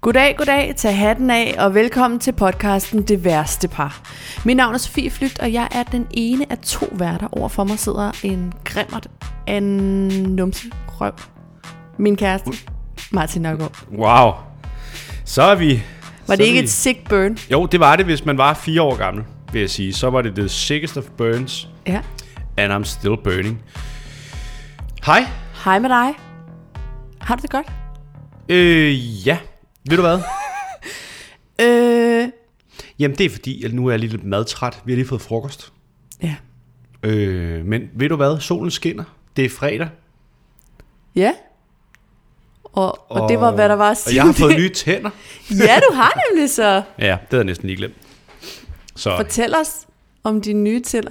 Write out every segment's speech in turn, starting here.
Goddag, goddag, tag hatten af og velkommen til podcasten Det Værste Par. Mit navn er Sofie Flygt, og jeg er den ene af to værter. Overfor mig sidder en grimmert af en numse røv. Min kæreste, Martin Nørgaard. Wow. Så er vi... Var det ikke et sick burn? Jo, det var det, hvis man var fire år gammel, vil jeg sige. Så var det the sickest of burns, Ja. and I'm still burning. Hej. Hej med dig. Har du det godt? Øh, ja. Ved du hvad? Øh, Jamen, det er fordi, at nu er jeg lige lidt madtræt. Vi har lige fået frokost. ja. Øh, men ved du hvad? Solen skinner. Det er fredag. Ja. Og, og, og det var, hvad der var at sige. Og jeg har om fået det. nye tænder. Ja, du har nemlig så. Ja, det havde jeg næsten lige glemt. Så Fortæl os om dine nye tænder.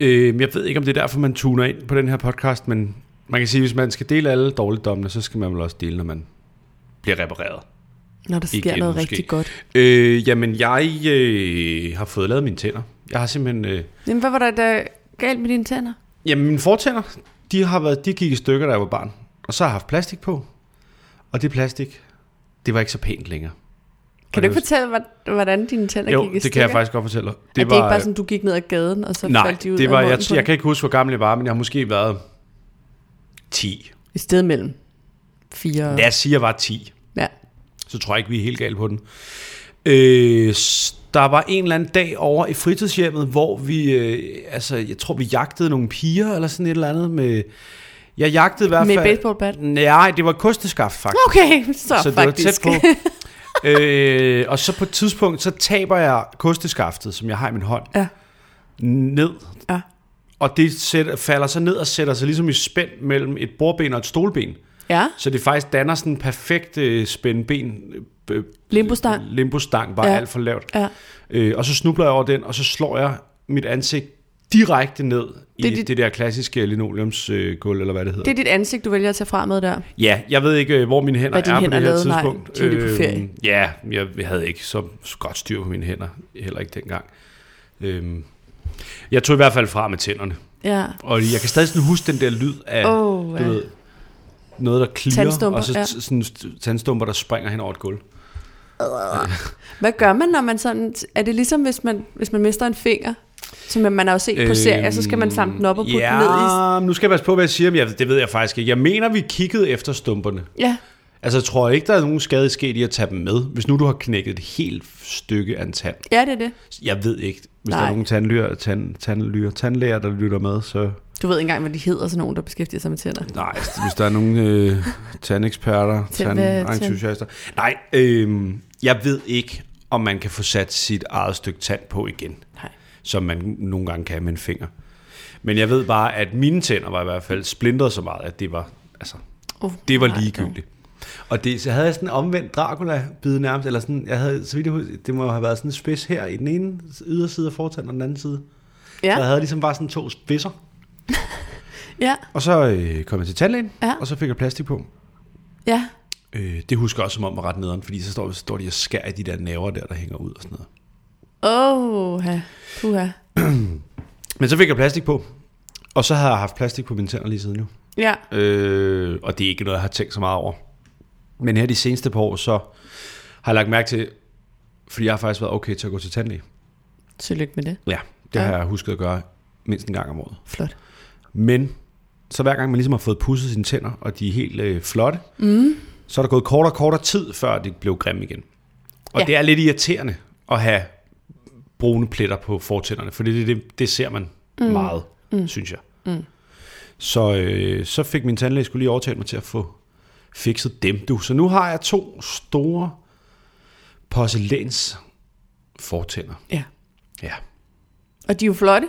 øh, jeg ved ikke, om det er derfor, man tuner ind på den her podcast, men man kan sige, at hvis man skal dele alle dårligdommene, så skal man vel også dele, når man bliver repareret. Når der sker Igen, noget måske. rigtig godt. Øh, jamen, jeg øh, har fået lavet mine tænder. Jeg har simpelthen... Øh, Jamen, hvad var der, der galt med dine tænder? jamen, mine fortænder, de, har været, de gik i stykker, da jeg var barn. Og så har jeg haft plastik på. Og det plastik, det var ikke så pænt længere. Kan Og du det ikke fortælle, hvad- hvordan dine tænder Jo, gik i det kan stykker? jeg faktisk godt fortælle dig. Det var, det ikke bare sådan, du gik ned ad gaden, og så Nej, faldt de ud det af var, jeg, munden på jeg dig? kan ikke huske, hvor gammel jeg var, men jeg har måske været 10. Et sted mellem fire... Lad os sige, jeg var 10. ja. Så tror jeg ikke, vi er helt galt på den. Øh, s- der var en eller anden dag over i fritidshjemmet, hvor vi, øh, altså jeg tror, vi jagtede nogle piger eller sådan et eller andet med... Jeg jagtede i hvert Med fald... baseballbat? Nej, det var kosteskaft faktisk. Okay, så, så det faktisk. var tæt på. øh, og så på et tidspunkt, så taber jeg kosteskaftet, som jeg har i min hånd, Ja. ned. Ja. Og det sætter, falder så ned og sætter sig ligesom i spænd mellem et bordben og et stolben. ja, Så det faktisk danner sådan en perfekt øh, spændben. Øh, Limbostang. Limbostang, bare Ja. ja. alt for lavt. ja. Øh, og så snubler jeg over den, og så slår jeg mit ansigt direkte ned i Det er det, dit- det der klassiske linoleumsgulv, øh, gulv, eller hvad det hedder. Det er dit ansigt, du vælger at tage fra med der. Ja, jeg ved ikke, øh, hvor mine hænder Hvad dine er hænder på det her lavede, nej. tidspunkt. Øhm, De var lige på ferie. ja, jeg havde ikke så godt styr på mine hænder, heller ikke dengang. Øhm, jeg tog i hvert fald fra med tænderne. Ja. Og jeg kan stadig sådan huske den der lyd af Åh, du ja. ved, noget, der klirrer, Tandstumper, og så ja. ja. sådan st- tandstumper, der springer hen over et gulv. Hvad gør man, når man sådan... Er det ligesom, hvis man, hvis man mister en finger? Som man har jo set på serier, så skal man samle den op og putte Øhm, ja, den ned i... nu skal jeg passe på, hvad jeg siger, men jeg, det ved jeg faktisk ikke. Jeg mener, vi kiggede efter stumperne. Ja, Altså, jeg tror ikke, der er nogen skade sket i at tage dem med, hvis nu du har knækket et helt stykke af en tand. ja, det er det. Jeg ved ikke, hvis Nej. der er nogen tandlyre, tand, tandlyre, tandlæger, der lytter med, så... Du ved ikke engang, hvad de hedder, sådan nogen, der beskæftiger sig med tænder. Nej, hvis der er nogen øh, tandeksperter, Tand- hvad- tandentusiaster... Nej, øh, jeg ved ikke, om man kan få sat sit eget stykke tand på igen, Nej. som man nogle gange kan med en finger. Men jeg ved bare, at mine tænder var i hvert fald splintret så meget, at det var, altså, Oh, det var nej, ligegyldigt. Og det, så havde jeg sådan en omvendt Dracula-bid nærmest, eller sådan, jeg havde, så vidt jeg husker, det må have været sådan en spids her i den ene yderside af fortanden og den anden side. Ja, Ja. Så jeg havde ligesom bare sådan to spidser. ja, Og så øh, kom jeg til tandlægen, Ja. ja. og så fik jeg plastik på. ja. Øh, det husker jeg også som om var ret nederen, fordi så står, så står de og skærer i de der naver der, der hænger ud og sådan noget. Åh, ja. Puha. Men så fik jeg plastik på, og så har jeg haft plastik på mine tænder lige siden nu. Ja, Øh, og det er ikke noget, jeg har tænkt så meget over. Men her de seneste par år, så har jeg lagt mærke til, fordi jeg har faktisk været okay til at gå til tandlæge. tillykke med det. Ja, det Ja. ja. har jeg husket at gøre mindst en gang om året. Flot. Men så hver gang man ligesom har fået pudset sine tænder, og de er helt øh, flotte, mm. så er der gået kortere og kortere tid, før de blev grimme igen. Ja. Og ja. det er lidt irriterende at have brune pletter på fortænderne, for det, det, det ser man mm. meget, mm. synes jeg. Mm. Så, øh, så fik min tandlæge skulle lige overtale mig til at få fikset dem, du. Så nu har jeg to store porcelæns fortænder. Ja. Ja. Og de er jo flotte.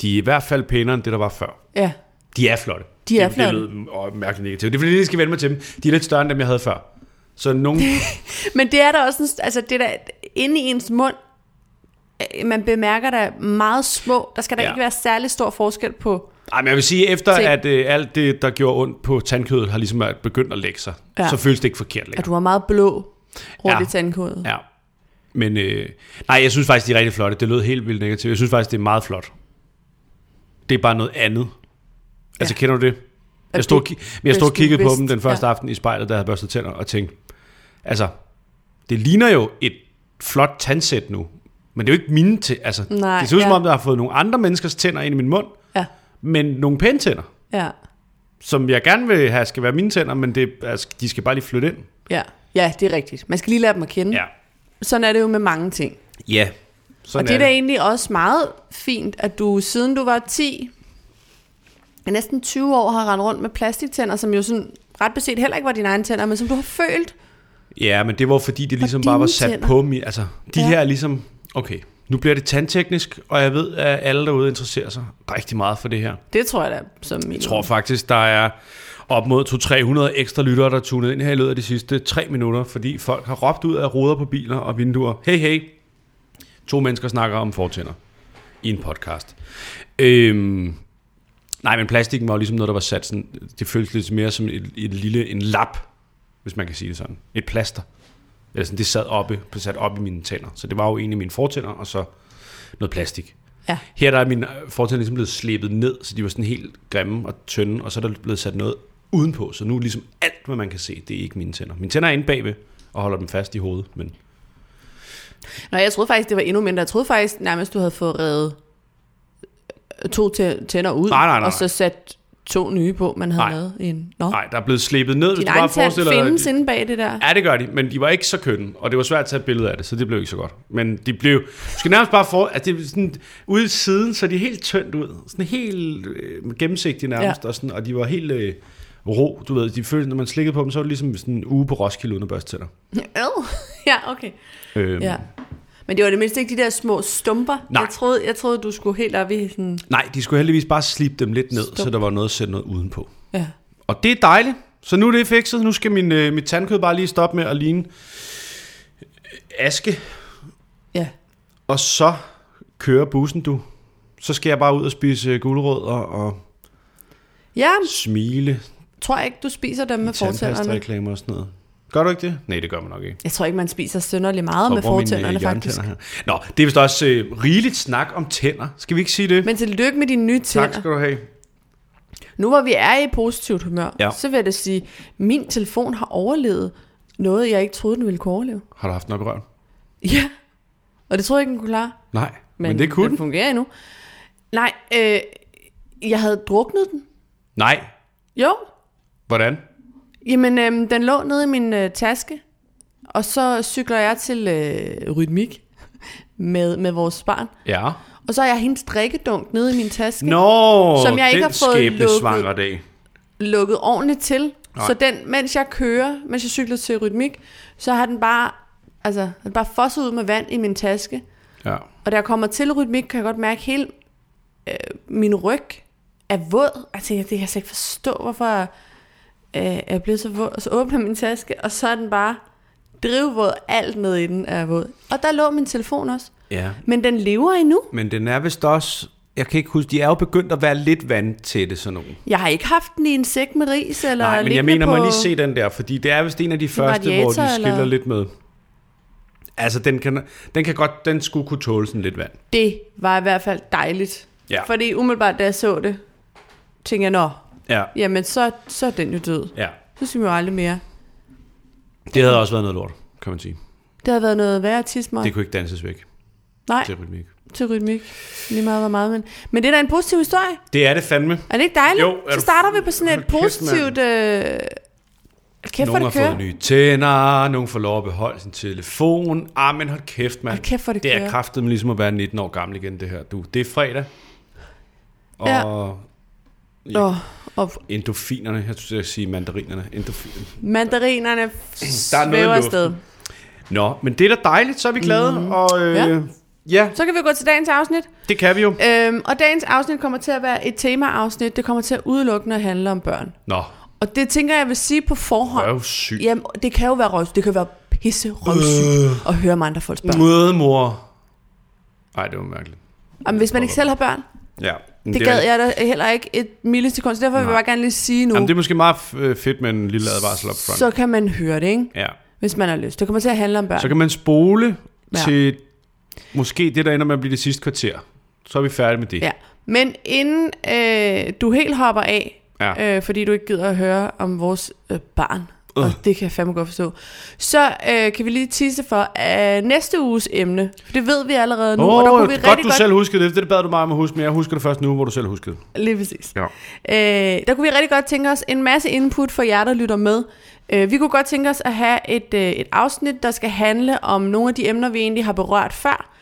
De er i hvert fald pænere end det, der var før. Ja. De er flotte. De er det, flotte. Det lød åh, mærkeligt negativt. Det er fordi, jeg lige skal vende mig til dem. De er lidt større end dem, jeg havde før. Så nogle... Men det er der også sådan, altså det der inde i ens mund, øh, man bemærker der meget små, der skal der ja. Ja. ikke være særlig stor forskel på. Ej, men jeg vil sige, efter Se. at øh, alt det, der gjorde ondt på tandkødet, har ligesom været begyndt at lægge sig, Ja. ja. så føles det ikke forkert At længere. du har meget blå rundt ja. Ja. i tandkodet. Ja. Ja. Men øh, nej, jeg synes faktisk, de er rigtig flotte. Det lød helt vildt negativt. Jeg synes faktisk, det er meget flot. Det er bare noget andet. Altså, Ja. kender du det? Jeg stod, og ki- men jeg hvis stod og du kiggede på vidste- dem den første ja. aften i spejlet, da jeg havde børstet tænder, og tænkte, altså, Det ligner jo et flot tandsæt nu, men det er jo ikke mine til, altså, Nej, det ser ud som ja. om, der har fået nogle andre menneskers tænder ind i min mund, Ja. men nogle pæne tænder, Ja. som jeg gerne vil have, skal være mine tænder, men det, altså, de skal bare lige flytte ind. Ja. ja, det er rigtigt. Man skal lige lære dem at kende. Ja. Sådan er det jo med mange ting. Ja. Og Sådan det er da er det. egentlig også meget fint, at du siden du var 10, næsten 20 år, har rendt rundt med plastiktænder, som jo sådan ret beset heller ikke var dine egne tænder, men som du har følt. Ja, men det var fordi, det ligesom dine bare var sat tænder. på mig. Altså, de Ja. ja. her er ligesom, okay, nu bliver det tandteknisk, og jeg ved, at alle derude interesserer sig rigtig meget for det her. Det tror jeg da, som min. Jeg tror faktisk, der er op mod 200-300 ekstra lyttere, der er tunet ind her i løbet af de sidste tre minutter, fordi folk har råbt ud af ruder på biler og vinduer. Hey, hey! To mennesker snakker om fortænder i en podcast. Øhm, nej, men plastikken var jo ligesom noget, der var sat sådan, det føltes lidt mere som et, et lille, en lap, hvis man kan sige det sådan. Et plaster. Eller sådan, det sad oppe, blev sat op i mine tænder. Så det var jo egentlig mine fortænder, og så noget plastik. Ja. Her der er mine fortænder ligesom blevet slæbet ned, så de var sådan helt grimme og tynde, og så er der blevet sat noget udenpå, så nu er ligesom alt, hvad man kan se, det er ikke mine tænder. Mine tænder er inde bagved og holder dem fast i hovedet, men Nå, jeg troede faktisk, det var endnu mindre. Jeg troede faktisk nærmest, du havde fået reddet øh, to tæ- tænder ud, Nej, nej, nej, og så nej. sat to nye på, man havde Nej. lavet i en... Nå, nej, der er blevet slæbet ned, hvis din du bare egen tand forestiller dig- findes inde bag det der. Ja, det gør de, men de var ikke så kønne, og det var svært at tage et billede af det, så det blev ikke så godt. Men de blev, du skal nærmest bare for, at det er sådan, ude i siden, så er de helt tyndt ud, sådan helt øh, gennemsigtige nærmest, Ja. ja. og, sådan, og de var helt øh, rå, du ved, de følte, når man slikkede på dem, så var det ligesom sådan en uge på Roskilde uden at børste tænder. Ad. ja, okay. Øhm, Ja. Men det var det mindste ikke de der små stumper. Nej. Jeg troede, jeg troede du skulle helt op i sådan... Nej, de skulle heldigvis bare slippe dem lidt ned, Stop. Stop. så der var noget at sætte noget udenpå. Ja. Og det er dejligt. Så nu er det fikset. Nu skal min, øh, mit tandkød bare lige stoppe med at ligne øh, aske. Ja. Og så kører bussen, du. Så skal jeg bare ud og spise øh, gulerødder og Ja, smile. tror jeg ikke, du spiser dem med fortænderne. Tandpastareklamer og sådan noget. Gør du ikke det? Nej, det gør man nok ikke. Jeg tror ikke, man spiser sønderlig meget Og med hvor er mine, øh, fortænderne, faktisk. hjørnetænder her? Nå, det er vist også øh, rigeligt snak om tænder. Skal vi ikke sige det? Men tillykke med dine nye tak tænder. skal du have. Nu hvor vi er i positivt humør, Ja. så vil jeg da sige, min telefon har overlevet noget, jeg ikke troede, den ville kunne overleve. Har du haft den op i røven? Ja. Og det troede jeg ikke, den kunne klare. Nej, men, men det kunne den. den. fungerer endnu. Nej, øh, jeg havde druknet den. Nej, Jo, hvordan? Jamen, øhm, den lå nede i min øh, taske, og så cykler jeg til øh, rytmik med, med vores barn. Ja. Og så har jeg hendes drikkedunk nede i min taske, no. Nå, Som jeg ikke den har fået skæbnesvangre dag. lukket ordentligt til. Nej. Nej. Så den, mens jeg kører, mens jeg cykler til rytmik, så har den bare, altså, har den bare fosset ud med vand i min taske. Ja. Og da jeg kommer til rytmik, kan jeg godt mærke, at hele øh, min ryg er våd. Jeg tænker, det kan jeg slet ikke forstå, hvorfor jeg, øh, jeg er blevet så våd. Og så åbner jeg min taske, og så er den bare drivvåd. Alt med i den er våd. Og der lå min telefon også. ja. Men den lever endnu. Men den er vist også, jeg kan ikke huske, de er jo begyndt at være lidt vandtætte, sådan nogle. Jeg har ikke haft den i en sæk med ris, eller Nej, men jeg liggende mener, på... man lige se den der, fordi det er vist en af de første, hvor radiator, de skiller eller? eller? lidt med. Altså, den kan, den kan godt, den skulle kunne tåle sådan lidt vand. Det var i hvert fald dejligt. Ja. Fordi umiddelbart, da jeg så det, tænkte jeg, nå, Ja, jamen så, så er den jo død. ja. Så synes jeg jo aldrig mere. Det havde også været noget lort, kan man sige. Det havde været noget værre at tisse mig. Det kunne ikke danses væk Nej. til rytmik. til rytmik. Lige meget, hvor meget man... Men det er da en positiv historie. Det er det fandme. Er det ikke dejligt? Jo, er så du- starter vi på sådan et Hold kæft, positivt... Øh... Kæft, hvor Nogle det har kører. fået nye tænder, nogen får lov at beholde sin telefon. Ah, men hold kæft, mand. Hold kæft, hvor det det kører. er kraftet med ligesom at være 19 år gammel igen, det her. Du, det er fredag. Og Ja. ja. Og, og endofinerne, jeg skulle til at sige mandarinerne. Endofinerne. mandarinerne Der er noget i svæver luften. afsted. Nå, men det er da dejligt, så er vi glade. Mm. Og øh, Mhm. Ja. ja. ja, Så kan vi gå til dagens afsnit. det kan vi jo. Øhm, og dagens afsnit kommer til at være et temaafsnit. Det kommer til at udelukkende handle om børn. Nå, Og det tænker jeg, jeg vil sige på forhånd. røvsyg. Ja. Jamen, det kan jo være røvs. Det kan være pisse røvsygt at høre om andre folks børn. Mødemor. Nej, det var mærkeligt. Jamen, hvis man ikke selv har børn, Ja. men det er- gad jeg da heller ikke et millisekund. Så derfor vil jeg Nej. bare gerne lige sige nu. Jamen, det er måske meget øh, fedt med en lille advarsel op front. så kan man høre det, ikke? Ja. hvis man har lyst. Det kommer til at handle om børn. Så kan man spole Ja. ja. til måske det, der ender med at blive det sidste kvarter. Så er vi færdige med det. ja. Men inden øh, du helt hopper af, ja. øh, fordi du ikke gider at høre om vores øh, barn Og det kan jeg fandme godt forstå. Så øh, kan vi lige tisse for øh, næste uges emne. For det ved vi allerede nu. Åh, og der kunne oh, vi godt rigtig du selv huskede det. Det bad du mig om at huske, men jeg husker det først nu, hvor du selv huskede det. Lige præcis. Ja. Øh, der kunne vi rigtig godt tænke os en masse input for jer, der lytter med. Øh, vi kunne godt tænke os at have et, øh, et afsnit, der skal handle om nogle af de emner, vi egentlig har berørt før,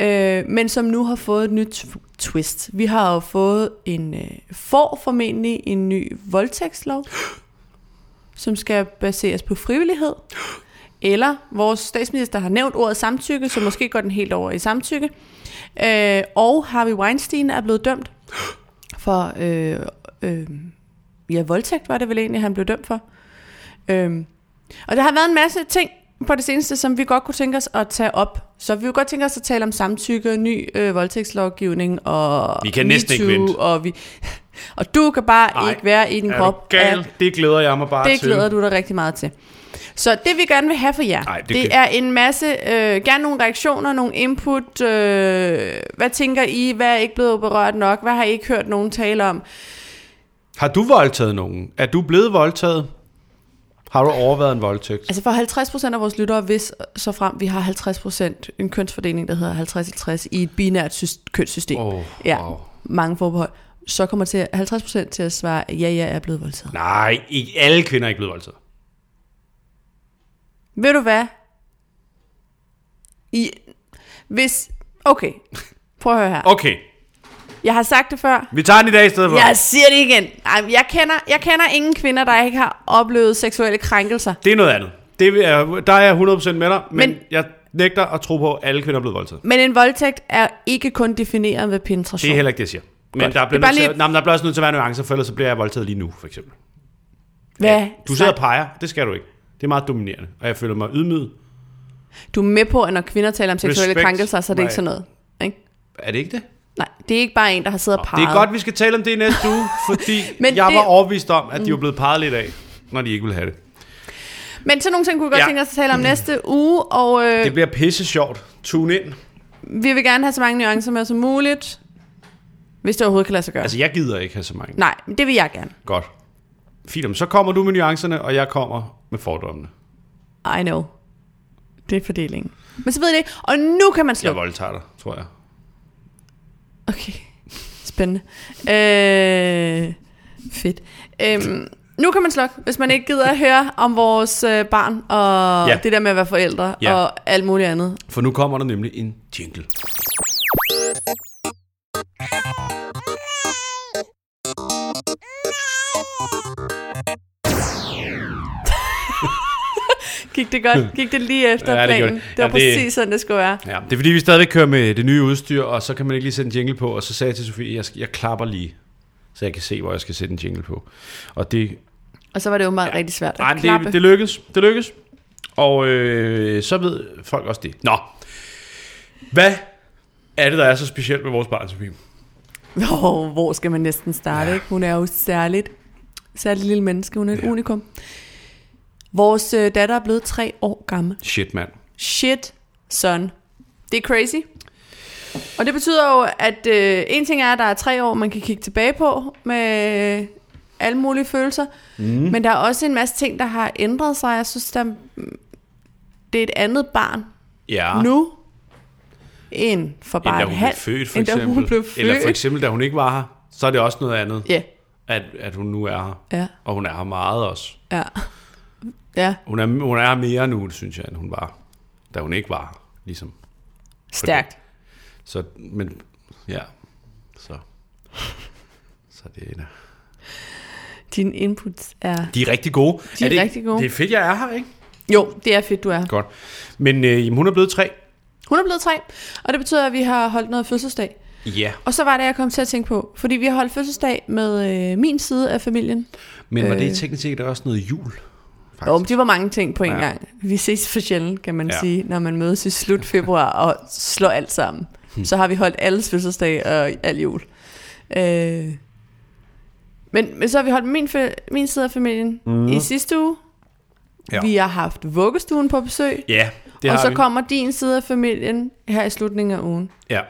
øh, men som nu har fået et nyt tw- twist. Vi har jo fået en øh, får formentlig en ny voldtægtslov, som skal baseres på frivillighed. Eller vores statsminister har nævnt ordet samtykke, så måske går den helt over i samtykke. Øh, og Harvey Weinstein er blevet dømt for øh, øh, ja, voldtægt var det vel egentlig, han blev dømt for. Øhm, og der har været en masse ting på det seneste, som vi godt kunne tænke os at tage op. Så vi kunne godt tænke os at tale om samtykke, ny øh, voldtægtslovgivning og Vi kan næsten ikke MeToo, vente. Og, vi, og du kan bare Ej, Ej, ikke være i din Er du krop. gal? Det glæder jeg mig bare det til. glæder du dig rigtig meget til. Så det vi gerne vil have for jer, Ej, det det, det kan- er en masse, øh, gerne nogle reaktioner, nogle input. Øh, hvad tænker I? Hvad er ikke blevet berørt nok? Hvad har I ikke hørt nogen tale om? Har du voldtaget nogen? Er du blevet voldtaget? Har du overvejet en voldtægt? Altså for 50% af vores lyttere, hvis så frem vi har 50% en kønsfordeling, der hedder 50-50 i et binært sy- kønssystem. Åh, Altså, ja, wow. mange forbehold. Så kommer til 50% til at svare, ja, jeg er blevet voldtaget. Nej, ikke alle kvinder er ikke blevet voldtaget. Ved du hvad? I, hvis, okay, prøv at høre her. Okay, Jeg har sagt det før. vi tager den i dag i stedet for. Jeg siger det igen. Ej, Jeg kender, jeg kender ingen kvinder, der ikke har oplevet seksuelle krænkelser. Det er noget andet. Det er, der er jeg 100% med dig, men, men Men- jeg nægter at tro på, at alle kvinder er blevet voldtaget. Men en voldtægt er ikke kun defineret ved Det penetration. er heller ikke det, jeg siger. Men Godt. der Det er bliver, bare nødt til, lige- nej, men der bliver også nødt til at være nuancer, for ellers så bliver jeg voldtaget lige nu, for eksempel. Hvad? Du sidder og peger, det skal du ikke. Det er meget dominerende, og jeg føler mig ydmyg. Du er med på, at når kvinder taler om seksuelle Respekt. Respekt. krænkelser, så er det ikke Nej. sådan noget. Ikke? Er det ikke det? Nej, det er ikke bare en, der har siddet og peget. Det er godt, vi skal tale om det i næste uge, fordi Men jeg var det- Øh. overbevist om, at de var blevet peget lidt af, når de ikke ville have det. Men sådan nogle ting kunne vi godt Ja. ja. Mm. tænke os at tale om næste uge, og øh, Det bliver pisse sjovt. Tune ind. vi vil gerne have så mange nuancer med som muligt, hvis det overhovedet kan lade sig gøre. Altså, Altså, jeg gider ikke have så mange. Nej, men det vil jeg gerne. Godt. Fint, jamen, så kommer du med nuancerne, og jeg kommer med fordommene. I know. Det er fordelingen. Men så ved I det, og nu kan man Jeg slukke. voldtager dig, tror jeg. Okay, spændende. Øh, fedt. Øhm, nu kan man slukke, hvis man ikke gider at høre om vores øh, barn, og Ja. ja. det der med at være forældre, Ja. ja. og alt muligt andet. For nu kommer der nemlig en jingle. Gik det godt? Gik det lige efter Ja, det gjorde planen? det. Det, var Ja, det- præcis sådan, det skulle være. Ja, det er fordi, vi stadigvæk kører med det nye udstyr, og så kan man ikke lige sætte en jingle på. Og så sagde jeg til Sofie, jeg, jeg klapper lige, så jeg kan se, hvor jeg skal sætte en jingle på. Og det, Og så var det jo meget ja. rigtig svært at ej, Ej, klappe. det, det lykkedes. Det lykkedes. Og øh, så ved folk også det. Nå. Hvad er det, der er så specielt ved vores barn, Sofie? Oh, hvor skal man næsten starte? Ikke? Hun er jo særligt, særligt lille menneske. Hun er et Ja. ja. unikum. Vores øh, datter er blevet tre år gammel. Shit, mand. Shit, son. Det er crazy. Og det betyder jo, at øh, en ting er, at der er tre år, man kan kigge tilbage på med alle mulige følelser. Mm. Mhm. Men der er også en masse ting, der har ændret sig. Jeg synes, der, det er et andet barn, Ja. nu end for bare Ah. End et da hun blev halvt. født, for end da eksempel. hun blev Eller for født. eksempel, da hun ikke var her, så er det også noget andet, Ja, at, at hun nu er her. ja, Og hun er her meget også. ja. Ja, Hun er, hun er her mere nu, synes jeg, end hun var, da hun ikke var her, ligesom. stærkt. Så, men, ja, så. Så det er Dine inputs er... De er rigtig gode. De er det, ikke- rigtig gode. Det er fedt, jeg er her, ikke? Jo, det er fedt, du er. Godt. Men øh, jamen, hun er blevet tre. Hun er blevet tre, og det betyder, at vi har holdt noget fødselsdag. Ja. Og så var det, jeg kom til at tænke på, fordi vi har holdt fødselsdag med øh, min side af familien. Men var det Øh. teknisk set også noget jul? Jo, men det var mange ting på en Ja. ja. gang. Vi ses for sjældent, kan man Ja. ja. sige, når man mødes i slut februar og slår alt sammen. Hmm. Så har vi holdt alles fødselsdag og al jul. Øh. Men, men så har vi holdt min, fø- min side af familien mm. i sidste uge. Ja. Ja. Vi har haft vuggestuen på besøg. Ja, det og har så vi. kommer din side af familien her i slutningen af ugen. Ja.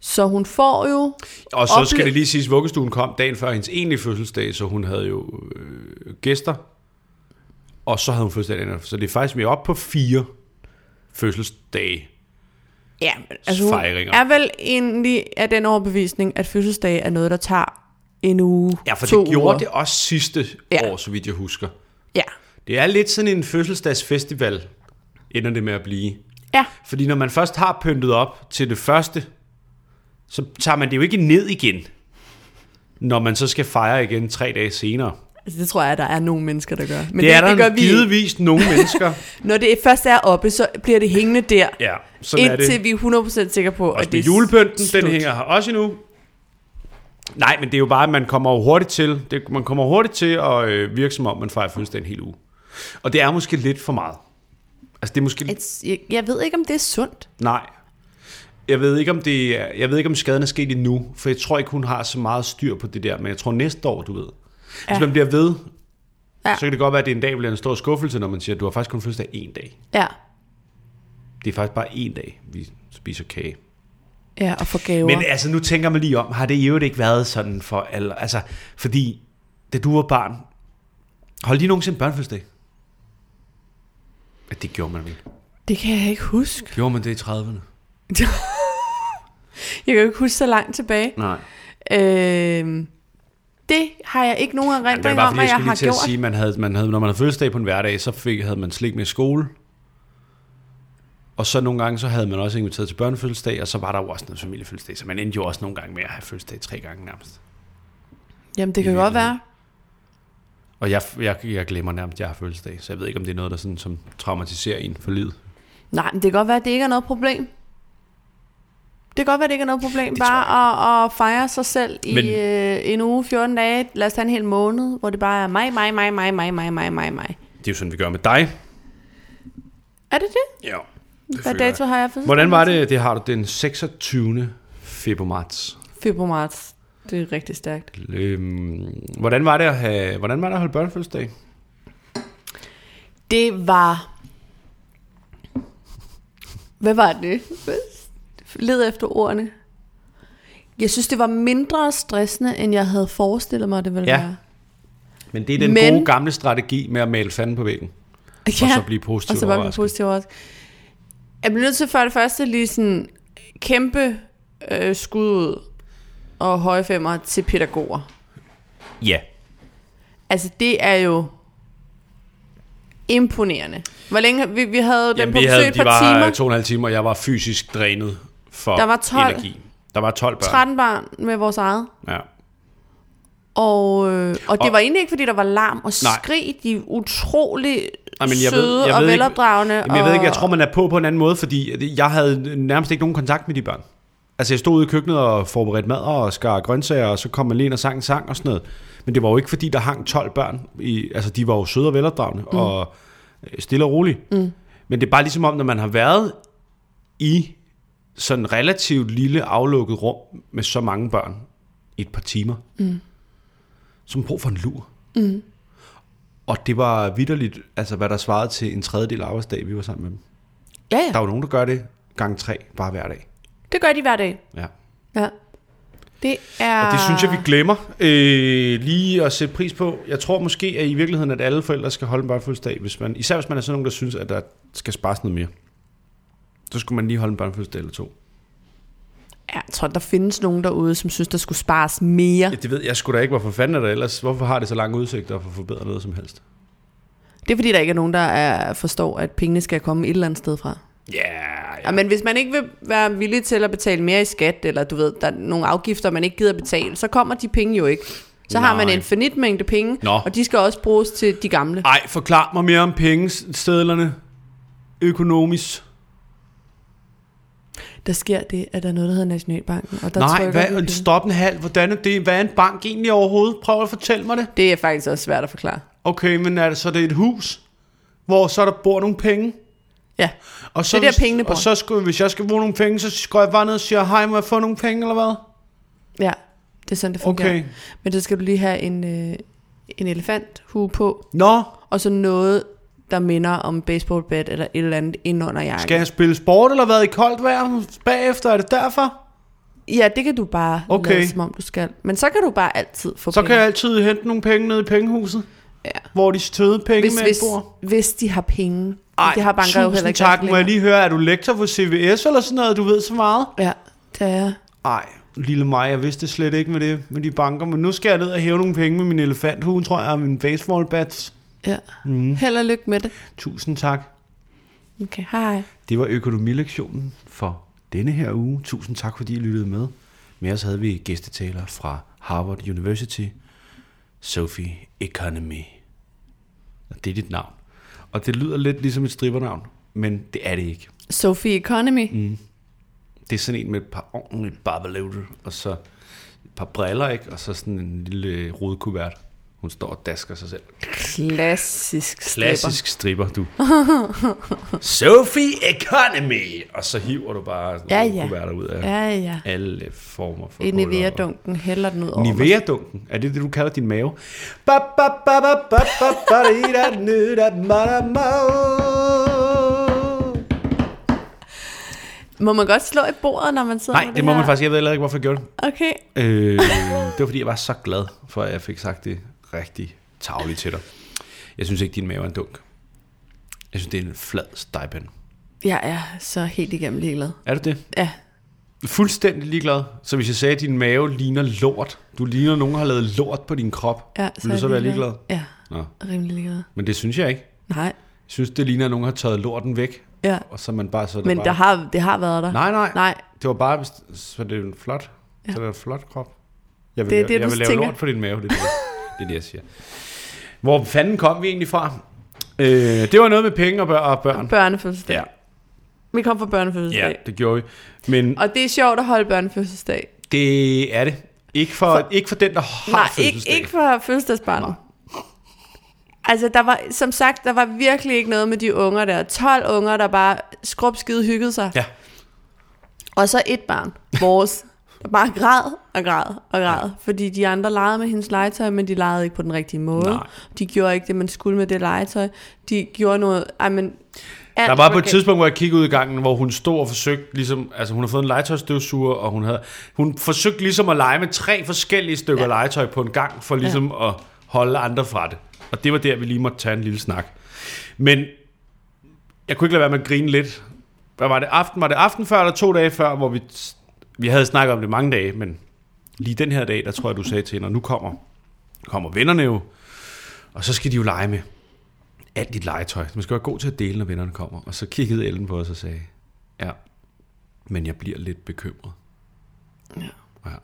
Så hun får jo... Og så skal Ople- det lige siges, at vuggestuen kom dagen før hendes egentlige fødselsdag, så hun havde jo øh, gæster Og så havde hun fødselsdag dagen efter. Så det er faktisk, vi er oppe på fire fødselsdage. Ja, altså hun Fejringer. er vel egentlig af den overbevisning, at fødselsdag er noget, der tager en uge, Ja, for to det gjorde uger. det også sidste Ja. ja. år, så vidt jeg husker. Ja, Det er lidt sådan en fødselsdagsfestival, ender det med at blive. ja. Fordi når man først har pyntet op til det første, så tager man det jo ikke ned igen, når man så skal fejre igen tre dage senere. Altså, det tror jeg, at der er nogle mennesker, der gør. Men det er der gør vi. ikke. givetvis nogle mennesker. Når det først er oppe, så bliver det hængende der, Ja, sådan er det. indtil vi er 100% sikre på, Også at det med er julepynten, slut. den hænger her også endnu. Nej, men det er jo bare, at man kommer jo hurtigt til, det, man kommer hurtigt til at øh, virke som om, man fejrer fødselsdag en hel uge. Og det er måske lidt for meget. Altså det er måske... Et, jeg, jeg ved ikke, om det er sundt. Nej. Jeg ved, ikke, om det er, jeg ved ikke, om skaden er sket endnu, for jeg tror ikke, hun har så meget styr på det der, men jeg tror næste år, du ved. Ja. Hvis man bliver ved, Ja. ja. så kan det godt være, at det en dag bliver en stor skuffelse, når man siger, at du har faktisk kun fødselsdag en dag. Ja. Det er faktisk bare en dag, vi spiser kage. Ja, og for gaver. Men altså, nu tænker man lige om, har det i øvrigt ikke været sådan for alle? Altså, fordi da du var barn, holdt de nogensinde børnefødselsdag? Ja, det gjorde man vel. det kan jeg ikke huske. Gjorde man det i 30'erne? Jeg kan jo ikke huske så langt tilbage. Nej. Øh, det har jeg ikke nogen Det var erindring bare om, fordi, at jeg jeg skulle lige har til at gjort. sige, man havde, man havde, når man havde fødselsdag på en hverdag, så fik, havde man slik med i skole. Og så nogle gange, så havde man også inviteret til børnefødselsdag, og så var der jo også noget familiefødselsdag, så man endte jo også nogle gange med at have fødselsdag tre gange nærmest. Jamen, det kan i godt være. Og jeg, jeg, jeg glemmer nærmest, at jeg har fødselsdag, så jeg ved ikke, om det er noget, der sådan, som traumatiserer en for livet. Nej, men det kan godt være, at det ikke er noget problem. Det kan godt være, at det ikke er noget problem Det bare at, at fejre sig selv i Men- øh, en uge, 14 dage. Lad os tage en hel måned, hvor det bare er mig, mig, mig, mig, mig, mig, mig, mig, mig. Det er jo sådan, vi gør med dig. Er det det? Ja. Hvad dato har jeg fødselsdag? Hvordan var det? Det har du den 26. februar marts. Februar marts. Det er rigtig stærkt. Øhm, hvordan var det at have, hvordan var det at holde børnefødselsdag? Det var... Hvad var det? Led efter ordene. Jeg synes, det var mindre stressende, end jeg havde forestillet mig, det ville Ja. være. Men det er den Men- Men... gode gamle strategi med at male fanden på væggen. Ja. Og så blive og positivt så bare blive overrasket. positiv overrasket. Jeg bliver nødt til for det første lige sådan kæmpe øh, skud ud og høje femmer til pædagoger. Ja. Altså det er jo imponerende. Hvor længe vi, vi havde dem Jamen, på vi besøg havde, et de par var timer. timer. to og en halv time, og jeg var fysisk drænet for Der var 12. energi. Der var 12 børn. 13 børn med vores eget. Ja. Og, øh, og det Og- var egentlig ikke, fordi der var larm og Nej. skrig. De er utrolig Ej, men jeg ved- søde jeg og ved ikke- velopdragende. Jamen, jeg og, ved ikke, jeg tror, man er på på en anden måde, fordi jeg havde nærmest ikke nogen kontakt med de børn. Altså, jeg stod ude i køkkenet og forberedte mad og skar grøntsager, og så kom man lige ind og sang en sang og sådan noget. Men det var jo ikke, fordi der hang 12 børn. I, altså, de var jo søde og velopdragende mm. og øh, stille og rolige. Mm. Men det er bare ligesom om, når man har været i sådan relativt lille aflukket rum med så mange børn i et par timer, mm. som brug for en lur. Og det var vidderligt, altså hvad der svarede til en tredjedel arbejdsdag, vi var sammen med dem. Ja, ja. Der er jo nogen, der gør det gang tre, bare hver dag. Det gør de hver dag. Ja. Ja. Det er... Og det synes jeg, vi glemmer øh, lige at sætte pris på. Jeg tror måske, at i virkeligheden, at alle forældre skal holde en børnefødselsdag, hvis man, især hvis man er sådan nogen, der synes, at der skal spares noget mere. Så skulle man lige holde en børnefødselsdag eller to. Ja, jeg tror, der findes nogen derude, som synes, der skulle spares mere. Ja, det ved jeg sgu da ikke, hvorfor fanden er det ellers? Hvorfor har det så lange udsigter for at forbedre noget som helst? Det er fordi, der ikke er nogen, der er, forstår, at pengene skal komme et eller andet sted fra. Yeah, Ja. Men hvis man ikke vil være villig til at betale mere i skat, eller du ved, der er nogle afgifter, man ikke gider betale, så kommer de penge jo ikke. Så har man Nej. en finit mængde penge, Nå. og de skal også bruges til de gamle. Ej, forklar mig mere om pengestedlerne. Økonomisk. Der sker det, at der er noget, der hedder Nationalbanken, og der Nej, trykker vi hvad, penge. stop en halv. Hvordan er det? Hvad er en bank egentlig overhovedet? Prøv at fortælle mig det. Det er faktisk også svært at forklare. Okay, men er det så det er et hus, hvor så der bor nogle penge? Ja, Og så, Det er der, hvis- pengene bor. Og så skulle, hvis jeg skal bruge nogle penge, så går jeg bare ned og siger, hej, må jeg få nogle penge, eller hvad? ja. det er sådan, det fungerer. Okay. Men så skal du lige have en, øh, en elefanthue på, Nå, og så noget, der minder om baseballbat eller et eller andet ind under jakken. skal jeg spille sport, eller hvad, i koldt vejr bagefter? Er det derfor? Ja, det kan du bare okay. Okay. lade, som om du skal. Men så kan du bare altid få Så penge. kan jeg altid hente nogle penge ned i pengehuset. Ja. Hvor er de støde penge Hvis, med hvis, bord? hvis de har penge. det har banker jo heller ikke. tak. rigtig Må jeg længere. lige høre, er du lektor på CBS eller sådan noget? Du ved så meget. Ja, det er jeg. Nej, lille mig, jeg vidste det slet ikke med det med de banker, men nu skal jeg ned og hæve nogle penge med min elefanthue, tror jeg, og min baseball bats. Ja. Mm. Held og lykke med det. Tusind tak. Okay, hej. Det var økonomilektionen for denne her uge. Tusind tak, fordi I lyttede med. Med os havde vi gæstetaler fra Harvard University, Sophie Economy. Og det er dit navn. Og det lyder lidt ligesom et strippernavn, men det er det ikke. Sophie Economy. Mm. Det er sådan en med et par ordentligt barbeløvde, og så et par briller, ikke? Og så sådan en lille rodkuvert. Hun står og dasker sig selv. Klassisk stripper. Klassisk stripper, du. Sophie Economy! Og så hiver du bare Ja, sådan ja. ja, ja. ud af Ja, ja. alle former for I Nivea-dunken hælder den ud over mig. Nivea-dunken, er det det, du kalder din mave? Ba, ba, ba, ba, ba, ba, ba, di, da, nu, da, ma, da, ma. Må man godt slå i bordet, når man sidder Nej, med det må her? man faktisk. Jeg ved heller ikke, hvorfor jeg gjorde det. Okay. Øh, det var, fordi jeg var så glad for, at jeg fik sagt det rigtig tavligt til dig. Jeg synes ikke, din mave er en dunk. Jeg synes, det er en flad stejpande. Jeg er så helt igennem ligeglad. Er du det? Ja, Fuldstændig ligeglad. Så hvis jeg sagde, at din mave ligner lort, du ligner, at nogen har lavet lort på din krop, ja vil du er så jeg være ligeglad? Ja, Nå, rimelig ligeglad. men det synes jeg ikke. Nej, Jeg synes, det ligner, at nogen har tørret lorten væk, ja. og så er man bare så er Men bare... der har, det har været der. Nej, nej, nej. Nej, Det var bare, så det er en flot, ja. så det er en flot krop. Jeg vil, Det er lave- det, jeg du vil lave tænker. lort på din mave, det er det, det, er det jeg siger. Hvor fanden kom vi egentlig fra? Øh, det var noget med penge og, bør- og børn. børnefødselsdag. Ja, Vi kom fra børnefødselsdag. ja, det gjorde vi. Men Og det er sjovt at holde børnefødselsdag. det er det. Ikke for, for, ikke for den, der har Nej, ikke, fødselsdag. ikke for fødselsdagsbarnet. Altså, der var, som sagt, der var virkelig ikke noget med de unger der. 12 unger, der bare skrubskide hyggede sig. Ja. Og så et barn, vores, der bare græd og græd og græd. Ja. Fordi de andre legede med hendes legetøj, men de legede ikke på den rigtige måde. Nej. De gjorde ikke det, man skulle med det legetøj. De gjorde noget... Ej, men alt Der var på et galt. tidspunkt, hvor jeg kiggede ud i gangen, hvor hun stod og forsøgte, ligesom, altså hun har fået en legetøjsstøvsuger, og hun havde, hun forsøgte ligesom at lege med tre forskellige stykker ja. legetøj på en gang, for ligesom ja. at holde andre fra det. Og det var der, vi lige måtte tage en lille snak. Men jeg kunne ikke lade være med at grine lidt. Hvad var det aften? Var det aften før eller to dage før, hvor vi, vi havde snakket om det mange dage, men lige den her dag, der tror jeg, du sagde til hende, og nu kommer, kommer vennerne jo, og så skal de jo lege med alt dit legetøj. Man skal være god til at dele, når vennerne kommer. Og så kiggede Ellen på os og sagde, ja, men jeg bliver lidt bekymret. Ja. ja.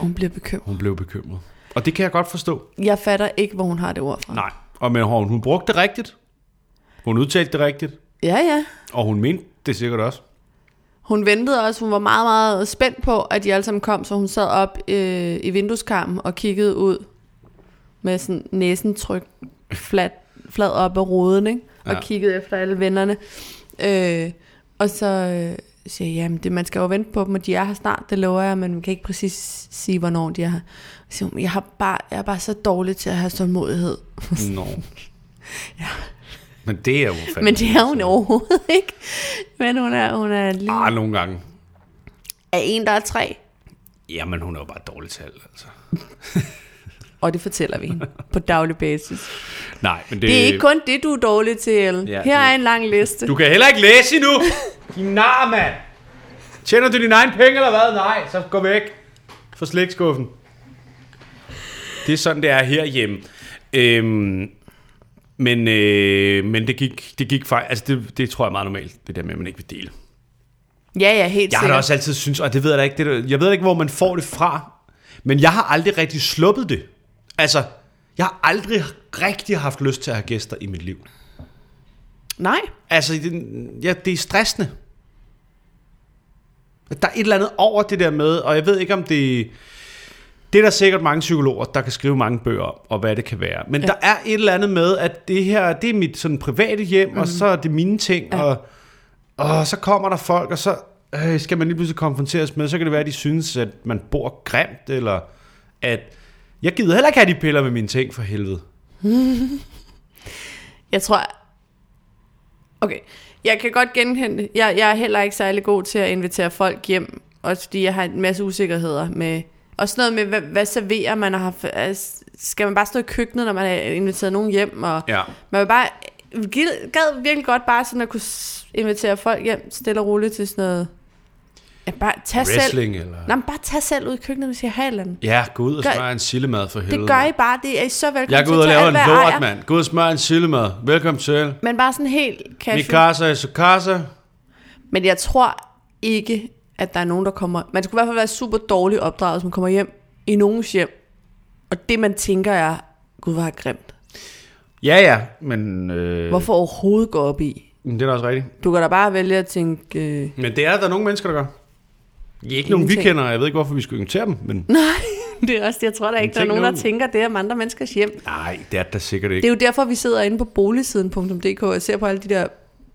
Hun bliver bekymret. Hun blev bekymret. Og det kan jeg godt forstå. Jeg fatter ikke, hvor hun har det ord fra. Nej. Og men hun, hun brugte det rigtigt. Hun udtalte det rigtigt. Ja, ja. Og hun mente det sikkert også. Hun ventede også, hun var meget, meget spændt på, at de alle sammen kom, så hun sad op øh, i vindueskarmen og kiggede ud med sådan næsen tryk flad, flad op af roden, ikke? og Ja. ja. kiggede efter alle vennerne. Øh, og så øh, siger jeg, jamen det, man skal jo vente på dem, og de er her snart, det lover jeg, men man kan ikke præcis sige, hvornår de er her. Så siger hun, jeg, har bare, jeg er bare så dårlig til at have tålmodighed. Nå. ja. Men det er jo fandme... Men det er hun overhovedet ikke. Men hun er, hun er lige Ah, nogle gange. af en, der er tre. Jamen, hun er jo bare dårlig til alt, altså. Og det fortæller vi hende på daglig basis. Nej, men det... Det er ikke kun det, du er dårlig til, Ellen. Øh, Ja, Ja, Her er det- en lang liste. Du kan heller ikke læse endnu! Din nar, mand! Tjener du dine egne penge eller hvad? Nej, så gå væk fra slægtskuffen. Det er sådan, det er herhjemme. Øhm, men øh, men det gik, det gik fejl. Altså, det, det tror jeg er meget normalt, det der med, at man ikke vil dele. Ja, ja, helt Jeg har da sikkert. også altid synes, og det ved jeg da ikke, det der, jeg ved da ikke, hvor man får det fra, men jeg har aldrig rigtig sluppet det. Altså, jeg har aldrig rigtig haft lyst til at have gæster i mit liv. Nej, Altså, det, ja, det er stressende. Der er et eller andet over det der med, og jeg ved ikke om det... Det er der sikkert mange psykologer, der kan skrive mange bøger om, og hvad det kan være. Men ja. der er et eller andet med, at det her, det er mit sådan private hjem, Mhm. mm. og så er det mine ting, ja. og, og så kommer der folk, og så øh, skal man lige pludselig konfronteres med, så kan det være, at de synes, at man bor grimt, eller at jeg gider heller ikke have de piller med mine ting, for helvede. jeg tror... Okay, jeg kan godt genkende det. Jeg, jeg er heller ikke særlig god til at invitere folk hjem, også fordi jeg har en masse usikkerheder med... Og Og sådan noget med, hvad, hvad serverer man? Og har, altså, skal man bare stå i køkkenet, når man har inviteret nogen hjem? Og Ja. Man vil bare, gid- gad virkelig godt bare sådan at kunne s- invitere folk hjem stille og roligt til sådan noget. Ja, bare tag selv. Wrestling eller... Nej, men bare tag selv ud i køkkenet, hvis jeg har et eller andet. Ja, gå ud og Gør- smøre en sillemad for helvede. Det gør I mand. bare. Det er I så velkommen Jeg går ud til og at tage alt, laver en hvad jeg ejer. lort, mand. Gå ud og smøre en sillemad. Velkommen til. Men bare sådan helt Mi casual. casa es su casa. Men jeg tror ikke, at der er nogen, der kommer... Man skulle i hvert fald være super dårlig opdraget, hvis man kommer hjem i nogens hjem. Og det, man tænker, er, gud, hvor er grimt. Øh. Ja, ja, men øh, Hvorfor overhovedet gå op i? men det er da også rigtigt. Du kan da bare vælge at tænke... Øh, Men det er der nogle mennesker, der gør. Hm. Det er ikke nogen, vi Ingenting. kender, og jeg ved ikke, hvorfor vi skulle invitere dem, men... det er også, jeg tror da ikke, der er tænk nogen, der nu. tænker det om andre menneskers hjem. Nej, det er der sikkert Det ikke. er jo derfor, vi sidder inde på boligsiden.dk og ser på alle de der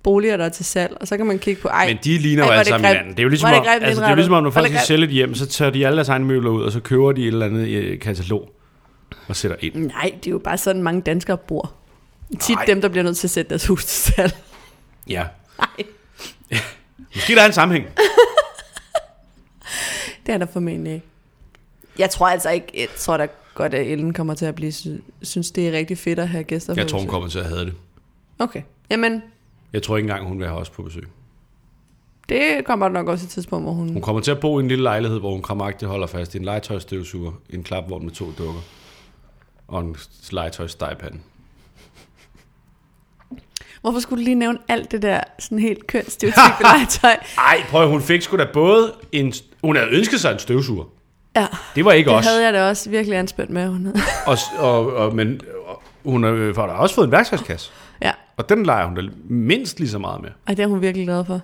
boliger, der er til salg. Og så kan man kigge på, ej, Men de ligner Ej, hvor er jo alle det sammen grimt. hinanden. Det er jo ligesom, Hvor er om, det grimt altså, det er jo indrettet. ligesom om, når Hvor er folk det de grimt. sælger et hjem, så tager de alle deres egne møbler ud, og så køber de et eller andet øh, katalog og sætter ind. nej, det er jo bare sådan, mange danskere bor. Tit Nej. dem, der bliver nødt til at sætte deres hus til salg. Ja. Nej, Måske der er en sammenhæng. det er der formentlig ikke. Jeg tror altså ikke, jeg tror da godt, at Ellen kommer til at blive, sy- synes, det er rigtig fedt at have gæster. på Jeg tror, hun besøg. kommer til at have det. Okay, jamen, Jeg tror ikke engang, hun vil have os på besøg. det kommer der nok også et tidspunkt, hvor hun... Hun kommer til at bo i en lille lejlighed, hvor hun kramagtigt holder fast i en legetøjsstøvsuger, en klapvogn med to dukker og en legetøjstegepande. Hvorfor skulle du lige nævne alt det der sådan helt kønsstereotype legetøj? Ej, prøv at- hun fik sgu da både en... Hun havde ønsket sig en støvsuger. Ja, Det var ikke det os. havde jeg da også virkelig anspændt med, hun havde. Og, s- og, og, men og, hun har øh, har da også fået en værktøjskasse. Ja, Og den leger hun da mindst lige så meget med. og det er hun virkelig glad for.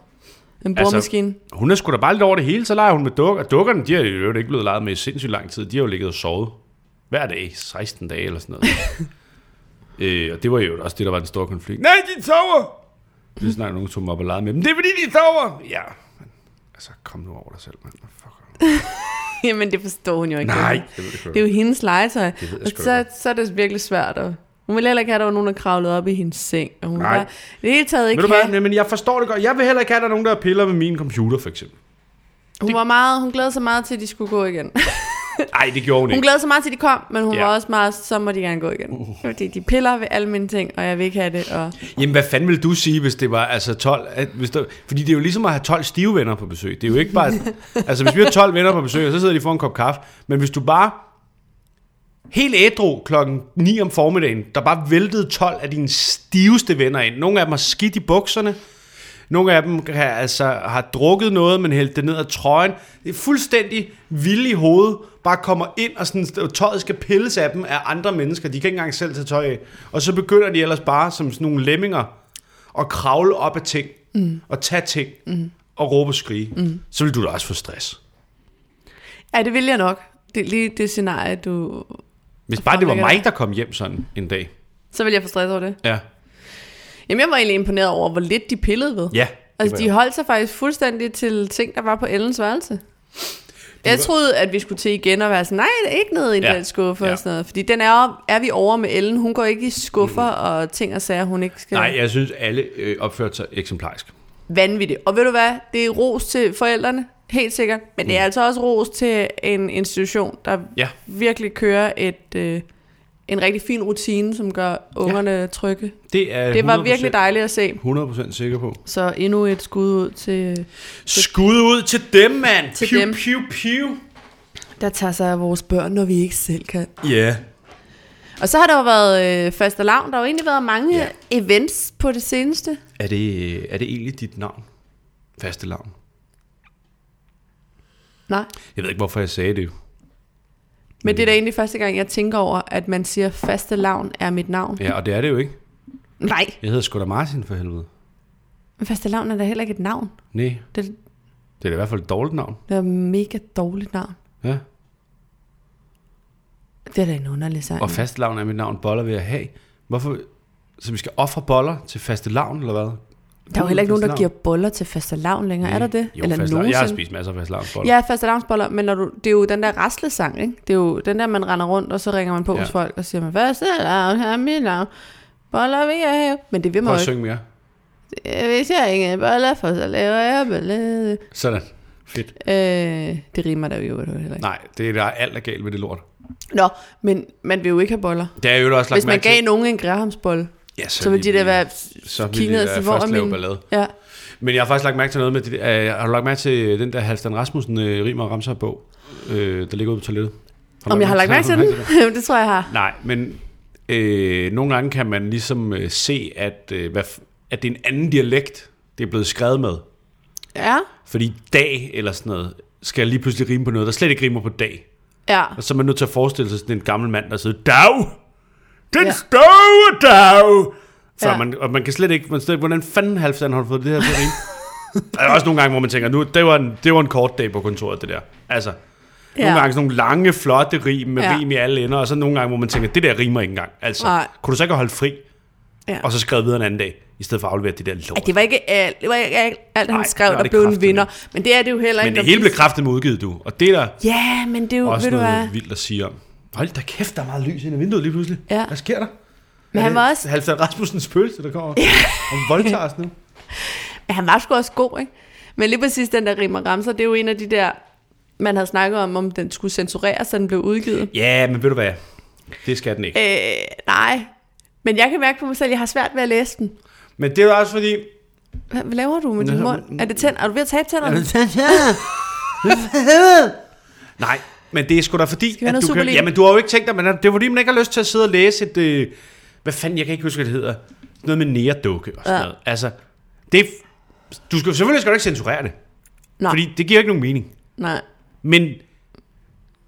En boremaskine. Altså, Hun er sgu da bare lidt over det hele, så leger hun med dukker. Og dukkerne, de har i øvrigt ikke blevet leget med i sindssygt lang tid. De har jo ligget og sovet. Hver dag, 16 dage eller sådan noget. øh, og det var jo også det, der var den store konflikt. Nej, de sover! Det snakker nogen, som op og legede med dem. Det er fordi, de sover! Ja, men, altså kom nu over dig selv, mand. Fuck. Jamen, det forstår hun jo ikke. Nej, Det, det ved jeg det er jo hendes legetøj. Det ved jeg Og sgu da så, så er det virkelig svært at... Hun ville heller ikke have, at der var nogen, der kravlede op i hendes seng. Og hun Nej. Bare, i det hele taget ikke Ved du hvad? have. Nej, men jeg forstår det godt. Jeg vil heller ikke have, at der er nogen, der piller ved min computer, for eksempel. Hun, var meget, hun glædede sig meget til, at de skulle gå igen. Nej, det gjorde hun Hun ikke. glædede sig meget til, at de kom, men hun Ja. ja. var også meget, så må de gerne gå igen. Uh. Fordi de piller ved alle mine ting, og jeg vil ikke have det. Og... Jamen, hvad fanden vil du sige, hvis det var altså 12... At, hvis der, fordi det er jo ligesom at have 12 stive venner på besøg. Det er jo ikke bare... altså, hvis vi har 12 venner på besøg, så sidder de for en kop kaffe. Men hvis du bare helt ædru klokken 9 om formiddagen, der bare væltede 12 af dine stiveste venner ind. Nogle af dem har skidt i bukserne. Nogle af dem har, altså, har drukket noget, men hældt det ned af trøjen. Det er fuldstændig vildt i hovedet. Bare kommer ind, og sådan, og tøjet skal pilles af dem af andre mennesker. De kan ikke engang selv tage tøj af. Og så begynder de ellers bare som sådan nogle lemminger at kravle op af ting, mm. og tage ting, mm. og råbe og skrige. Mm. Så vil du da også få stress. Ja, det vil jeg nok. Det er lige det scenarie, du... Hvis bare det var Fremlægger mig, der kom hjem sådan en dag. Så vil jeg få stress over det. Ja. Jamen, jeg var egentlig imponeret over, hvor lidt de pillede ved. Ja. Altså, de holdt sig faktisk fuldstændig til ting, der var på Ellens værelse. Jeg troede, at vi skulle til igen og være sådan, nej, det er ikke nede i Ja. ja. den skuffe ja. Ja. og sådan noget. Fordi den er, jo- er vi over med Ellen. Hun går ikke i skuffer mm. og ting og sager, hun ikke skal Nej, jeg synes, alle øh, opførte sig eksemplarisk. vanvittigt. Og ved du hvad, det er ros til forældrene, helt sikkert. Men det er altså også ros til en institution, der Mm. Ja. virkelig kører et, øh, en rigtig fin rutine, som gør ungerne ja. trygge. Det, er Det var virkelig dejligt at se. 100% sikker på. Så endnu et skud ud til, Skud ud til dem, mand! Til piu, dem. piu, piu. der tager sig af vores børn, når vi ikke selv kan. Ja. Og så har der jo været øh, faste lavn. Der har jo egentlig været mange Ja. ja. events på det seneste. Er det, er det egentlig dit navn? Faste navn. Nej. Jeg ved ikke, hvorfor jeg sagde det. Men det er da egentlig første gang, jeg tænker over, at man siger, faste lavn er mit navn. Ja, og det er det jo ikke. Nej. Jeg hedder sgu da Martin for helvede. Men faste lavn er da heller ikke et navn. Nej, Det, det er da i hvert fald et dårligt navn. det er et mega dårligt navn. Ja. Det er da en underlig sang. Og fastelavn er mit navn, boller vil jeg have. Hvorfor? Så vi skal ofre boller til fastelavn, eller hvad? Der er jo heller ikke nogen, der Fastelavn. giver boller til faste lavn længere. Er der det? Jo, Eller fastelavn. Jeg har nogensinde? spist masser af fastelavnsboller. Ja, faste lavnsboller, men når du, det er jo den der rastlesang, ikke? Det er jo den der, man render rundt, og så ringer man på Ja. ja. hos folk, og siger man, faste lavn er mit navn, boller vil jeg have. Men det vil man Prøv jo at ikke. synge mere. Hvis jeg ikke boller for, så laver jeg ballade. Sådan. Fedt. Øh, det rimer der jo i øvrigt heller ikke. Nej, det er der er alt er galt med det lort. Nå, men man vil jo ikke have boller. Det er jo også lagt Hvis man mærke gav til. nogen en grahamsbolle, ja, så ville de da være så ville kignet de og da sige, hvor først er lave min... ballade. Ja. Men jeg har faktisk lagt mærke til noget med, det, øh, har du lagt mærke til den der Halstan Rasmussen øh, Rimer og Ramser bog, øh, der ligger ude på toilettet? du Om jeg har lagt mærke til har du den? det tror jeg, jeg har. Nej, men øh, nogle gange kan man ligesom øh, se, at, øh, hvad, f- at det er en anden dialekt, det er blevet skrevet med. Ja. Fordi dag eller sådan noget, skal lige pludselig rime på noget, der slet ikke rimer på dag. Ja. Og så er man nødt til at forestille sig sådan en gammel mand, der sidder, dag! Den Ja. ja. store dag! Før Ja. ja. man, og man kan slet ikke, man slet, ikke- hvordan fanden Halvstand har fået det her til at rime? Der er også nogle gange, hvor man tænker, nu, det, var en, det var en kort dag på kontoret, det der. Altså, Ja. nogle gange sådan nogle lange, flotte rim med Ja. ja. rim i alle ender, og så nogle gange, hvor man tænker, det der rimer ikke engang. Altså, Nej. kunne du så ikke holde fri, Ja. og så skrevet videre en anden dag, i stedet for at aflevere det der lort. Ej, det var ikke alt, det var ikke alt, alt han Nej, skrev, det var der det blev en kraftedeme vinder. Men det er det jo heller ikke. Men det når hele vi- blev kraftigt udgivet, du. Og det er der Ja, men det er jo, også Uh, ved du noget hvad. vildt at sige om. Hold da kæft, der er meget lys ind i vinduet lige pludselig. Ja. Hvad sker der? Men han var også- Halvdan Rasmussens pølse, der kommer ja. om voldtager os nu. Men han var sgu også god, ikke? Men lige præcis den der Rimmer Ramser, det er jo en af de der, man havde snakket om, om den skulle censureres, så den blev udgivet. Ja, men ved du hvad? Det skal den ikke. Øh, nej. Men jeg kan mærke på mig selv, at jeg har svært ved at læse den. Men det er jo også fordi... Hvad hvad laver du med din Nå, mund? Er, det tænd? er du ved at tabe tænderne? Nej, men det er sgu da fordi, vi have noget du kan... Superliga? Jamen, du har jo ikke tænkt dig, men det er fordi, man ikke har lyst til at sidde og læse et... Øh... Hvad fanden, jeg kan ikke huske, hvad det hedder. Noget med næredukke og sådan Ja. ja. noget. Altså, det er... Du skal, selvfølgelig skal du ikke censurere det. Nej. Fordi det giver ikke nogen mening. Nej. Men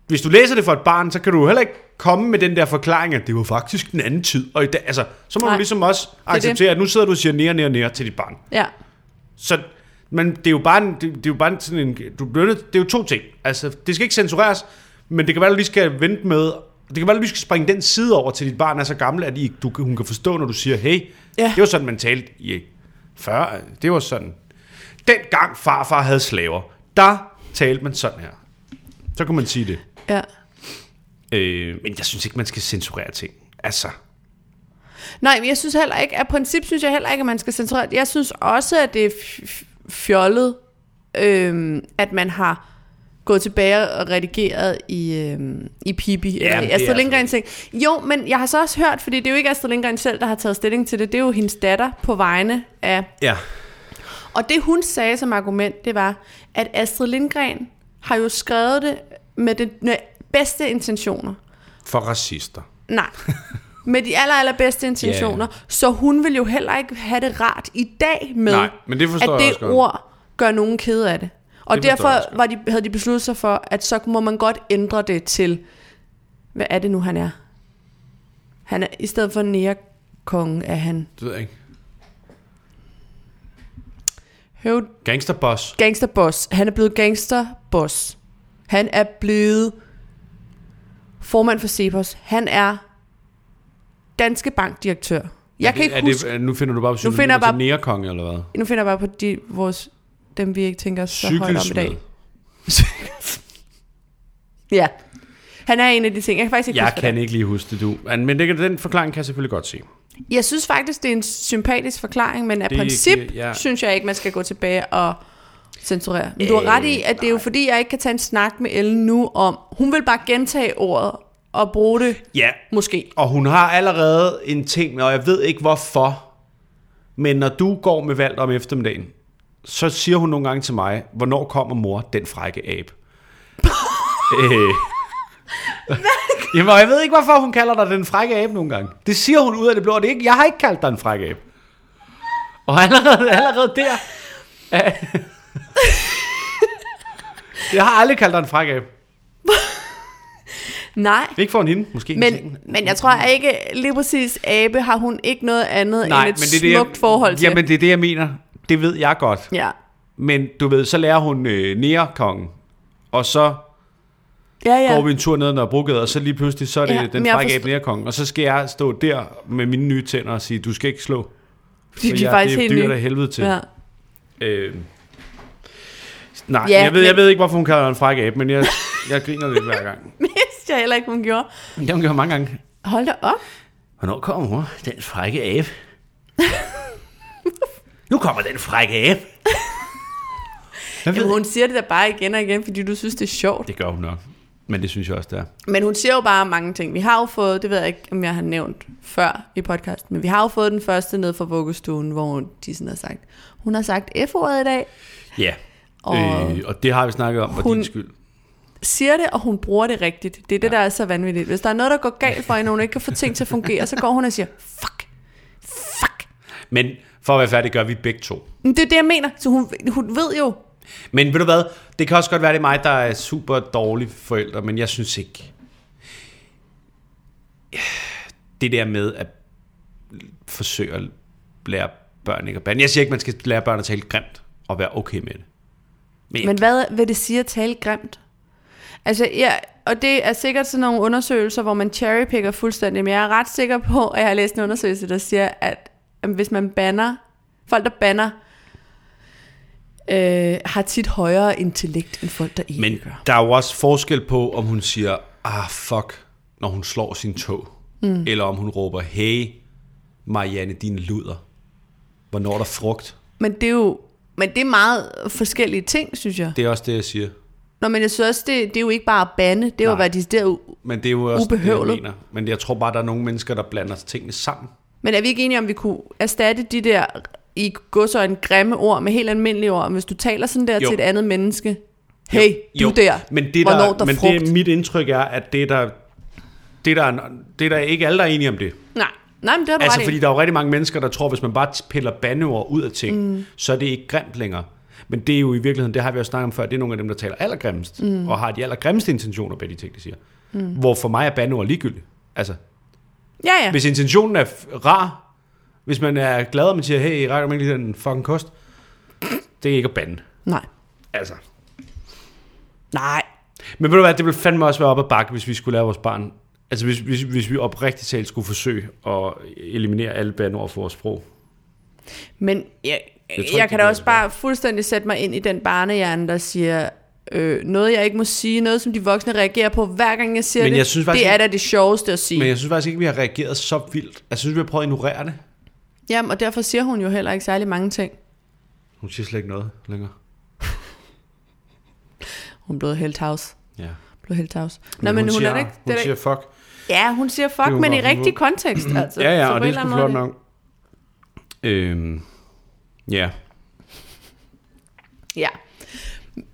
hvis du læser det for et barn, så kan du heller ikke komme med den der forklaring, at det var faktisk den anden tid. Og i dag, altså, så må Nej. du ligesom også er det. acceptere, at nu sidder du og siger nære, nære, nære til dit barn. Ja. Så, men det er jo bare, en, det, det er jo bare en, sådan en, du bliver nødt, det er jo to ting. Altså, det skal ikke censureres, men det kan være, du lige skal vente med, det kan være, du lige skal springe den side over til dit barn er så gammel, at I, du, kan- hun kan forstå, når du siger, hey, Ja. det var sådan, man talte i 40, det var sådan. Dengang farfar havde slaver, der talte man sådan her. Så kunne man sige det. Ja. Øh, men jeg synes ikke, man skal censurere ting. Altså, Nej, men jeg synes heller ikke, af princip synes jeg heller ikke, at man skal censurere. Jeg synes også, at det er f- f- fjollet, øhm, at man har gået tilbage og redigeret i, øhm, i Pippi. Ja, det eller er Astrid altså Lindgren ting. Jo, men jeg har så også hørt, fordi det er jo ikke Astrid Lindgren selv, der har taget stilling til det. Det er jo hendes datter på vegne af ja. Og det hun sagde som argument, det var, at Astrid Lindgren har jo skrevet det med de med bedste intentioner. For racister. Nej. Med de aller, allerbedste intentioner. Yeah. Så hun vil jo heller ikke have det rart i dag med, Nej, men det forstår at jeg det også godt. ord gør nogen ked af det. Og det Det forstår jeg derfor også godt. var de, havde de besluttet sig for, at så må man godt ændre det til, hvad er det nu, han er? Han er, i stedet for nærkongen, er han Det ved jeg ikke. høvd, Gangsterboss. gangsterboss. Han er blevet gangsterboss. Han er blevet formand for Cepos. Han er Danske Bankdirektør. Jeg kan ikke er huske... Det, nu finder du bare på finder jeg synonymer til nærekonge, eller hvad? Nu finder jeg bare på de, vores, dem, vi ikke tænker så højt om i dag. Cykelsmed. Ja. Han er en af de ting. Jeg kan faktisk ikke Jeg huske kan det. ikke lige huske det, du. Men men det, kan- den forklaring kan jeg selvfølgelig godt se. Jeg synes faktisk, det er en sympatisk forklaring, men af Det er princip ikke- ja. synes jeg ikke, man skal gå tilbage og censurere. Men Øh, du har ret i, at det er jo fordi, jeg ikke kan tage en snak med Ellen nu om... Hun vil bare gentage ordet og bruge det, Ja, måske. og hun har allerede en ting, og jeg ved ikke hvorfor, men når du går med valg om eftermiddagen, så siger hun nogle gange til mig, hvornår kommer mor, den frække abe? øh. Jamen, og jeg ved ikke, hvorfor hun kalder dig den frække abe nogle gange. Det siger hun ud af det blå, og det er ikke, jeg har ikke kaldt dig en frække abe. Og allerede, allerede der... jeg har aldrig kaldt dig en frække abe. Nej, Ikke for en hende, måske. en ting. Men, men jeg tror ikke, lige præcis Abe har hun ikke noget andet Nej, end et smukt jeg- forhold til. Jamen, det er det, jeg mener. Det ved jeg godt. ja. Men du ved, så lærer hun øh, nærkongen, og så Ja, ja. ja. går vi en tur ned ad Nørrebrogade, og så lige pludselig, så er det Ja, ja, den men jeg frække forstår- forstår... nærkongen, og så skal jeg stå der med mine nye tænder og sige, du skal ikke slå. Fordi for de er jeg- faktisk det er helt dyrt nye. af helvede til. Ja. Øh, nej, Ja, ja, jeg, ved, jeg men- ved ikke, hvorfor hun kalder dig en frække abe, men jeg, jeg griner lidt hver gang. Det vidste jeg heller ikke, hun gjorde. Det har hun gjort mange gange. Hold da op. Hvornår kommer mor? Den frække abe. nu kommer den frække abe. Hvad ved Jamen, jeg? hun siger det da bare igen og igen, fordi du synes, det er sjovt. Det gør hun nok. Men det synes jeg også, det er. Men hun siger jo bare mange ting. Vi har jo fået, det ved jeg ikke, om jeg har nævnt før i podcasten, men vi har jo fået den første ned fra vuggestuen, hvor de sådan har sagt, hun har sagt F-ordet i dag, Ja. Og- Og, øh, og det har vi snakket om, for Hun- din skyld. siger det, og hun bruger det rigtigt. Det er det, der er så vanvittigt. Hvis der er noget, der går galt for hende, og hun ikke kan få ting til at fungere, så går hun og siger, fuck, fuck. Men for at være færdig, gør vi begge to. Men det er det, jeg mener. Så hun, hun ved jo, Men ved du hvad, det kan også godt være, det er mig, der er super dårlig forældre, men jeg synes ikke... Det der med at forsøge at lære børn ikke at bande. Jeg siger ikke, man skal lære børn at tale grimt og være okay med det. Men, Men men hvad vil det sige at tale grimt? Altså, ja, og det er sikkert sådan nogle undersøgelser, hvor man cherrypicker fuldstændig, men jeg er ret sikker på, at jeg har læst en undersøgelse, der siger, at øhm, hvis man banner, folk der banner, øh, har tit højere intellekt, end folk der ikke men gør. der er jo også forskel på, om hun siger, ah fuck, når hun slår sin tog. Mm. Eller om hun råber, hey Marianne, din luder. Hvornår er der frugt? Men det er jo men det er meget forskellige ting, synes jeg. Det er også det, jeg siger. Nå, men jeg synes også, det, det er jo ikke bare at bande, det er jo at Nej. være decideret u- Men det er jo også Ubehøvlet. det, jeg mener. Men jeg tror bare, der er nogle mennesker, der blander tingene sammen. Men er vi ikke enige om, vi kunne erstatte de der i en grimme ord med helt almindelige ord? Hvis du taler sådan der jo. Jo. til et andet menneske, hey, jo. du der, men det, hvornår der, der men frugt? det, mit indtryk er, at det der, det der, er- det der ikke alle, der er enige om det. Nej, nej, men det har du Altså, ret i. fordi der er jo rigtig mange mennesker, der tror, hvis man bare piller bandeord ud af ting, mm. så er det ikke grimt længere. Men det er jo i virkeligheden, det har vi jo snakket om før, det er nogle af dem, der taler allergrimmest, mm. og har de allergrimmeste intentioner bag de ting, de siger. Mm. Hvor for mig er bandeord ligegyldigt. Altså, Ja, ja. Hvis intentionen er f- rar, hvis man er glad, og man siger, hey, rækker mig lige den fucking kost, det er ikke at bande. Nej. Altså. Nej. Men ved du hvad, det ville fandme også være op ad bakke, hvis vi skulle lære vores barn. Altså hvis, hvis, hvis vi oprigtigt talt skulle forsøge at eliminere alle bandeord for vores sprog. Men jeg, jeg, ikke, jeg kan det da bliver også bare fuldstændig sætte mig ind i den barnehjerne, der siger, øh, noget jeg ikke må sige, noget som de voksne reagerer på, hver gang jeg siger Men det, jeg synes faktisk det er ikke- da det sjoveste at sige. Men Jeg... jeg synes faktisk ikke, vi har reageret så vildt. Altså, Jeg synes, vi har prøvet at ignorere det. Jamen, og derfor siger hun jo heller ikke særlig mange ting. Hun siger slet ikke noget længere. Hun blev helt house. Ja. Blev helt house. Nå, men hun, siger, er da ikke, det er hun da- siger fuck. Ja, hun siger Det er fuck, hun men i godt rigtig på. kontekst. Altså. Mm. Ja, ja, Så og på det en er sgu eller anden flot måde nok. Øhm, ja. det-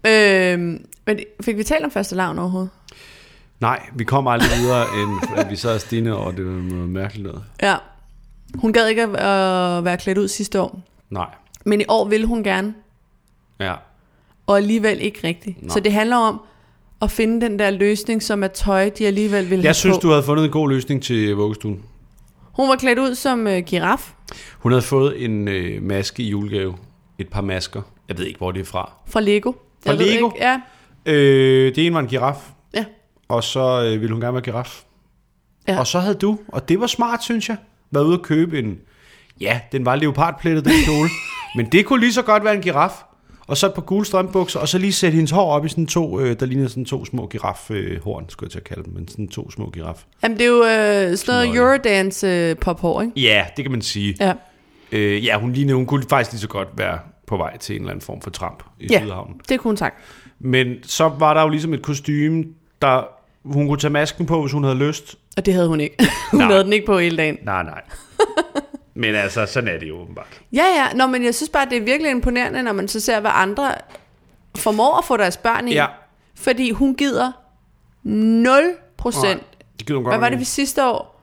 Ja. Øhm, men fik vi talt om første lavn overhovedet? Nej, vi kommer aldrig videre, end at vi sad og stinede over det var noget mærkeligt noget. Ja. Hun gad ikke at øh, være klædt ud sidste år. Nej. Men i år ville hun gerne, Ja. og alligevel ikke rigtigt. Nej. Så det handler om at finde den der løsning, som er tøj, de alligevel vil have Jeg synes, på. du havde fundet en god løsning til vuggestuen. Hun var klædt ud som øh, giraf Hun havde fået en øh, maske i julegave. Et par masker. Jeg ved ikke, hvor det er fra. fra Lego. Fra Jeg ved Lego? Ikke. Ja. Øh, det ene var en giraf, ja. og så øh, ville hun gerne være giraf. Ja. Ja. Og så havde du, og det var smart, synes jeg, været ude at købe en... Ja, den var leopardplettet, den kjole. men det kunne lige så godt være en giraf. Og så et par gule strømbukser, og så lige sætte hendes hår op i sådan to, øh, der ligner sådan to små girafhorn, øh, horn, skulle jeg til at kalde dem, men sådan to små giraf. Jamen, det er jo øh, sådan noget Knolde. Eurodance-pophår, ikke? Ja, det kan man sige. Ja. Øh, ja, hun lignede, hun kunne faktisk lige så godt være på vej til en eller anden form for tramp i Ja. ja. Sydhavnen. Det kunne hun sagt. Men så var der jo ligesom et kostume, der hun kunne tage masken på, hvis hun havde lyst. Og det havde hun ikke. hun Nej. havde den ikke på hele dagen. Nej, nej. Men altså, sådan er det jo åbenbart. Ja, ja. Nå, men jeg synes bare, det er virkelig imponerende, når man så ser, hvad andre formår at få deres børn i. Ja. Fordi hun gider 0 procent. Det gider hun godt Hvad var nok det ved ikke. sidste år?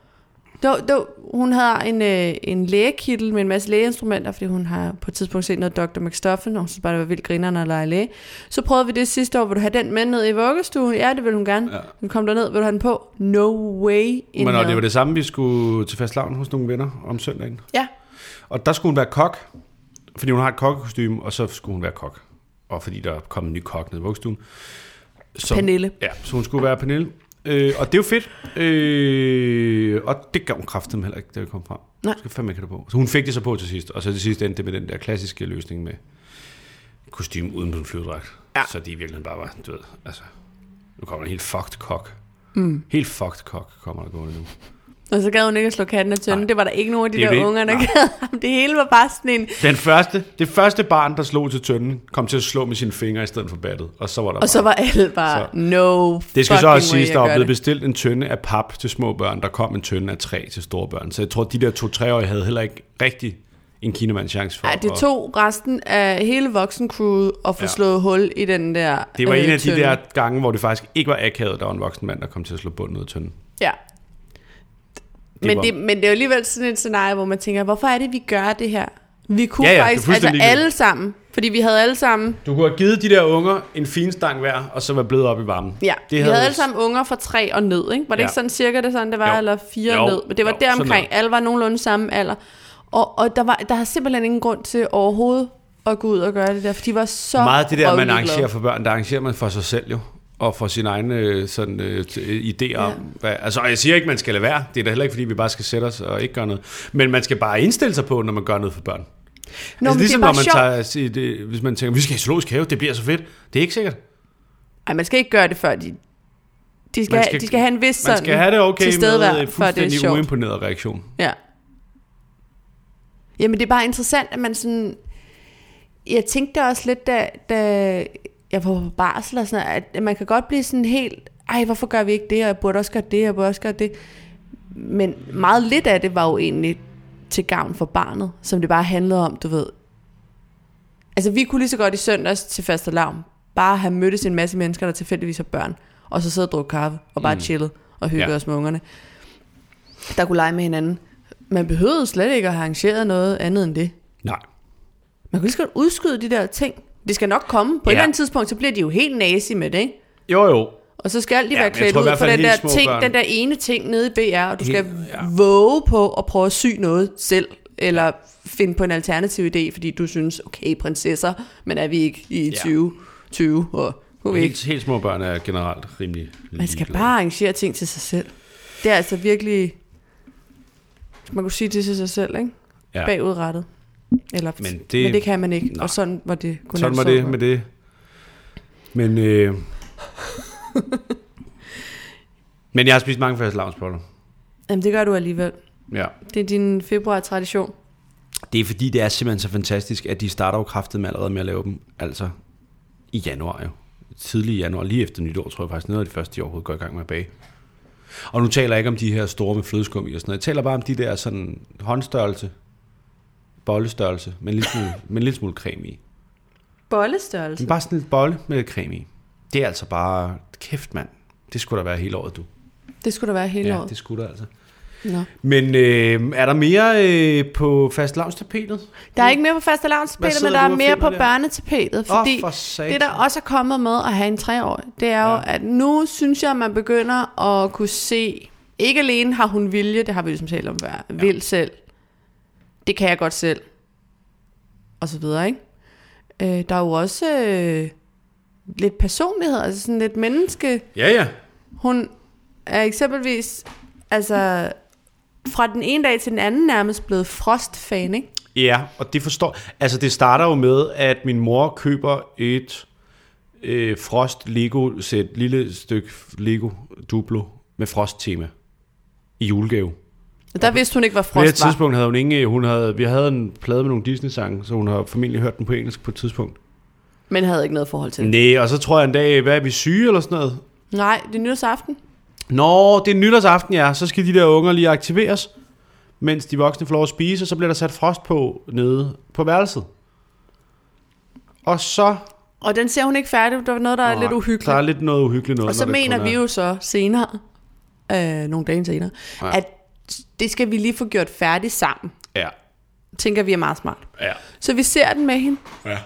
Det var, det var, hun havde en, øh, en lægekittel med en masse lægeinstrumenter, fordi hun har på et tidspunkt set noget Dr. McStuffin, og hun synes bare, det var vildt grineren at lege læge. Så prøvede vi det sidste år, vil du have den med ned i vuggestuen? Ja, det vil hun gerne. Ja. Ja. Hun kom derned, vil du have den på? No way in Men og det hell. var det samme, vi skulle til fastlavn hos nogle venner om søndagen. Ja, Og der skulle hun være kok, fordi hun har et kokkekostyme, og så skulle hun være kok. Og fordi der kom en ny kok ned i vuggestuen. Så, Pernille. Ja, så hun skulle være Pernille. Øh, og det er jo fedt. Øh, og det gav hun kraften heller ikke, da vi kom frem. Nej. Skal fandme ikke have det på. Så hun fik det så på til sidst, og så til sidst endte det med den der klassiske løsning med kostume uden på en flyvedragt. Ja. Så de i virkeligheden bare var, du ved, Mm. altså, nu kommer der en helt fucked kok. Helt fucked kok kommer der gående nu. Og så gad hun ikke at slå katten af tønden. Nej. Det var der ikke nogen af de Det er der det. unger, der Nej. gad ham. Det hele var bare sådan en... Den første, det første barn, der slog til tønden, kom til at slå med sine fingre i stedet for battet. Og så var der Og så bare- var alle bare, Så. no Det skal så fucking også way, siges, jeg der var gør blevet det. bestilt en tønde af pap til små børn. Der kom en tønde af træ til store børn. Så jeg tror, de der to-treårige havde heller ikke rigtig en kinamands chance for. Ej, det at- tog resten af hele voksencrewet at få Ja. slået hul i den der det var øh, en af de tønde. der gange, hvor det faktisk ikke var akavet, der var en voksen mand, der kom til at slå bunden ud af tønden. Ja. Det men, var- det, men det er jo alligevel sådan et scenarie, hvor man tænker, hvorfor er det, vi gør det her? Vi kunne Ja, ja, det er faktisk, altså fuldstændig ligegyldigt. alle sammen, fordi vi havde alle sammen, Du kunne have givet de der unger en fin stang hver, og så var blevet op i varmen. ja, det vi havde alle sammen unger fra tre og ned, ikke? Var det Ja. ikke sådan cirka det sådan, det var, Jo. jo. eller fire Jo, jo. ned? Men det var jo, jo, deromkring, sådan alle var nogenlunde samme alder. Og, og der, var, der har simpelthen ingen grund til overhovedet at gå ud og gøre det der, for de var så Meget af det der, man røvligeglade. arrangerer for børn, der arrangerer man for sig selv jo og for sine egne øh, sådan, øh, t- øh, idéer ja. om. Hvad, altså, og jeg siger ikke, man skal lade være. Det er da heller ikke, fordi vi bare skal sætte os og ikke gøre noget. Men man skal bare indstille sig på, når man gør noget for børn. Nå, altså, men ligesom det er når bare man sjovt. tager, sit, øh, hvis man tænker, vi skal i zoologisk have, det bliver så fedt. Det er ikke sikkert. Ej, man skal ikke gøre det, før de... De skal, skal, Man skal- de skal have en vis sådan Man skal have det okay med tilstedevær, før øh, det er fuldstændig sjovt. uimponeret reaktion. Ja. Jamen, det er bare interessant, at man sådan... Jeg tænkte også lidt, da, da jeg var på barsel og sådan noget, at man kan godt blive sådan helt... Ej, hvorfor gør vi ikke det, og jeg burde også gøre det, og jeg burde også gøre det. Men meget lidt af det var jo egentlig til gavn for barnet, som det bare handlede om, du ved. Altså, vi kunne lige så godt i søndags til faste larm bare have mødtes en masse mennesker, der tilfældigvis har børn, og så sidde og drukke kaffe, og bare mm. chillet og hygge Ja. ja. os med ungerne der kunne lege med hinanden. Man behøvede slet ikke at have arrangeret noget andet end det. Nej. Man kunne lige så godt udskyde de der ting. Det skal nok komme. På ja. Ja. et eller andet tidspunkt, så bliver de jo helt nazi med det, ikke? Jo, jo. Og så skal alt de Ja, ja, være men jeg klædt tror i ud hvert for fald den helt der, små ting, børn- den der ene ting nede i BR, og du skal Helt- ja. ja. våge på at prøve at sy noget selv, eller finde på en alternativ idé, fordi du synes, okay, prinsesser, men er vi ikke i Ja. 2020? Og kunne vi ikke Helt, helt små børn er generelt rimelig Man skal ligeglade. bare arrangere ting til sig selv. Det er altså virkelig... Man kunne sige det til sig selv, ikke? Ja. Ja. Bagudrettet. Eller, Men men, det- det, men det kan man ikke. Nej. Nej. Og sådan var det. Kun Sådan var det med det. Men, øh, men jeg har spist mange fast lavnsboller. Jamen, det gør du alligevel. Ja. Det er din februar-tradition. Det er fordi, det er simpelthen så fantastisk, at de starter jo kraftet med allerede med at lave dem. Altså i januar jo. Tidlig i januar, lige efter nytår, tror jeg faktisk, noget af det første, de overhovedet går i gang med at bage. Og nu taler jeg ikke om de her store med flødeskum i og sådan noget. Jeg taler bare om de der sådan håndstørrelse, bollestørrelse, men en lille smule, med en lille smule creme i. Bollestørrelse. Men bare sådan et bolle med creme i. Det er altså bare, kæft mand, det skulle der være hele året, du. Det skulle der være hele Ja, året. det skulle der altså. Nå. Men øh, er der mere øh, på fast lavstapetet? Der er ikke mere på faste lavnstapetet, sidder men der du er og mere finder på der? børnetapetet. Åh, Fordi for satan. det, der også er kommet med at have en treårig, det er jo, Ja. at nu synes jeg, at man begynder at kunne se... Ikke alene har hun vilje, det har vi jo som talt om før, vil selv. Det kan jeg godt selv. Og så videre, ikke? Øh, der er jo også øh, lidt personlighed, altså sådan lidt menneske... Ja, ja. Hun er eksempelvis, altså fra den ene dag til den anden nærmest blevet frostfan, ikke? Ja, og det forstår... Altså, det starter jo med, at min mor køber et øh, Frost Lego-sæt, lille stykke Lego Duplo med Frost-tema i julegave. Og der vidste hun ikke, hvad På et frost var. tidspunkt havde hun ingen... øh, Hun havde, vi havde en plade med nogle Disney-sange, så hun har formentlig hørt den på engelsk på et tidspunkt. Men havde ikke noget forhold til det. Nej, og så tror jeg en dag, hvad er vi syge eller sådan noget? Nej, det er nytårsaften. Nå, det er nytårsaften, ja. Så skal de der unger lige aktiveres, mens de voksne får lov at spise, og så bliver der sat frost på nede på værelset. Og så... Og den ser hun ikke færdig. Der var noget, der er lidt uhyggeligt. Der er lidt noget uhyggeligt noget. og så når det mener kun vi er- jo så senere, øh, nogle dage senere, Ja. ja. at det skal vi lige få gjort færdigt sammen. Ja, Tænker vi er meget smart. ja, Så vi ser den med hende, ja.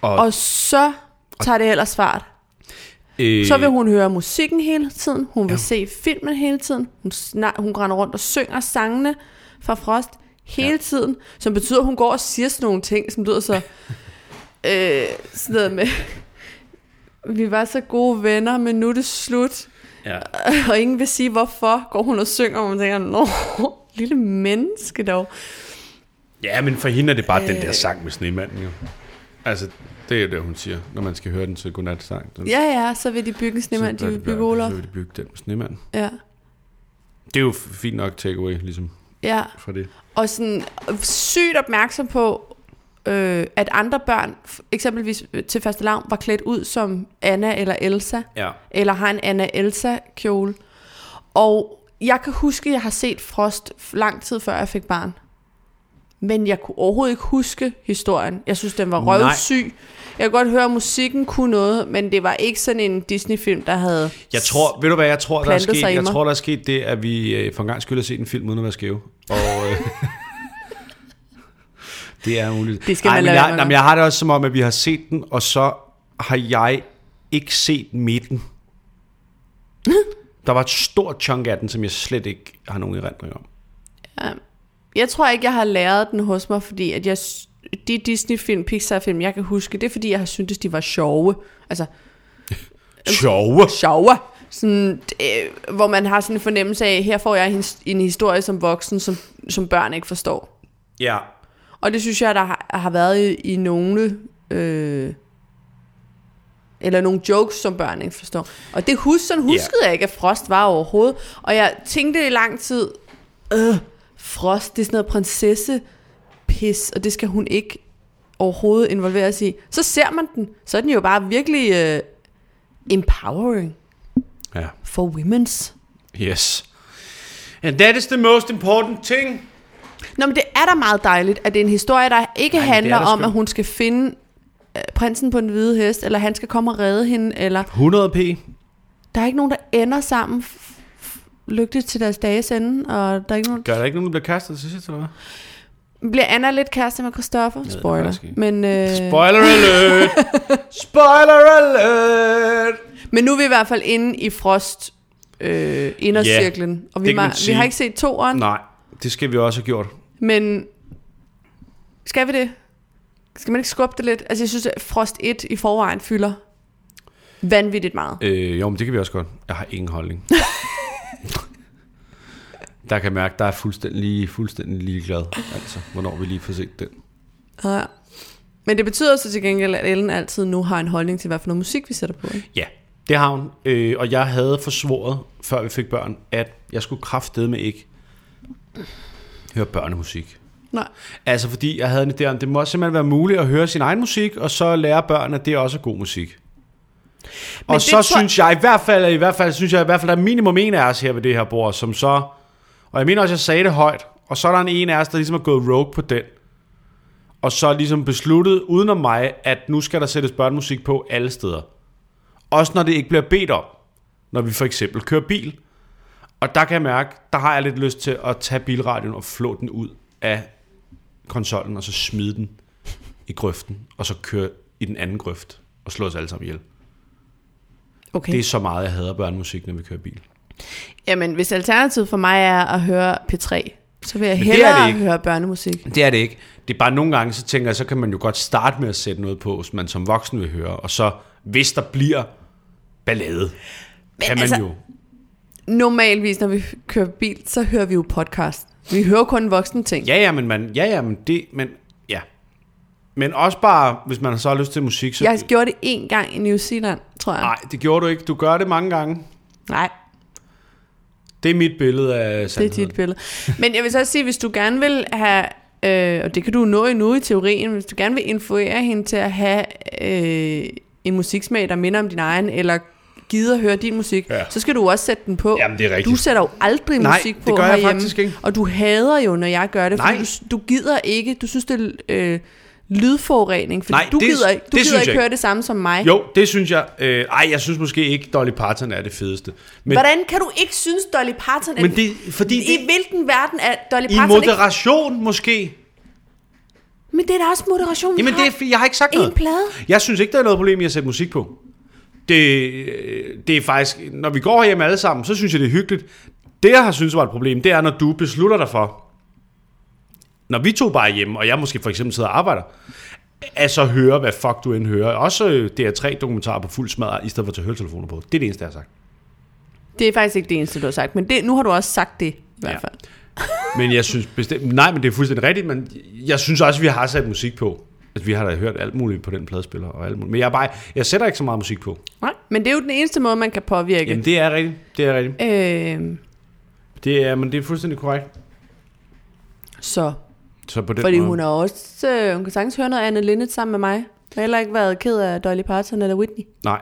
og så tager det ellers fart. Øh, Så vil hun høre musikken hele tiden, hun vil ja. se filmen hele tiden, hun, snak, hun render rundt og synger sangene fra Frost hele Ja. ja. tiden, som betyder, at hun går og siger sådan nogle ting, som lyder så... øh, sådan noget med... Vi var så gode venner, men nu er det slut, Ja. og ingen vil sige, hvorfor går hun og synger, og man tænker, nå, lille menneske dog. ja, men for hende er det bare øh, den der sang med snemanden jo. Altså, det er jo det, hun siger, når man skal høre den til godnatsang. Den, Ja, ja, så vil de bygge en snemand, de vil bygge Olaf. Så vil de bygge den med snemanden. Ja. Det er jo fint nok takeaway, ligesom Ja. fra det. Og sådan sygt opmærksom på, øh, at andre børn, f- eksempelvis øh, til faste lavn, var klædt ud som Anna eller Elsa, Ja. eller har en Anna Elsa kjole. Og jeg kan huske, at jeg har set Frost f- lang tid før jeg fik barn. Men jeg kunne overhovedet ikke huske historien. Jeg synes, den var Nej. røvsyg. Jeg kunne godt høre, at musikken kunne noget, men det var ikke sådan en Disney-film, der havde... Jeg tror, ved du hvad, jeg tror, der er Plantet sket, sig i jeg mig. tror, der er sket det, at vi øh, for en gang skulle have set en film uden at være skæve. Og, øh, det er muligt. Det skal man men lade være jeg, med. jamen, jeg har det også som om, at vi har set den, og så har jeg ikke set midten. der var et stort chunk af den, som jeg slet ikke har nogen erindring om. Jeg tror ikke, jeg har læret den hos mig, fordi at jeg, s- de Disney-film, Pixar-film, jeg kan huske, det er fordi, jeg har syntes, de var sjove. Altså, Sjove. sjove. Sådan, øh, hvor man har sådan en fornemmelse af, her får jeg en, his- en historie som voksen, som, som børn ikke forstår. Ja. Og det synes jeg, der har, har været i, i nogle... Øh, eller nogle jokes, som børn ikke forstår. Og det hus, sådan huskede jeg ikke, at Frost var overhovedet. Og jeg tænkte i lang tid, øh, Frost, det er sådan noget prinsesse pis, og det skal hun ikke overhovedet involveres i. Så ser man den, så er den jo bare virkelig øh, empowering Ja. for women's. Yes. And that is the most important thing. Nå, men det er da meget dejligt, at det er en historie, der ikke Ej, Ej, men det handler er da om, skønt. at hun skal finde øh, prinsen på den hvide hest, eller han skal komme og redde hende, eller 100p. der er ikke nogen, der ender sammen f- f- lykkeligt til deres dages ende, og der er ikke nogen... Gør der ikke nogen, der bliver kastet til sidst, eller hvad? Bliver Anna lidt kæreste med Christoffer? det Spoiler. faktisk ikke. Men, øh, Spoiler alert! Spoiler alert! men nu er vi i hvert fald inde i Frost øh, indercirklen, yeah, og vi, det kan man mar- vi sige. har ikke set toeren, Nej, det skal vi også have gjort. Men skal vi det? Skal man ikke skubbe det lidt? Altså, jeg synes, at Frost 1 i forvejen fylder vanvittigt meget. Øh, jo, men det kan vi også godt. Jeg har ingen holdning. der kan mærke, der er fuldstændig, fuldstændig ligeglad. Altså, hvornår vi lige får set den. Ja. Men det betyder så til gengæld, at Ellen altid nu har en holdning til, hvad for noget musik vi sætter på. Ikke? Ja, det har hun. Øh, og jeg havde forsvoret, før vi fik børn, at jeg skulle kraftedeme ikke høre børnemusik. Nej. Altså fordi jeg havde en idé om, det må simpelthen være muligt at høre sin egen musik, og så lære børn, at det også er god musik. Men og det så tror- tror... synes jeg i hvert fald, i hvert fald synes jeg i hvert fald, der er minimum en af os her ved det her bord, som så, og jeg mener også, jeg sagde det højt, og så er der en en af os, der ligesom er gået rogue på den, og så ligesom besluttet udenom mig, at nu skal der sættes børnemusik på alle steder. Også når det ikke bliver bedt om, når vi for eksempel kører bil. Og der kan jeg mærke, der har jeg lidt lyst til at tage bilradioen og flå den ud af konsollen, og så smide den i grøften, og så køre i den anden grøft og slå os alle sammen ihjel. Okay. Det er så meget, jeg hader børnemusik, når vi kører bil. Jamen, hvis alternativet for mig er at høre P3, så vil jeg Men det er det hellere ikke. høre børnemusik. Det er det ikke. Det er bare nogle gange, så tænker jeg, så kan man jo godt starte med at sætte noget på, som man som voksen vil høre, og så, hvis der bliver ballade, Men kan man altså- altså... jo. Normalvis, når vi kører bil, så hører vi jo podcast. Vi hører kun voksne ting. Ja, ja, men, man, ja, ja, men det, men, ja. Men også bare, hvis man så har lyst til musik, så... Jeg gjorde det én gang i New Zealand, tror jeg. Nej, det gjorde du ikke. Du gør det mange gange. Nej. Det er mit billede af Det er sandheden. dit billede. Men jeg vil så også sige, hvis du gerne vil have, øh, og det kan du nå endnu i teorien, hvis du gerne vil influere hende til at have øh, en musiksmag, der minder om din egen, eller gider at høre din musik, ja. Ja. så skal du også sætte den på. Jamen, det er rigtigt. Du sætter jo aldrig Nej, musik det på gør jeg herhjemme, faktisk ikke. og du hader jo, når jeg gør det, Nej. fordi du, du gider ikke, du synes det er øh, lydforurening, fordi Nej, du det- gider ikke, du det synes gider jeg ikke ikke. høre det samme som mig. Jo, det synes jeg. Øh, ej, jeg synes måske ikke, Dolly Parton er det fedeste. Men, Hvordan kan du ikke synes Dolly Parton er... men det, er- fordi I det, hvilken verden er Dolly i Parton ikke... moderation ikke... måske. Men det er da også moderation, vi Jamen, har. det er, fi- jeg har ikke sagt En noget. plade? Jeg synes ikke, der er noget problem i at sætte musik på. Det, øh, det er faktisk, når vi går hjem alle sammen, så synes jeg, det er hyggeligt. Det, jeg har synes var et problem, det er, når du beslutter dig for, når vi to bare er hjemme, og jeg måske for eksempel sidder og arbejder, at så høre, hvad fuck du end hører. Også øh, DR3-dokumentarer på fuld smadre, i stedet for at tage høretelefoner på. Det er det eneste, jeg har sagt. Det er faktisk ikke det eneste, du har sagt, men det, nu har du også sagt det i hvert Ja. fald. Men jeg synes bestemt... Nej, men det er fuldstændig rigtigt, men jeg synes også, vi har sat musik på. Altså, vi har da hørt alt muligt på den pladespiller og alt muligt. Men jeg, er bare, jeg sætter ikke så meget musik på. Nej. Men det er jo den eneste måde, man kan påvirke. Jamen, det er rigtigt. Det er rigtigt. Øh, Det er, men det er fuldstændig korrekt. Så, Så på den fordi måde, hun er også, øh, hun kan sagtens høre noget Anne Linnet sammen med mig. Jeg har heller ikke været ked af Dolly Parton eller Whitney. Nej.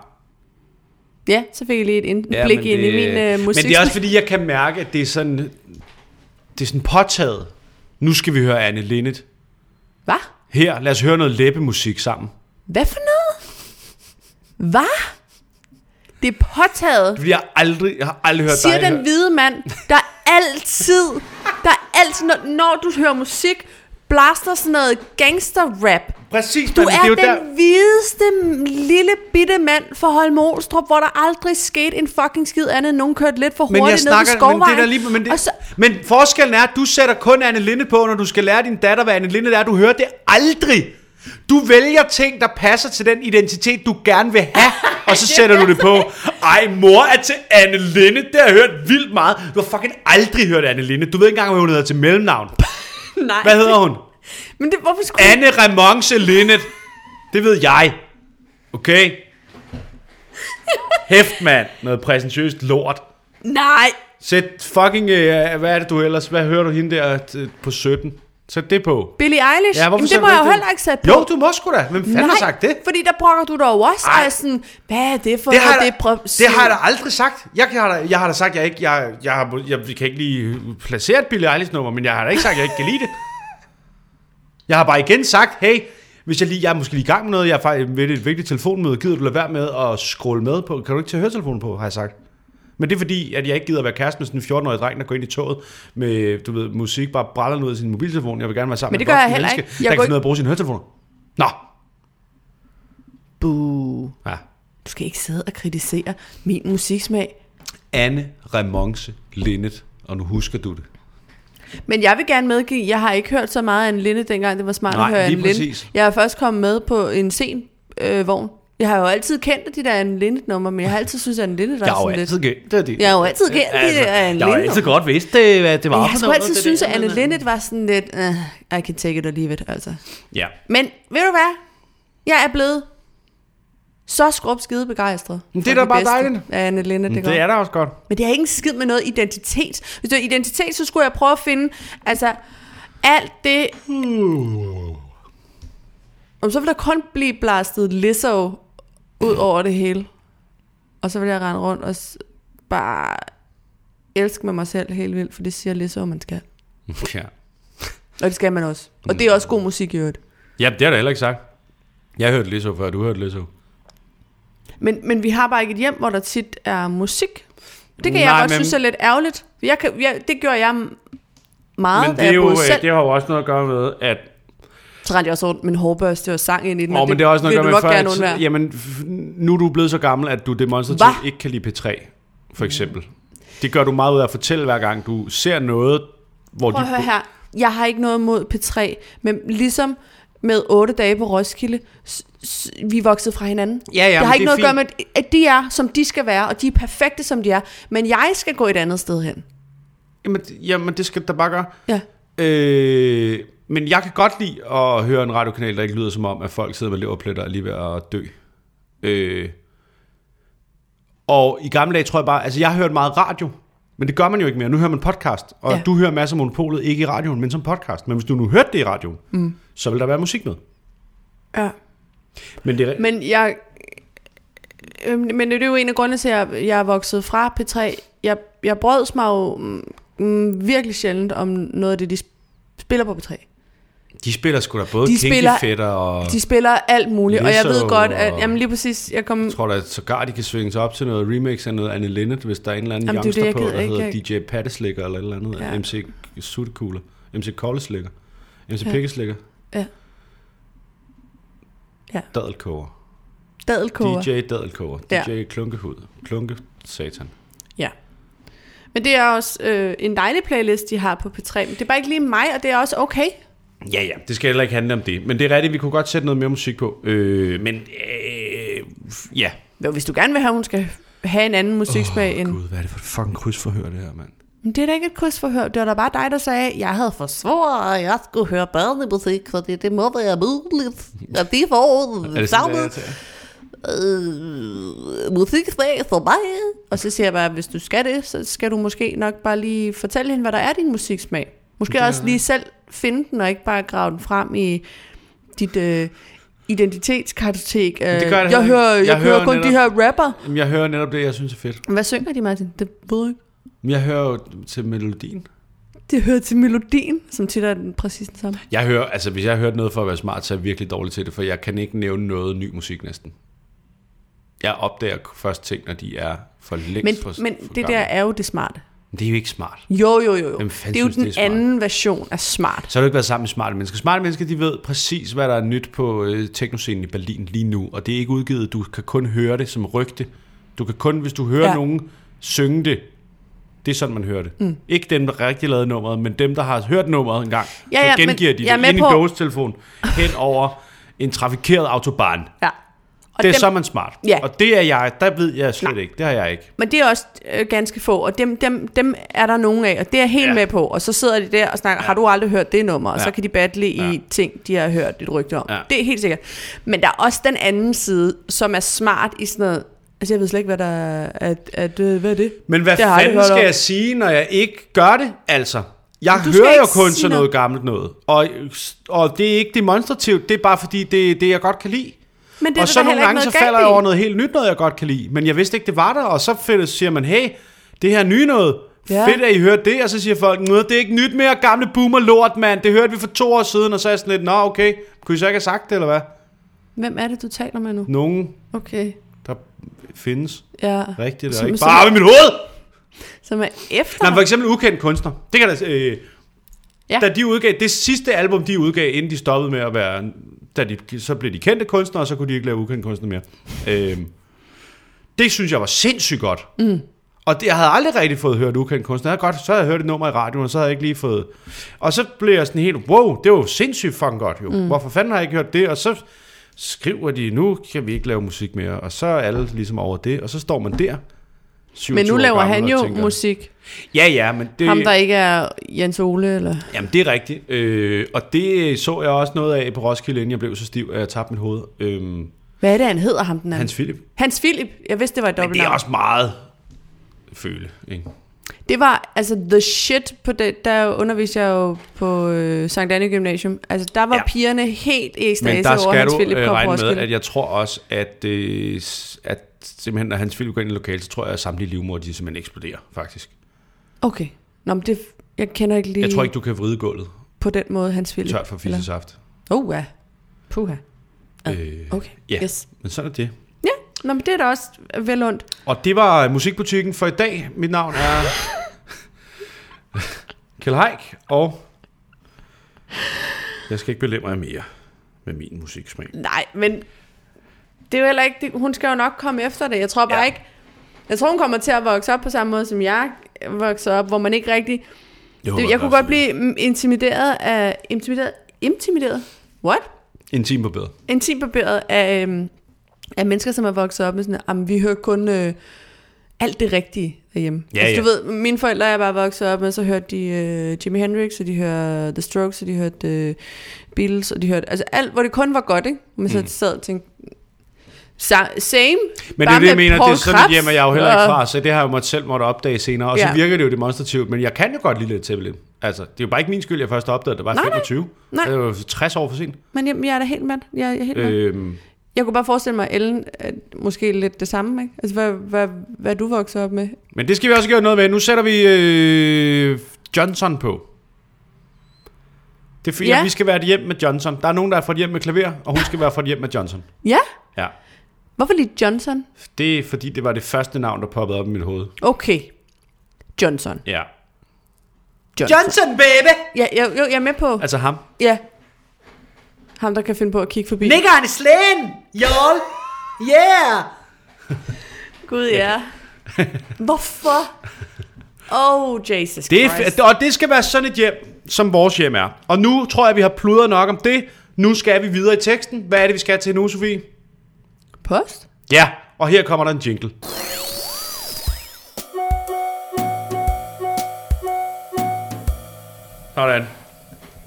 Ja, så fik jeg lige et ind- ja, blik men ind i min øh, musik. Men det er også fordi, jeg kan mærke, at det er sådan, det er sådan påtaget. Nu skal vi høre Anne Linnet. Hvad? Her, lad os høre noget læbemusik sammen. Hvad for noget? Hvad? Det er påtaget, Fordi jeg, aldrig, jeg har aldrig hørt siger dig. den hvide mand, der altid, der altid, når, når du hører musik, blaster sådan noget gangster-rap. Præcis, Du men det er, er jo den der. hvideste lille bitte mand for Holm Olstrup, hvor der aldrig skete en fucking skid andet, end nogen kørte lidt for Men jeg hurtigt ned på snakker, skovvejen. men det er der lige, men, Og det, så, så, men forskellen er, at du sætter kun Anne Linde på, når du skal lære din datter, hvad Anne Linde er. Du hører det aldrig. Du vælger ting, der passer til den identitet, du gerne vil have, og så sætter du det på. Ej, mor er til Anne Linde. Det har jeg hørt vildt meget. Du har fucking aldrig hørt Anne Linde. Du ved ikke engang, hvad hun hedder til mellemnavn. nej. Hvad hedder hun? Men det, hvorfor skulle Anne Ramonce Linnet. Det ved jeg. Okay? Hæft, mand. Noget præsentøst lort. Nej. Sæt fucking, øh, hvad er det du ellers, hvad hører du hende der øh, på 17? Sæt det på. Billie Eilish? Jamen, det sætter må du jeg jo heller ikke sætte på. Jo, du må sgu da. Hvem fanden har sagt det? fordi der brokker du dig jo også. Ej. Og er sådan, hvad er det for Det det har, noget jeg, depressivt? da- det har jeg da aldrig sagt. Jeg, jeg, har, da, jeg har da sagt, jeg ikke, jeg, jeg, har, jeg, jeg kan ikke lige placere et Billie Eilish nummer, men jeg har da ikke sagt, jeg ikke kan lide det. Jeg har bare igen sagt, hey, hvis jeg lige, jeg er måske lige i gang med noget, jeg er faktisk ved et vigtigt telefonmøde, gider du lade være med at scrolle med på, kan du ikke tage høretelefonen på, har jeg sagt. Men det er fordi, at jeg ikke gider at være kæreste med sådan en 14-årig dreng, der går ind i toget med, du ved, musik, bare bræller ud af sin mobiltelefon. Jeg vil gerne være sammen Men det med gør et jeg voksent heller menneske, ikke. Jeg Jeg der går kan ikke- finde ud af at bruge sine høretelefoner. Nå, Buh. ja. Du skal ikke sidde og kritisere min musiksmag. Anne Remonce Linnet, og nu husker du det. Men jeg vil gerne medgive, jeg har ikke hørt så meget af Anne Linde, dengang det var smart Nej, at høre lige Anne Linde. præcis. Jeg er først kommet med på en sen øh, vogn. Jeg har jo altid kendt de der Anne Linde-numre, men jeg har altid syntes, at Anne Linde var Jeg har jo sådan lidt... altid kendt det. det- Jeg har jo altid kendt det, det er en Jeg har jo linje. altid godt vidst, det, hvad det var. Men jeg for har sgu noget, altid det synes, der. at Anne Lindet var sådan lidt, uh, I can take it or leave it, altså. Ja. Men ved du hvad? Jeg er blevet så skrubskide begejstret. Men det er da bare dejligt. Ja, Anne Linde, det, Det er da også godt. Men det har ikke en skid med noget identitet. Hvis det var identitet, så skulle jeg prøve at finde, altså, alt det... Hmm. Om så vil der kun blive blastet Lizzo ud over det hele. Og så vil jeg rende rundt og s- bare elske med mig selv helt vildt, for det siger Lizzo, man skal. Ja. Og det skal man også. Og det er også god musik i øvrigt. ja, det har du heller ikke sagt. Jeg hørte Lizzo før, du hørte Lizzo. Men, men vi har bare ikke et hjem, hvor der tit er musik. Det kan Nej, jeg Nej, godt men... men- synes er lidt ærgerligt. Jeg kan, jeg, det gjorde jeg meget, Men da det, er jeg jo, boede øh, selv. det har jo også noget at gøre med, at... Så rendte jeg også rundt med en hårbørste og sang ind i den. Nå, og men det har også noget vil at gøre du nok med, gerne før, undvære. at, jamen, f- nu er du blevet så gammel, at du demonstrativt Hva? ikke kan lide P3, for eksempel. Det gør du meget ud af at fortælle, hver gang du ser noget, hvor Prøv de... at høre her. Jeg har ikke noget mod P3, men ligesom med 8 dage på Roskilde, s- s- vi er vokset fra hinanden. Ja, ja, jeg men har ikke det er noget at gøre med, at de er, som de skal være, og de er perfekte, som de er. Men jeg skal gå et andet sted hen. Jamen, d- jamen, det skal du da bare gøre. Ja. Øh, men jeg kan godt lide at høre en radiokanal, der ikke lyder som om, at folk sidder med leverpletter og er lige ved at dø. Øh, og i gamle dage tror jeg bare, altså jeg har hørt meget radio, men det gør man jo ikke mere. Nu hører man podcast, og Ja. ja. du hører masser af monopolet, ikke i radioen, men som podcast. Men hvis du nu hørte det i radioen, mm. så vil der være musik med. ja. Men det er, Men jeg... øhm, Men det er jo en af grundene til, at jeg jeg er vokset fra P3. Jeg, jeg brøds mig jo mm, mm, virkelig sjældent om noget af det, de spiller på P3. de spiller sgu da både De spiller- kinky-fætter og... De spiller alt muligt, og jeg Lizzo ved godt, at og- jamen lige præcis, jeg kom... Jeg tror da sågar, de kan svinge sig op til noget remix af noget Anne Linnet, hvis der er en eller anden Jamen, Jamen, det er youngster det, jeg det, på, der gider ikke. hedder DJ Patteslikker eller et eller andet. Ja. Ja. MC Suttekugler. MC Koldeslikker. MC ja. Pikkeslikker. Ja. Ja. Dadelkoger. Dadelkoger. DJ Dadelkoger. Ja. DJ Klunkehud. Klunke satan. Ja. Men det er også øh, en dejlig playlist, de har på P3. Men det er bare ikke lige mig, og det er også okay. Ja, ja. Det skal heller ikke handle om det. Men det er rigtigt, vi kunne godt sætte noget mere musik på. Øh, men øh, ja. Men hvis du gerne vil have, hun skal have en anden musiksmag oh, end... Gud, hvad er det for et fucking krydsforhør, det her, mand? Men det er da ikke et krydsforhør. Det var da bare dig, der sagde, jeg havde forsvoret, at jeg skulle høre børnemusik, fordi det må være muligt. Og de får Er det sådan, det er, savnet. jeg tager? øh, musiksmag for mig. Og så siger jeg bare, hvis du skal det, så skal du måske nok bare lige fortælle hende, hvad der er din musiksmag. Måske Ja. også lige selv finde den, og ikke bare grave den frem i dit øh, identitetskartotek. Øh, det gør jeg jeg, heller hører, jeg, ikke. jeg Jeg hører kun hører de her rapper. Jamen, jeg hører netop det, jeg synes er fedt. Hvad synger de, Martin? Det ved jeg ikke. Men jeg hører jo til melodien. Det hører til melodien, som tit er den præcis den samme. Jeg hører, altså hvis jeg har hørt noget for at være smart, så er jeg virkelig dårlig til det, for jeg kan ikke nævne noget ny musik næsten. Jeg opdager først ting, når de er for længst Men, for, men for det gamle. der er jo det smarte. Men Det er jo ikke smart. Jo, jo, jo. jo. Hvem fanden Det er jo synes, den det er smart? anden version af smart. Så har du ikke været sammen med smarte mennesker. Smarte mennesker, de ved præcis, hvad der er nyt på øh, teknoscenen i Berlin lige nu, og det er ikke udgivet. Du kan kun høre det som rygte. Du kan kun, hvis du hører Ja. ja. nogen synge det, det er sådan, man hører det. Mm. Ikke dem, der rigtig lavede nummeret, men dem, der har hørt nummeret en gang, Ja, ja, ja, så ja, men gengiver de jeg er det med ind i på- dåstelefon hen over en trafikeret autobahn. Ja. Og Og det er dem, dem... så er man smart. Ja. Og det er jeg, der ved jeg slet Nej. ikke. Det har jeg ikke. Men det er også øh, ganske få, og dem, dem, dem er der nogen af, og det er jeg helt ja. Ja. med på. Og så sidder de der og snakker, har du aldrig hørt det nummer? Og ja. så Ja. kan de battle i ja. Ja. ting, de har hørt et rygte om. Ja. Ja. Det er helt sikkert. Men der er også den anden side, som er smart i sådan noget... Altså, jeg ved slet ikke, hvad der er... At, at, øh, hvad er det? Men hvad Det har jeg aldrig fanden hørt skal om. jeg sige, når jeg ikke gør det? Altså, jeg Men du skal hører jo ikke kun sige sådan noget. noget gammelt noget. Og, og det er ikke demonstrativt, det er bare fordi, det er det, jeg godt kan lide. Men det er og der så da nogle heller ikke gange, så noget falder galt jeg i. over noget helt nyt, noget jeg godt kan lide. Men jeg vidste ikke, det var der, og så finder, siger man, hey, det her nye noget, Ja. ja. fedt, at I hørte det. Og så siger folk, noget, det er ikke nyt mere, gamle boomer lort, mand. Det hørte vi for to år siden, og så er jeg sådan lidt, nå okay, kunne I så ikke have sagt det, eller hvad? Hvem er det, du taler med nu? Nogen, Okay, der findes ja. rigtigt, Som- og ikke som- bare op i mit hoved! Som er efter... Nej, men for eksempel ukendt kunstner. Det kan da, øh, Ja. ja. Da de udgav, det sidste album, de udgav, inden de stoppede med at være... Da de, så blev de kendte kunstnere, og så kunne de ikke lave ukendte kunstnere mere. Øh, det synes jeg var sindssygt godt. Mm. Og det, jeg havde aldrig rigtig fået hørt ukendt kunstner. Jeg havde godt, så havde jeg hørt et nummer i radioen, og så havde jeg ikke lige fået... Og så blev jeg sådan helt, wow, det var jo sindssygt fucking godt jo. Mm. Hvorfor fanden har jeg ikke hørt det? Og så skriver de, nu kan vi ikke lave musik mere. Og så er alle ligesom over det, og så står man der. Men 27 nu år laver gammel han og jo tænker, musik. Ja, ja, men det... Ham, der ikke er Jens Ole, eller... Jamen, det er rigtigt. Øh, og det så jeg også noget af på Roskilde, inden jeg blev så stiv, at jeg tabte mit hoved. Øhm, Hvad er det, han hedder, ham den anden? Hans Philip. Hans Philip. Jeg vidste, det var et Men det er dobbeltnavn. også meget føle, ikke? Det var altså the shit på det. Der underviste jeg jo på øh, Sankt Anne Gymnasium. Altså, der var ja. Ja. pigerne helt i ekstase Men der over, skal Hans du Philip øh, kom på regne med, Roskilde. at jeg tror også, at, øh, s- at simpelthen, når Hans Philip går ind i lokalet, så tror jeg, at samtlige livmor, de simpelthen eksploderer, faktisk. Okay. Nå, men det, jeg kender ikke lige Jeg tror ikke, du kan vride gulvet på den måde Hans Philip. tør for Eller- fiskesaft. Oh, ja. Puha. Øh, Okay. Ja. Yes. men sådan er det. Nå, men det er da også vel ondt. Og det var musikbutikken for i dag. Mit navn er... Kjell Haik, og jeg skal ikke belemre jer mere med min musiksmag. Nej, men det er jo heller ikke... Det, hun skal jo nok komme efter det. Jeg tror bare ja. Ja. ikke... Jeg tror, hun kommer til at vokse op på samme måde, som jeg voksede op, hvor man ikke rigtig... håber, Det, jeg kunne der er godt blive mm, intimideret af... Intimideret? Intimideret? What? En time på bedre. Intimbarberet af, øhm, af mennesker, som er vokset op med sådan, at vi hører kun øh, alt det rigtige derhjemme. Ja, altså, du ja. ved, mine forældre er bare vokset op med, så hørte de øh, Jimi Hendrix, og de hørte øh, The Strokes, og de hørte øh, Beatles, og de hørte... Altså alt, hvor det kun var godt, ikke? Men så mm. sad og tænkte... sa- Same, Men det Bare er det, jeg med mener, Poul det er sådan et Krebs, hjem, at jeg er jo heller ikke og- fra, så det har jeg måtte selv måtte opdage senere. Og så Ja. virker det jo demonstrativt, men jeg kan jo godt lide lidt Zeppelin. Altså, det er jo bare ikke min skyld, jeg først opdagede, at det var Nej, nej. 25. Nej. Det var 60 år for sent. men jamen, jeg er da helt mand. Jeg, jeg er helt øh. mand. Øhm, Jeg kunne bare forestille mig, at Ellen er måske lidt det samme, ikke? Altså, hvad, hvad, hvad er du vokset op med? men det skal vi også gøre noget med. Nu sætter vi øh, Johnson på. Det er fint, Ja. ja. vi skal være et hjem med Johnson. Der er nogen, der er fra et hjem med klaver, og hun skal være fra et hjem med Johnson. Ja? Ja. Hvorfor lige Johnson? Det er fordi, det var det første navn, der poppede op i mit hoved. Okay. Johnson. Ja. Johnson. Johnson, baby! Ja, jeg, jo, jeg er med på. Altså ham. Ja. Ham, der kan finde på at kigge forbi. Nikkeren i slæen, y'all! Yeah! Gud, ja. Hvorfor? Oh, Jesus Det er, Christ. f- og det skal være sådan et hjem, som vores hjem er. Og nu tror jeg, vi har pludret nok om det. Nu skal vi videre i teksten. Hvad er det, vi skal til nu, Sofie? Post? Ja, og her kommer der en jingle. Sådan.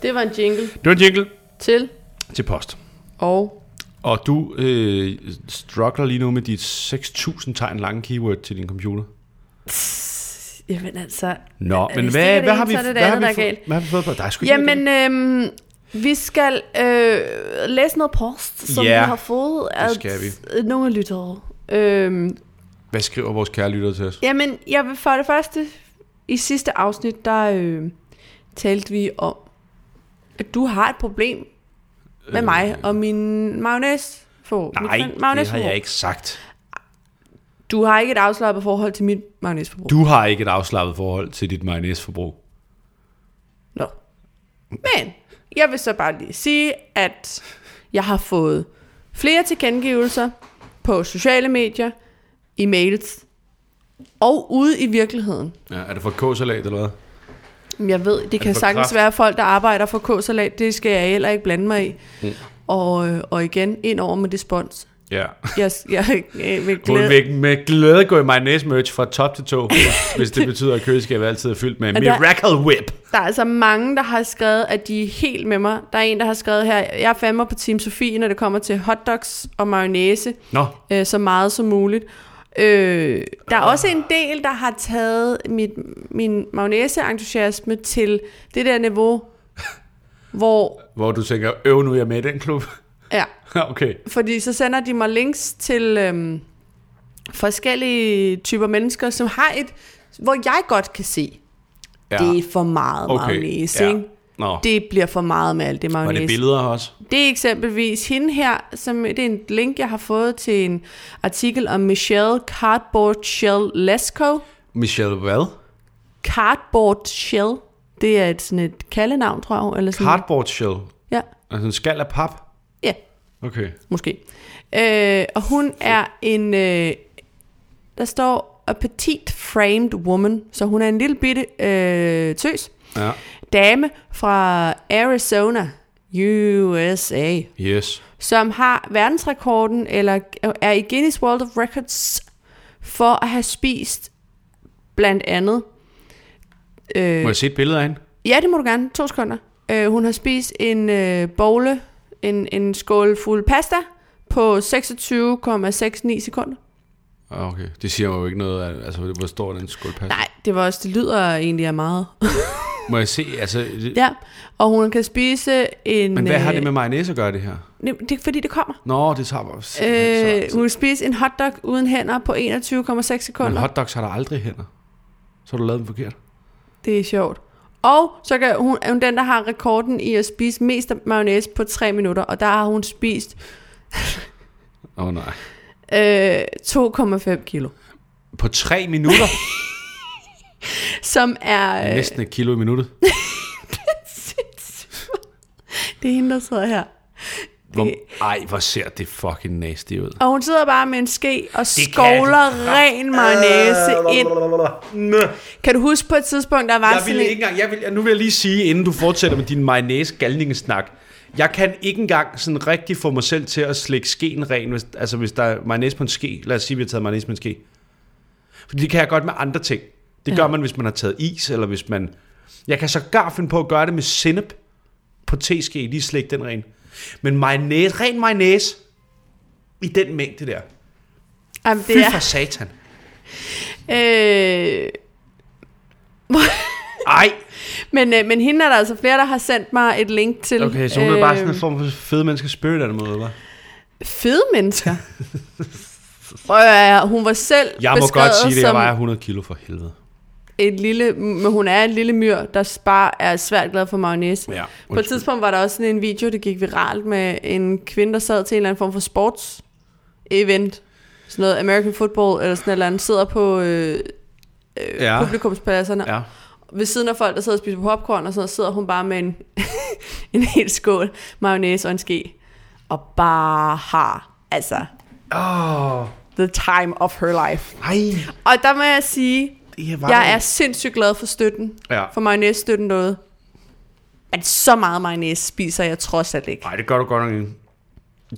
Det var en jingle Det var en jingle til til post. og Og du øh, struggler lige nu med dit 6.000 tegn lange keyword til din computer. Jamen altså... Nå, hvis men det hvad, ikke er det hvad, har ene, vi, så er det det hvad, har andet, vi der er fået, galt. hvad har vi fået på? Der er sgu ikke noget Jamen, øhm, vi skal øh, læse noget post, som Ja, vi har fået af det skal vi. nogle lyttere. Øhm, galt. Hvad skriver vores kære lyttere til os? Jamen, jeg vil for det første, i sidste afsnit, der øh, talte vi om, at du har et problem med øh, mig og min mayonnaise. For, Nej, det har jeg ikke sagt. Du har ikke et afslappet forhold til mit mayonnaiseforbrug. Du har ikke et afslappet forhold til dit mayonnaise-forbrug. Nå. Men jeg vil så bare lige sige, at jeg har fået flere tilkendegivelser på sociale medier, i mails og ude i virkeligheden. Ja, er det fra K-salat eller hvad? Jeg ved, det kan for sagtens kraft? være folk, der arbejder for K-salat. Det skal jeg heller ikke blande mig i. Mm. Og, øh, og igen, ind over med det spons. Ja. Jeg, jeg, jeg vil Hun glæde... vil med glæde gå i mayonnaise-merch fra top til tå, hvis det betyder, at køleskabet altid er fyldt med Og der- Miracle Whip. Der er altså mange, der har skrevet, at de er helt med mig. Der er en, der har skrevet her, jeg er fandme på Team Sofie, når det kommer til hotdogs og mayonnaise. Nå, øh, så meget som muligt. Øh, der er også en del, der har taget mit, min mayonnaise-entusiasme til det der niveau, hvor... hvor du tænker, øv nu, jeg er med i den klub. Ja, okay. fordi så sender de mig links til øhm, forskellige typer mennesker, som har et... Hvor jeg godt kan se, Ja. ja. det er for meget okay. mayonnaise, ja. ja. Nå, det Det bliver for meget med alt det var mayonnaise. det billeder også? Det er eksempelvis hende her, som det er en link, jeg har fået til en artikel om Michelle Cardboard Shell Lesko. Michelle hvad? Mm. Cardboard Shell, det er et, sådan et kaldenavn, tror jeg. Eller sådan Cardboard shell. Ja, Altså en skal af pap? ja Okay. måske. Øh, og hun er en, øh, der står a petite framed woman, så hun er en lille bitte øh, tøs Ja. dame fra Arizona, USA. Yes. som har verdensrekorden, eller er i Guinness World of Records, for at have spist blandt andet... Må Øh, jeg se et billede af hende? ja, det må du gerne. To sekunder. Øh, hun har spist en øh, bowl, en, en skål fuld pasta, på 26,69 sekunder. Ah, Okay, det siger jo ikke noget, altså hvor stor er den skålpas? Nej, det var også, det lyder egentlig af meget. Må jeg se, altså... Det, ja, og hun kan spise en... men hvad har det med mayonnaise at gøre, det her? med... Det er fordi, det kommer. Nå, det tager bare simpelthen Øh, så lang tid. hun kan spise en hotdog uden hænder på 21,6 sekunder. Men hotdogs har der aldrig hænder. Så har du lavet dem forkert. Det er sjovt. Og så kan hun, er hun den, der har rekorden i at spise mest mayonnaise på 3 minutter, og der har hun spist Åh oh, nej. øh, 2,5 kilo. På tre minutter? Som er... Øh, Næsten et kilo i minuttet. det er hende, der sidder her. Hvor, ej, hvor ser det fucking nasty ud. Og hun sidder bare med en ske og kan Øh. skovler ren mayonnaise ind. Kan du huske på et tidspunkt, der var Jeg sådan vil en- ikke engang, jeg vil, nu vil jeg lige sige, inden du fortsætter med din mayonnaise-galningesnak, jeg kan ikke engang sådan rigtig få mig selv til at slikke skeen ren, hvis, altså hvis der er mayonnaise på en ske. Lad os sige, at vi har taget mayonnaise på en ske. Fordi det kan jeg godt med andre ting. Det gør man, hvis man har taget is, eller hvis man... Jeg kan sågar finde på at gøre det med sennep på teske, lige slik den ren. Men mayonnaise, ren mayonnaise, i den mængde der. Jamen, Fy det for er, satan. øh, Ej, men, øh, men hende er der altså flere, der har sendt mig et link til. Okay, så hun er bare sådan en Øh, form for fede menneske spirit animal, eller hvad? fede mennesker. Prøv at høre, hun var selv Jeg må beskrevet godt sige det, jeg som vejer 100 kilo for helvede. et lille, men hun er en lille myr, der bare er svært glad for mayonnaise. Ja, På et tidspunkt var der også sådan en video, der gik viralt med en kvinde, der sad til en eller anden form for sports event. Sådan noget American football eller sådan et eller andet, sidder på øh, ja, publikumspladserne. Ja. ja. Ved siden af folk, der sidder og spiser popcorn og sådan noget, sidder hun bare med en, en hel skål mayonnaise og en ske. Og bare har, altså, Åh, the time of her life. ej. Og der må jeg sige, Det var jeg er sindssygt glad for støtten. Ja. For mayonnaise-støtten noget. Men så meget mayonnaise spiser jeg trods alt ikke. Nej, det gør du godt nok ikke.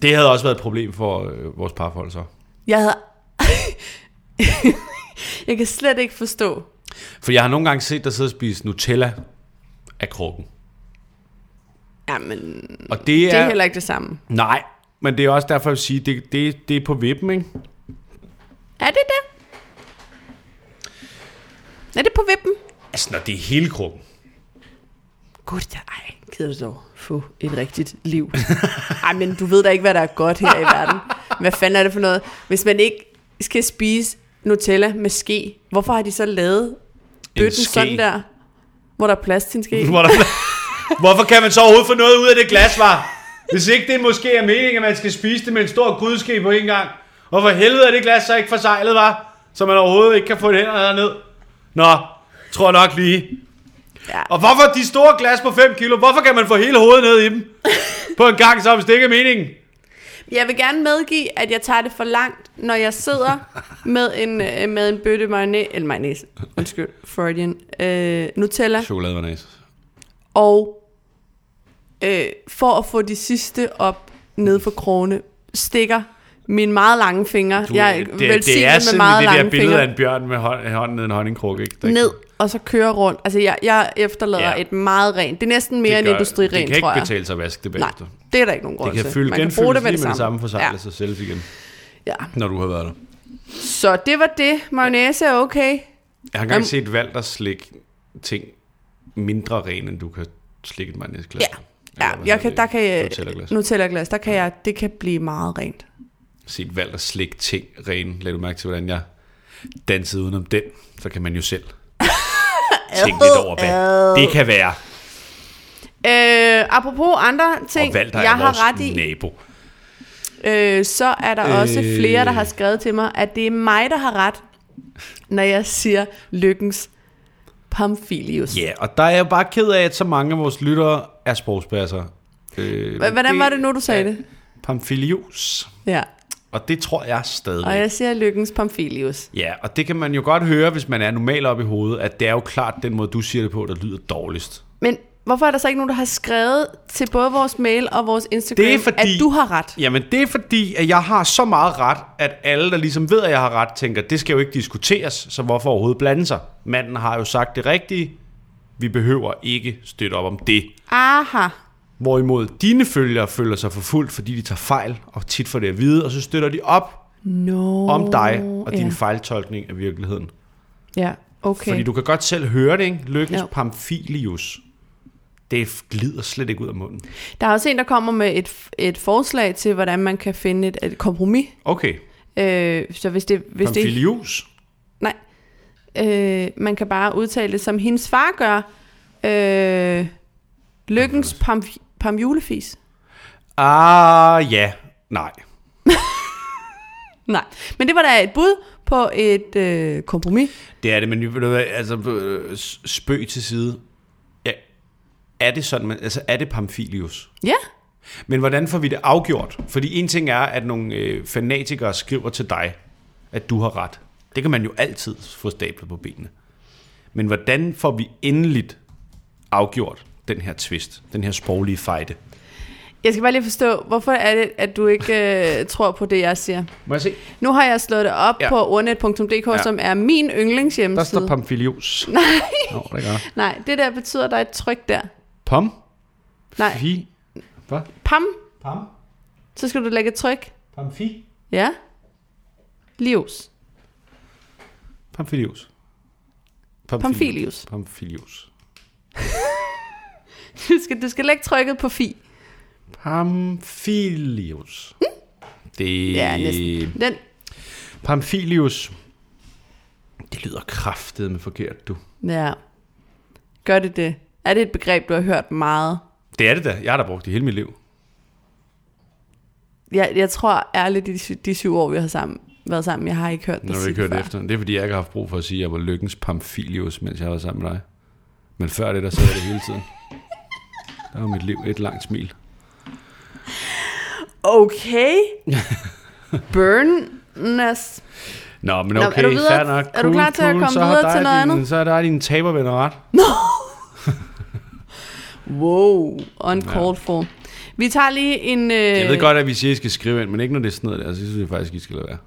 Det havde også været et problem for øh, vores parforhold, så. Jeg havde... jeg kan slet ikke forstå. For jeg har nogle gange set dig sidde og spise Nutella af krukken. Jamen, Og det er... det er heller ikke det samme. Nej, Men det er også derfor, jeg vil sige, det, det, det er på vippen, ikke? Er det det? Er det på vippen? Altså, når det er hele krukken. Gud, der, ej, gider du dog få et rigtigt liv. Ej, men du ved da ikke, hvad der er godt her i verden. Hvad fanden er det for noget? Hvis man ikke skal spise Nutella med ske, hvorfor har de så lavet bøtten ske. sådan der, hvor der er plads til en ske? Hvor der, hvorfor kan man så overhovedet få noget ud af det glas, var? Hvis ikke det måske er meningen, at man skal spise det med en stor grydeske på en gang. Hvorfor helvede er det glas så ikke forsejlet, var? Så man overhovedet ikke kan få det hænderne ned. Nå, tror nok lige. Ja. Og hvorfor de store glas på 5 kilo? Hvorfor kan man få hele hovedet ned i dem? På en gang, så hvis det ikke er meningen. Jeg vil gerne medgive, at jeg tager det for langt, når jeg sidder med en, øh, med en bøtte mayonnaise, eller mayonnaise, undskyld, Freudian, øh, Nutella, Chokoladevanæs. og øh, for at få de sidste op ned for krogene, stikker min meget lange finger, Du, jeg det, er det velsignet er med sådan meget det der lange billede af fingre, en bjørn med hånd, hånden ned i en honningkrukke. Ikke? Der ned og så kører rundt. Altså, jeg, jeg efterlader Ja. ja. et meget rent, det er næsten mere en Det industriren, kan tror ikke jeg. betale sig at vaske det Nej, bagefter. det er der ikke nogen grund Det kan til. fylde Man kan bruge det med det samme. samme forsejle ja. sig selv igen, Ja. ja. når du har været der. Så det var det. Mayonnaise er okay. Jeg har engang set valg, der slik ting mindre ren, end du kan slikke et magnetglas. Ja. Ja, jeg kan, der kan jeg, Nutella-glas. Nutella-glas, der kan jeg, det kan blive meget rent. Set valg, der slik ting ren. Lad du mærke til, hvordan jeg dansede udenom den. Så kan man jo selv tænke lidt over, hvad det kan være. Øh, apropos andre Og ting, valg, der jeg er vores har ret i, nabo. øh, så er der øh. også Øh. flere, der har skrevet til mig, at det er mig, der har ret, når jeg siger lykkens pamphilius. Ja, og der er jeg bare ked af, at så mange af vores lyttere er sprogsbasser. Øh, H- Hvordan var det nu, du sagde det? Pamphilius. Ja, Og det tror jeg stadig. og jeg siger lykkens pamphilius. Ja, og det kan man jo godt høre, hvis man er normal op i hovedet, at det er jo klart den måde, du siger det på, der lyder dårligst. Men hvorfor er der så ikke nogen, der har skrevet til både vores mail og vores Instagram, Det er fordi- at du har ret? Jamen, det er fordi, at jeg har så meget ret, at alle, der ligesom ved, at jeg har ret, tænker, det skal jo ikke diskuteres, så hvorfor overhovedet blande sig? Manden har jo sagt det rigtige. Vi behøver ikke støtte op om det. Aha. Hvorimod dine følgere føler sig forfulgt, fordi de tager fejl, og tit får det at vide, og så støtter de op No. om dig og din ja. fejltolkning af virkeligheden. Ja, okay. Fordi du kan godt selv høre det, ikke? Lykkens Jo. pamphilius. Det f- glider slet ikke ud af munden. Der er også en, der kommer med et, et forslag til, hvordan man kan finde et, et kompromis. Okay, Øh, så hvis det, hvis det ikke... pamphilius. Nej. Øh, man kan bare udtale det, som hendes far gør. Øh, lykkens pam, pamjulefis. Ah, ja. Nej. Nej. Men det var da et bud på et øh, kompromis. Det er det, men ved du hvad, altså, øh, s- spøg til side. Ja. Er det sådan, man, altså er det pamphilius? Ja. Men hvordan får vi det afgjort? Fordi en ting er, at nogle øh, fanatikere skriver til dig, at du har ret. Det kan man jo altid få stablet på benene. Men hvordan får vi endeligt afgjort den her twist, den her sproglige fejde? Jeg skal bare lige forstå, hvorfor er det, at du ikke øh, tror på det, jeg siger? Må jeg se? Nu har jeg slået det op Ja. ja. på ordnet.dk, Ja. ja. som er min Der yndlingshjemmeside. står pamphilius. Nej. Nå, det gør der. Nej, det der betyder, at der er et tryk der. Pom? Nej, Fi? Hvad? pam, Pam? så skal du lægge et tryk. Pamfi? Ja. Livs. Pamphilius. Pamphilius. Pamphilius. Du skal, du skal lægge trykket på fi. Pamphilius. Det Hm? Ja, næsten. Den, Pamphilius. Det lyder kraftet med forkert, du. ja. Gør det det? Er det et begreb, du har hørt meget? Det er det da. Jeg har da brugt det hele mit liv. Jeg, jeg tror ærligt, de, sy- de syv år, vi har sammen, været sammen, jeg har ikke hørt Når dig du sige ikke hørt før. efter. Det er fordi, jeg ikke har haft brug for at sige, at jeg var lykkens Pamphilius, mens jeg var sammen med dig. Men før det, der sad jeg det hele tiden. Der var mit liv et langt smil. Okay. Burners. Nå, men Nå, er okay, du videre? fair nok. Er du klar til at komme så har videre dig til noget din, andet? Så er der dine tabervenner ret. Wow, uncalled for. Vi tager lige en... Øh, Jeg ved godt, at vi siger, at I skal skrive ind, men ikke når det er sådan noget der, så synes jeg faktisk, I skal lade være.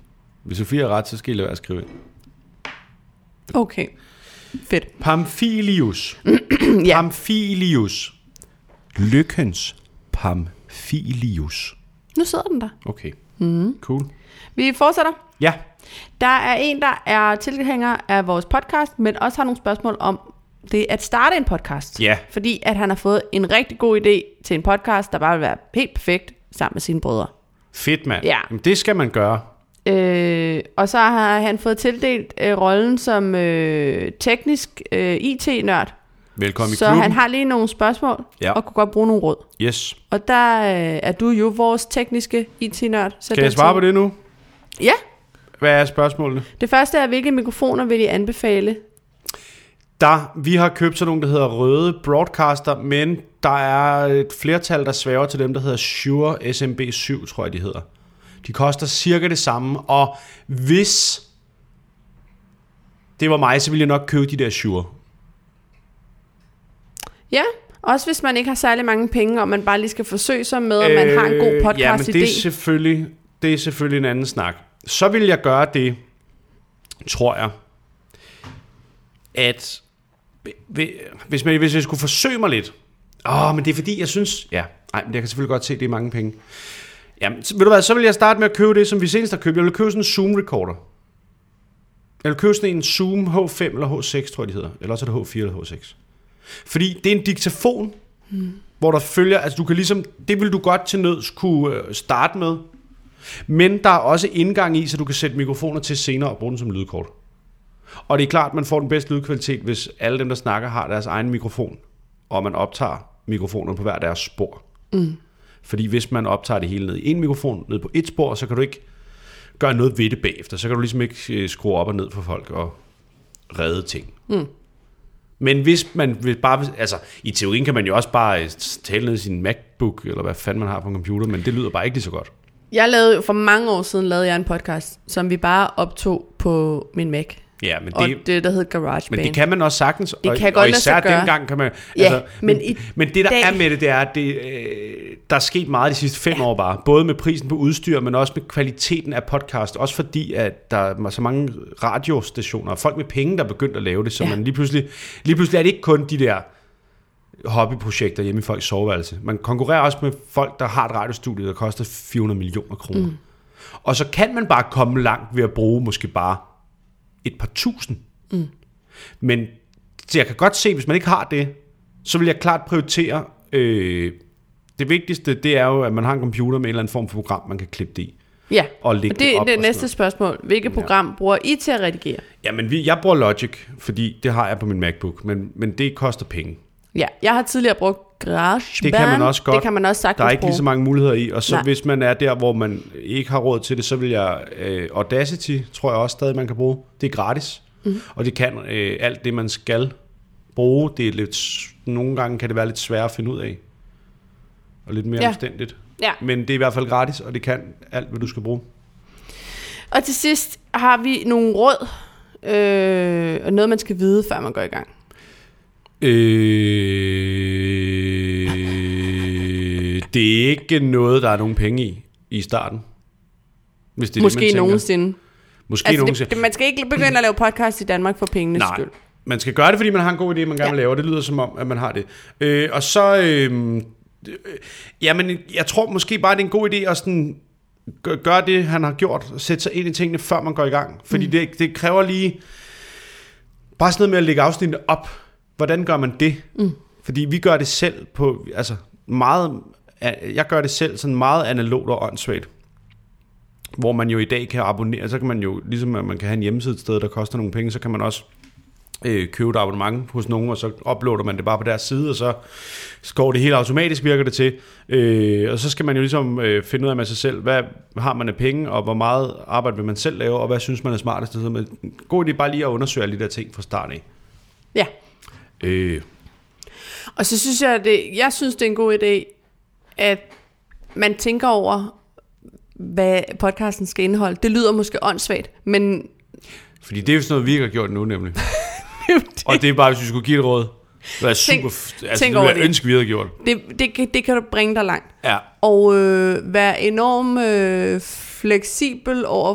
Hvis Sofie har ret, så skal I lade være at skrive ind. Okay. Fedt. Pamphilius. Ja. Pamphilius. Lykkens Pamphilius. Nu sidder den der. Okay. Mm. Cool. Vi fortsætter. Ja. Der er en, der er tilhænger af vores podcast, men også har nogle spørgsmål om det at starte en podcast. Ja. Fordi at han har fået en rigtig god idé til en podcast, der bare vil være helt perfekt sammen med sine brødre. Fedt, mand. Ja. Jamen, det skal man gøre. Øh, og så har han fået tildelt øh, rollen som øh, teknisk øh, IT-nørd. Velkommen Så i klubben. han har lige nogle spørgsmål, Ja. og kunne godt bruge nogle råd. Yes. Og der øh, er du jo vores tekniske IT-nørd. Så Kan jeg svare på det nu? Ja. Hvad er spørgsmålene? Det første er, hvilke mikrofoner vil I anbefale? Der, vi har købt sådan nogle, der hedder røde broadcaster, men der er et flertal, der svæver til dem, der hedder Shure SMB7, tror jeg, de hedder. De koster cirka det samme, og hvis det var mig, så ville jeg nok købe de der Shure. Ja, også hvis man ikke har særlig mange penge, og man bare lige skal forsøge sig med, at man har en god Øh, Ja, men podcast-idé. det er, selvfølgelig, det er selvfølgelig en anden snak. Så vil jeg gøre det, tror jeg, at hvi- hvis, man, hvis jeg skulle forsøge mig lidt. Åh, men det er fordi, jeg synes... Ja, nej, men jeg kan selvfølgelig godt se, at det er mange penge. Jamen, så- ved du hvad, så vil jeg starte med at købe det, som vi senest har købt. Jeg vil købe sådan en Zoom-recorder. Jeg vil købe sådan en Zoom H5 eller H6, tror jeg, de hedder. Eller også er det H4 eller H6. Fordi det er en diktafon, hvor der følger, altså du kan ligesom, det vil du godt til nøds kunne øh, starte med, men der er også indgang i, så du kan sætte mikrofoner til senere og bruge den som lydkort. Og det er klart, man får den bedste lydkvalitet, hvis alle dem, der snakker, har deres egen mikrofon, og man optager mikrofonerne på hver deres spor. Mm. Fordi hvis man optager det hele ned i en mikrofon, ned på et spor, så kan du ikke gøre noget ved det bagefter. Så kan du ligesom ikke øh, skrue op og ned for folk og redde ting. Men hvis man vil bare... vil- Altså, i teorien kan man jo også bare øh, tale ned i sin MacBook, eller hvad fanden man har på en computer, men det lyder bare ikke lige så godt. Jeg lavede jo for mange år siden lavede jeg en podcast, som vi bare optog på min Mac. Ja, men Og det... det, der hed GarageBand. Men det kan man også sagtens, det og, kan godt og lade sig især gøre. dengang kan man... altså, Ja, men i men det der dag- er med det, det er, at det, øh, der er sket meget de sidste fem ja. år bare. Både med prisen på udstyr, men også med kvaliteten af podcast. Også fordi, at der er så mange radiostationer og folk med penge, der er begyndt at lave det. Så Ja. ja. man lige pludselig, lige pludselig er det ikke kun de der hobbyprojekter hjemme i folks soveværelse. Man konkurrerer også med folk, der har et radiostudie, der koster 400 millioner kroner. Mm. Og så kan man bare komme langt ved at bruge måske bare et par tusind. Mm. Men så jeg kan godt se, hvis man ikke har det, så vil jeg klart prioritere. Øh, det vigtigste, det er jo, at man har en computer med en eller anden form for program, man kan klippe det i. Ja, og lægge det det er op det og næste spørgsmål. Hvilket program bruger I til at redigere? Jamen, vi, jeg bruger Logic, fordi det har jeg på min MacBook, men, men det koster penge. Ja, jeg har tidligere brugt GarageBand. Det kan man også godt. Det kan man også sagtens Der er ikke bruge. lige så mange muligheder i, og så Nej. Nej. hvis man er der, hvor man ikke har råd til det, så vil jeg øh, Audacity, tror jeg også stadig, man kan bruge. Det er gratis, Mhm. mm. og det kan øh, alt det, man skal bruge. Det er lidt, s- nogle gange kan det være lidt svært at finde ud af, og lidt mere Ja. ja. omstændigt. Ja. Men det er i hvert fald gratis, og det kan alt, hvad du skal bruge. Og til sidst har vi nogle råd, øh, og noget man skal vide, før man går i gang. Øh, det er ikke noget, der er nogen penge i, i starten. Hvis det er Måske det, man tænker. nogensinde. Måske Altså, nogensinde. det, det, man skal ikke begynde at lave podcast i Danmark for pengenes Nej. skyld. Man skal gøre det, fordi man har en god idé, man gerne vil Ja. lave. Det lyder som om, at man har det. Øh, og så... Øh, øh, jamen, jeg tror måske bare, det er en god idé at sådan gø- gøre det, han har gjort. Sætte sig ind i tingene, før man går i gang. Fordi mm. det, det kræver lige... Bare sådan noget med at lægge afsnittene op. Hvordan gør man det? Mm. Fordi vi gør det selv på... Altså, meget... Jeg gør det selv sådan meget analogt og åndssvagt hvor man jo i dag kan abonnere, så kan man jo, ligesom at man kan have en hjemmeside et sted, der koster nogle penge, så kan man også øh, købe et abonnement hos nogen, og så uploader man det bare på deres side, og så går det helt automatisk, virker det til. Øh, og så skal man jo ligesom øh, finde ud af med sig selv, hvad har man af penge, og hvor meget arbejde vil man selv lave, og hvad synes man er smartest. Så man, god idé bare lige at undersøge alle de der ting fra start af. Ja. Øh, Og så synes jeg, det, jeg synes, det er en god idé, at man tænker over, hvad podcasten skal indeholde. Det lyder måske åndssvagt, men fordi det er jo sådan noget, vi ikke har gjort nu nemlig. og det er bare, hvis vi skulle give et råd. Det er super, Tænk- tænk, altså, tænk det over ville det. jeg ønske, vi havde gjort. det, det, kan- det kan du bringe dig langt. Ja. Og øh, være enormt øh, fleksibel over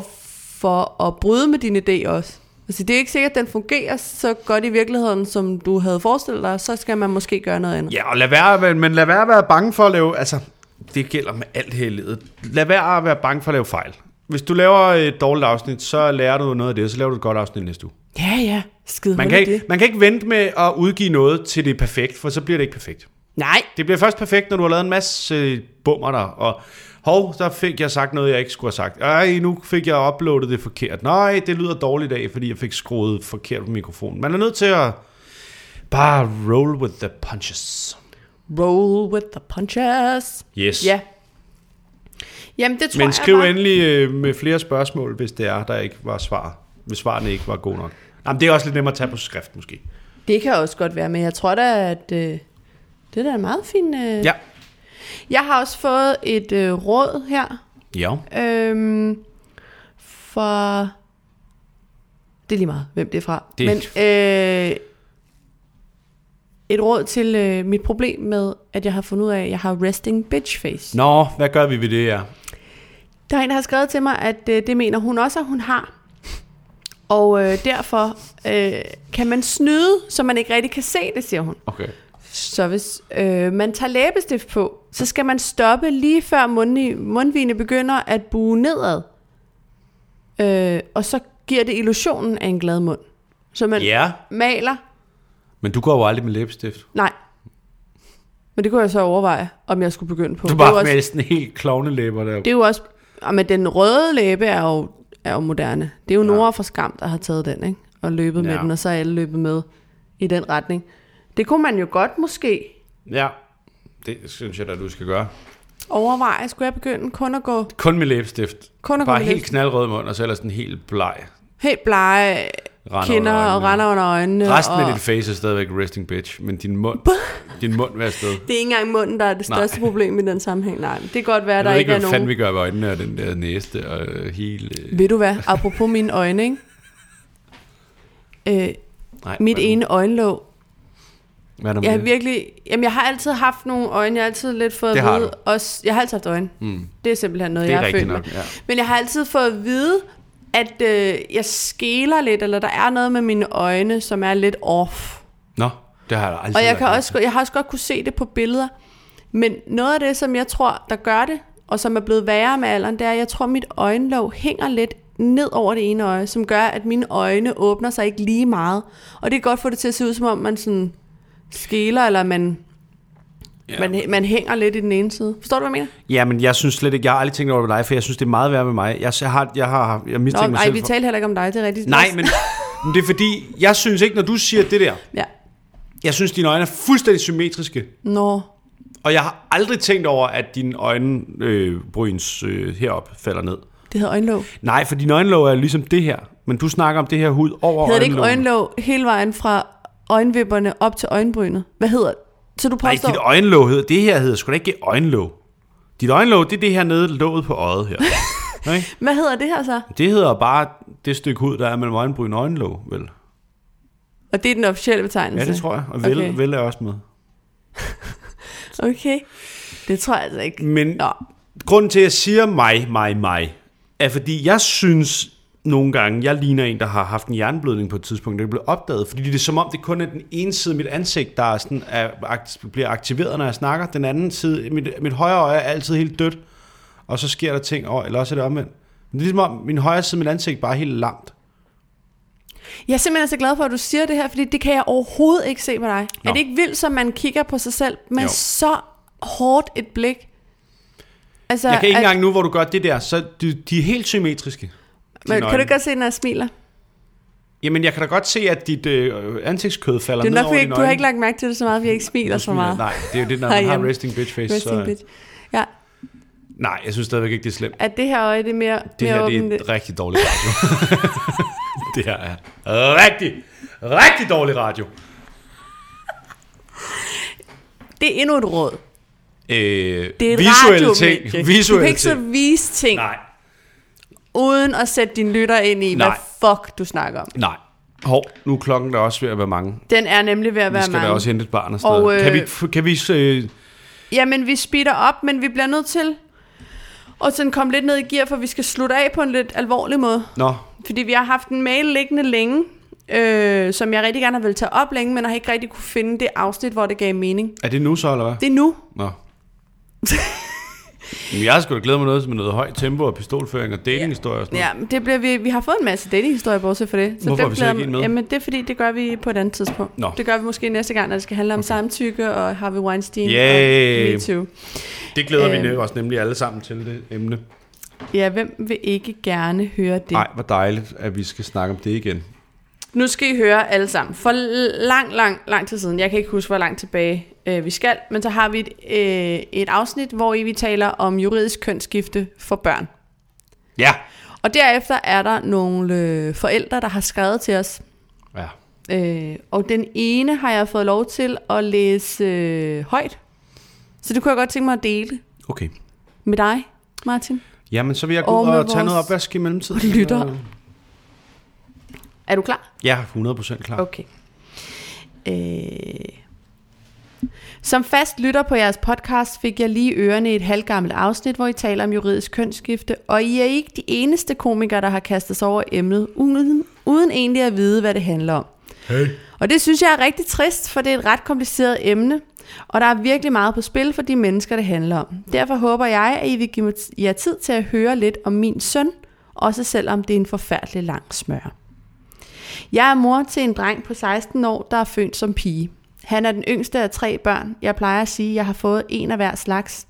for at bryde med din idé også. Altså, det er ikke sikkert, at den fungerer så godt i virkeligheden, som du havde forestillet dig. Så skal man måske gøre noget andet. Ja, og lad være, men lad være at være bange for at lave, altså, det gælder med alt her i livet. Lad være at være bange for at lave fejl. Hvis du laver et dårligt afsnit, så lærer du noget af det, og så laver du et godt afsnit næste uge. Ja, ja. Skide Man hul kan, i ikke, det. man kan ikke vente med at udgive noget til det er perfekt, for så bliver det ikke perfekt. Nej. Det bliver først perfekt, når du har lavet en masse øh, bummer der, og hov, der fik jeg sagt noget, jeg ikke skulle have sagt. Ej, nu fik jeg uploadet det forkert. Nej, det lyder dårligt i dag, fordi jeg fik skruet forkert på mikrofonen. Man er nødt til at bare roll with the punches. Roll with the punches. Yes. Ja. Jamen, det tror Men jeg skriv bare. endelig øh, med flere spørgsmål, hvis det er, der ikke var svar. Hvis svarene ikke var gode nok. Jamen, det er også lidt nemmere at tage på skrift, måske. Det kan også godt være, men jeg tror da, at øh, det der er en meget fin... Øh... Ja. Jeg har også fået et øh, råd her Ja. øhm, for... Det er lige meget, hvem det er fra. Det- Men øh, et råd til øh, mit problem med, at jeg har fundet ud af, at jeg har resting bitch face. Nå, hvad gør vi ved det her? Der er en, der har skrevet til mig, at øh, det mener hun også, at hun har. Og øh, derfor øh, kan man snyde, så man ikke rigtig kan se det, siger hun. Okay. Så hvis øh, man tager læbestift på, så skal man stoppe lige før mundni- mundvigene begynder at bue nedad. Øh, og så giver det illusionen af en glad mund. Så man yeah. Ja, maler. men du går jo aldrig med læbestift. Nej. Men det kunne jeg så overveje, om jeg skulle begynde på. Du det, er jo bare også, med sådan helt klovnelæber der. det er jo også... ah, Men den røde læbe er jo, er jo moderne. Det er jo ja. Nora fra Skam, der har taget den, ikke? Og løbet ja. med Ja. den, og så er alle løbet med i den retning. Det kunne man jo godt måske Ja, det synes jeg da, du skal gøre. overveje. Skulle jeg begynde kun at gå Kun med læbestift. Kun at gå Bare med helt læbestift. knaldrød mund, og så ellers den helt bleg. helt blege under kinder og øjnene. render under øjnene. Resten og af dit face er stadigvæk resting bitch, men din mund, din mund vil afsted. Det er ikke engang munden, der er det Nej. største Nej. problem i den sammenhæng. Nej, men det kan godt være, at Jeg der ved ikke ikke, er hvad fanden nogen. vi gør ved øjnene og den der næste og øh, hele... øh, Ved du hvad? Apropos mine øjne, ikke? Øh, Nej, mit hvad er ene øjenlåg. der- Hvad er der Jeg har med det? virkelig... Jamen, jeg har altid haft nogle øjne. Jeg har altid lidt fået Det at har vide... du. Også, jeg har altid haft øjne. Mm. Det er simpelthen noget, Det er jeg har rigtigt følt mig. nok, ja. Men jeg har altid fået at vide, at øh, jeg skæler lidt, eller der er noget med mine øjne, som er lidt off. Nå, det har jeg aldrig Og jeg, lagt kan mærke også, jeg har også godt kunne se det på billeder. Men noget af det, som jeg tror, der gør det, og som er blevet værre med alderen, det er, at jeg tror, at mit øjenlåg hænger lidt ned over det ene øje, som gør, at mine øjne åbner sig ikke lige meget. Og det kan godt få det til at se ud, som om man sådan skæler, eller man, til. ja. man, man hænger lidt i den ene side. Forstår du, hvad jeg mener? Ja, men jeg synes slet ikke, jeg har aldrig tænkt over det med dig, for jeg synes, det er meget værre med mig. Jeg, jeg har, jeg har jeg mistænker Nå, mig ej, selv vi for... talte heller ikke om dig, det er rigtigt. Nej, men, men det er fordi, jeg synes ikke, når du siger det der, Ja. jeg synes, dine øjne er fuldstændig symmetriske. Nå, Og jeg har aldrig tænkt over, at dine øjne, øh, bryns øh, herop falder ned. det hedder øjenlåg. Nej, for dine øjenlåg er ligesom det her. Men du snakker om det her hud over Hedder det ikke øjenlågene. øjenlåg hele vejen fra øjenvipperne op til øjenbrynet? Hvad hedder det? Så du Nej, påstår... dit øjenlåg hedder, det her hedder sgu da ikke øjenlåg. Dit øjenlåg, det er det her nede låget på øjet her. Okay? Hvad hedder det her så? Det hedder bare det stykke hud, der er mellem øjenbryn og øjenlåg, vel? Og det er den officielle betegnelse? Ja, det tror jeg. Og vel, Okay. okay. vel er også med. Okay. Det tror jeg altså ikke. Men Nå, grunden til, at jeg siger mig, mig, mig, er fordi jeg synes nogle gange, jeg ligner en, der har haft en hjerneblødning på et tidspunkt, der blev opdaget. Fordi det er som om, det kun er den ene side af mit ansigt, der er sådan, er, akt- bliver aktiveret, når jeg snakker. Den anden side, mit, mit højre øje er altid helt dødt, og så sker der ting, og, eller også er det omvendt. Men det er ligesom om, min højre side af mit ansigt bare er helt lamt. jeg er simpelthen så glad for, at du siger det her, fordi det kan jeg overhovedet ikke se på dig. Nå. Nå. Er det ikke vildt, som man kigger på sig selv med jo. Jo. så hårdt et blik? Altså, Jeg kan ikke at- engang nu, hvor du gør det der, så de, de er helt symmetriske. dine men, kan du øjne. ikke godt se, når jeg smiler? Jamen, jeg kan da godt se, at dit øh, ansigtskød falder Det er ned nok, over fordi dine ikke- du har øjne. ikke lagt mærke til det så meget, fordi jeg ikke smiler så meget. Nej, det er jo det, når man har Herhjemme. resting bitch face. Resting så, bitch. Ja, Nej, jeg synes stadigvæk ikke, det er slemt. at det her øje, det er mere, Det mere her det åbent. er et rigtig dårligt radio. det her er rigtig, rigtig dårlig radio. Øh, Det er endnu et råd. Øh, Det er et visuelle radiomedie. ting. Du kan Visuelle ikke så ting. vise ting, nej. Nej, uden at sætte din lytter ind i, Nej. hvad fuck du snakker om. nej. Hov, nu er klokken der også ved at være mange. Den er nemlig ved at Vi være skal mange. da også hente et barn og sådan Og, noget. Kan øh, vi, f- kan vi øh, Jamen, vi speeder op, men vi bliver nødt til at sådan komme lidt ned i gear, for vi skal slutte af på en lidt alvorlig måde. Nå, Fordi vi har haft en mail liggende længe, øh, som jeg rigtig gerne har ville tage op længe, men har ikke rigtig kunne finde det afsnit, hvor det gav mening. er det nu så, eller hvad? Det er nu. Nå. Men jeg har sgu da glædet mig noget med noget højt tempo og pistolføring og datinghistorier og sådan noget. Ja, men det bliver vi, vi har fået en masse datinghistorier, bortset for det. Mm. Hvorfor dem har vi så glæder- ikke en med? Jamen, det er fordi, det gør vi på et andet tidspunkt. Nå. Det gør vi måske næste gang, når det skal handle om okay. samtykke og Harvey Weinstein Yay. og MeToo. Det glæder Øhm. vi nemlig også nemlig alle sammen til det emne. Ja, hvem vil ikke gerne høre det? Nej, hvor dejligt, at vi skal snakke om det igen. Nu skal I høre alle sammen. For lang, lang, lang tid siden, jeg kan ikke huske, hvor langt tilbage øh, vi skal, men så har vi et, øh, et afsnit, hvor I vi taler om juridisk kønsskifte for børn. Ja. Og derefter er der nogle øh, forældre, der har skrevet til os, Ja. øh, og den ene har jeg fået lov til at læse øh, højt. Så det kunne jeg godt tænke mig at dele Okay. med dig, Martin. Jamen, så vil jeg gå Og ud med og tage vores noget opvask i mellemtiden. Øh, lytter. Er du klar? Ja, 100% klar. Okay. Øh. Som fast lytter på jeres podcast fik jeg lige ørerne i et halvgammelt afsnit, hvor I taler om juridisk kønsskifte, og I er ikke de eneste komikere, der har kastet sig over emnet, uden, uden egentlig at vide, hvad det handler om. Hey. Og det synes jeg er rigtig trist, for det er et ret kompliceret emne, og der er virkelig meget på spil for de mennesker, det handler om. Derfor håber jeg, at I vil give mig t- jer tid til at høre lidt om min søn, også selvom det er en forfærdelig lang smør. Jeg er mor til en dreng på 16 år, der er født som pige. Han er den yngste af tre børn. Jeg plejer at sige, at jeg har fået en af hver slags.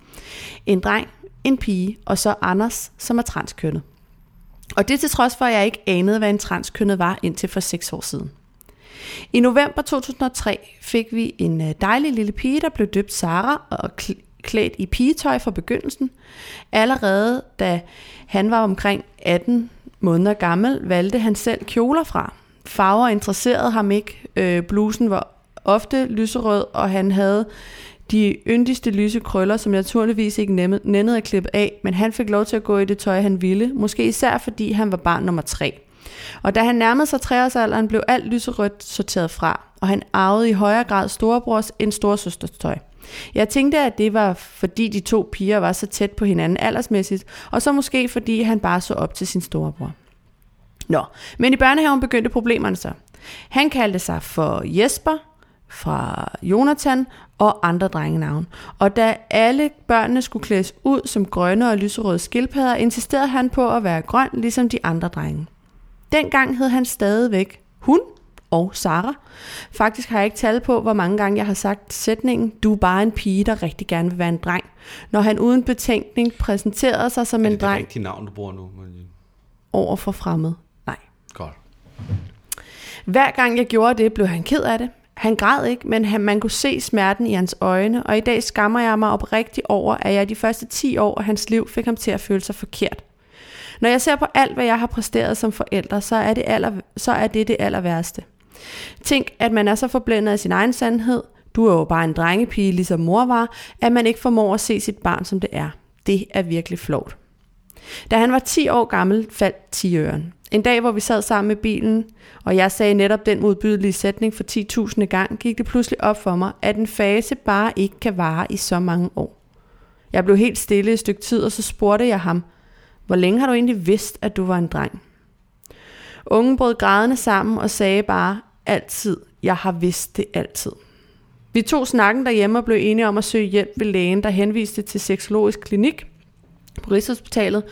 En dreng, en pige og så Anders, som er transkønnet. Og det til trods for, at jeg ikke anede, hvad en transkønnet var indtil for seks år siden. I november 2003 fik vi en øh, dejlig lille pige, der blev døbt Sara og kl- klædt i pigetøj fra begyndelsen. Allerede da han var omkring 18 måneder gammel, valgte han selv kjoler fra. Farver interesserede ham ikke. Øh, blusen var ofte lyserød, og han havde de yndigste lyse krøller, som jeg naturligvis ikke nemme- nænnede at klippe af, men han fik lov til at gå i det tøj, han ville, måske især fordi han var barn nummer tre. Og da han nærmede sig treårsalderen, blev alt lyserødt sorteret fra, og han arvede i højere grad storebrors end storesøsters tøj. Jeg tænkte, at det var fordi de to piger var så tæt på hinanden aldersmæssigt, og så måske fordi han bare så op til sin storebror. Nå, men i børnehaven begyndte problemerne så. Han kaldte sig for Jesper, fra Jonathan og andre drengenavn. Og da alle børnene skulle klædes ud som grønne og lyserøde skildpadder, insisterede han på at være grøn, ligesom de andre drenge. Dengang hed han stadigvæk hun og Sara. Faktisk har jeg ikke tal på, hvor mange gange jeg har sagt sætningen, du er bare en pige, der rigtig gerne vil være en dreng, når han uden betænkning præsenterede sig som Er en det det dreng rigtige navn, du bruger nu? Marie? over for fremmed. Nej. Godt. Hver gang jeg gjorde det, blev han ked af det. Han græd ikke, men han, man kunne se smerten i hans øjne, og i dag skammer jeg mig oprigtigt over, at jeg de første 10 år af hans liv fik ham til at føle sig forkert. Når jeg ser på alt, hvad jeg har præsteret som forælder, så er det, aller, så er det, det aller værste. Tænk, at man er så forblændet af sin egen sandhed, du er jo bare en drengepige, ligesom mor var, at man ikke formår at se sit barn, som det er. Det er virkelig flot. Da han var 10 år gammel, faldt 10 øren. En dag, hvor vi sad sammen med bilen, og jeg sagde netop den modbydelige sætning for 10.000 gang, gik det pludselig op for mig, at en fase bare ikke kan vare i så mange år. Jeg blev helt stille et stykke tid, og så spurgte jeg ham, hvor længe har du egentlig vidst, at du var en dreng? Ungen brød grædende sammen og sagde bare, altid, jeg har vidst det altid. Vi tog snakken derhjemme og blev enige om at søge hjælp ved lægen, der henviste til seksologisk klinik på Rigshospitalet,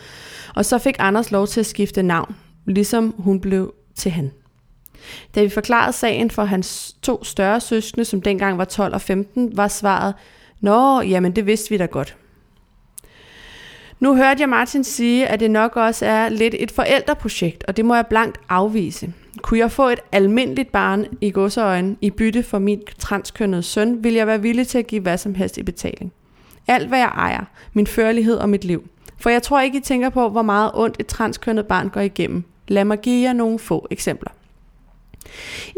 og så fik Anders lov til at skifte navn, ligesom hun blev til han. Da vi forklarede sagen for hans to større søskende, som dengang var 12 og 15, var svaret, Nå, jamen det vidste vi da godt. Nu hørte jeg Martin sige, at det nok også er lidt et forældreprojekt, og det må jeg blankt afvise. Kunne jeg få et almindeligt barn i godseøjen i bytte for min transkønnede søn, ville jeg være villig til at give hvad som helst i betaling. Alt hvad jeg ejer, min førlighed og mit liv. For jeg tror ikke, I tænker på, hvor meget ondt et transkønnet barn går igennem. Lad mig give jer nogle få eksempler.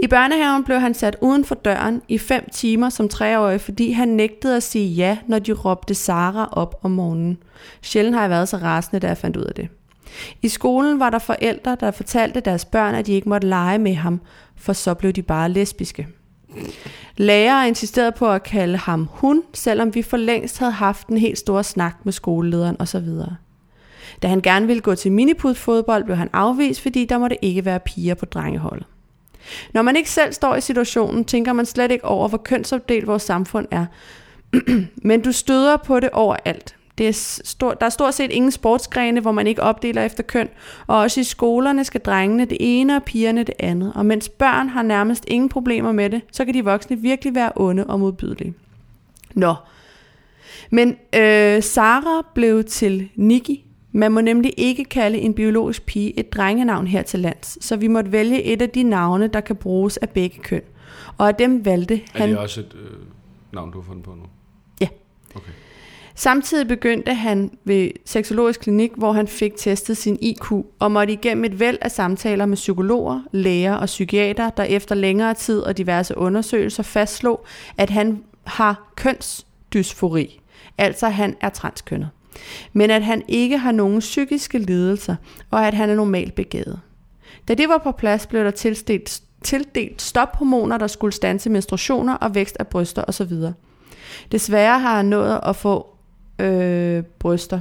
I børnehaven blev han sat uden for døren i 5 timer som treårig, fordi han nægtede at sige ja, når de råbte Sara op om morgenen. Sjældent har jeg været så rasende, da jeg fandt ud af det. I skolen var der forældre, der fortalte deres børn, at de ikke måtte lege med ham, for så blev de bare lesbiske. Lærere insisterede på at kalde ham hun, selvom vi for længst havde haft en helt stor snak med skolelederen osv. Da han gerne ville gå til minipudfodbold, blev han afvist, fordi der måtte ikke være piger på drengeholdet. Når man ikke selv står i situationen, tænker man slet ikke over, hvor kønsopdelt vores samfund er. Men du støder på det overalt. Det er stor, der er stort set ingen sportsgrene, hvor man ikke opdeler efter køn, og også i skolerne skal drengene det ene og pigerne det andet. Og mens børn har nærmest ingen problemer med det, så kan de voksne virkelig være onde og modbydelige. Nå. Men øh, Sara blev til Nikki. Man må nemlig ikke kalde en biologisk pige et drengenavn her til lands, så vi måtte vælge et af de navne, der kan bruges af begge køn. Og af dem valgte Er han... det også et øh, navn, du har fundet på nu? Ja. Okay. Samtidig begyndte han ved seksologisk klinik, hvor han fik testet sin IQ og måtte igennem et væld af samtaler med psykologer, læger og psykiater, der efter længere tid og diverse undersøgelser fastslog, at han har kønsdysfori, altså han er transkønnet. Men at han ikke har nogen psykiske lidelser, og at han er normalt begavet. Da det var på plads, blev der tildelt, tildelt stophormoner, der skulle stanse menstruationer og vækst af bryster osv. Desværre har han nået at få øh, bryster.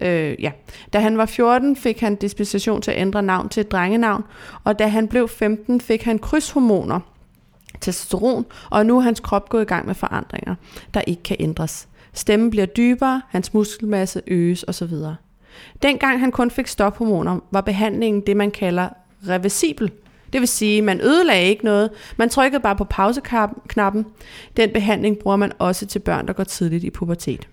Øh, ja. Da han var 14, fik han dispensation til at ændre navn til et drengenavn, og da han blev 15, fik han krydshormoner, testosteron, og nu er hans krop gået i gang med forandringer, der ikke kan ændres. Stemmen bliver dybere, hans muskelmasse øges osv. Dengang han kun fik stophormoner, var behandlingen det, man kalder reversibel. Det vil sige, man ødelagde ikke noget, man trykkede bare på pauseknappen. Den behandling bruger man også til børn, der går tidligt i pubertet.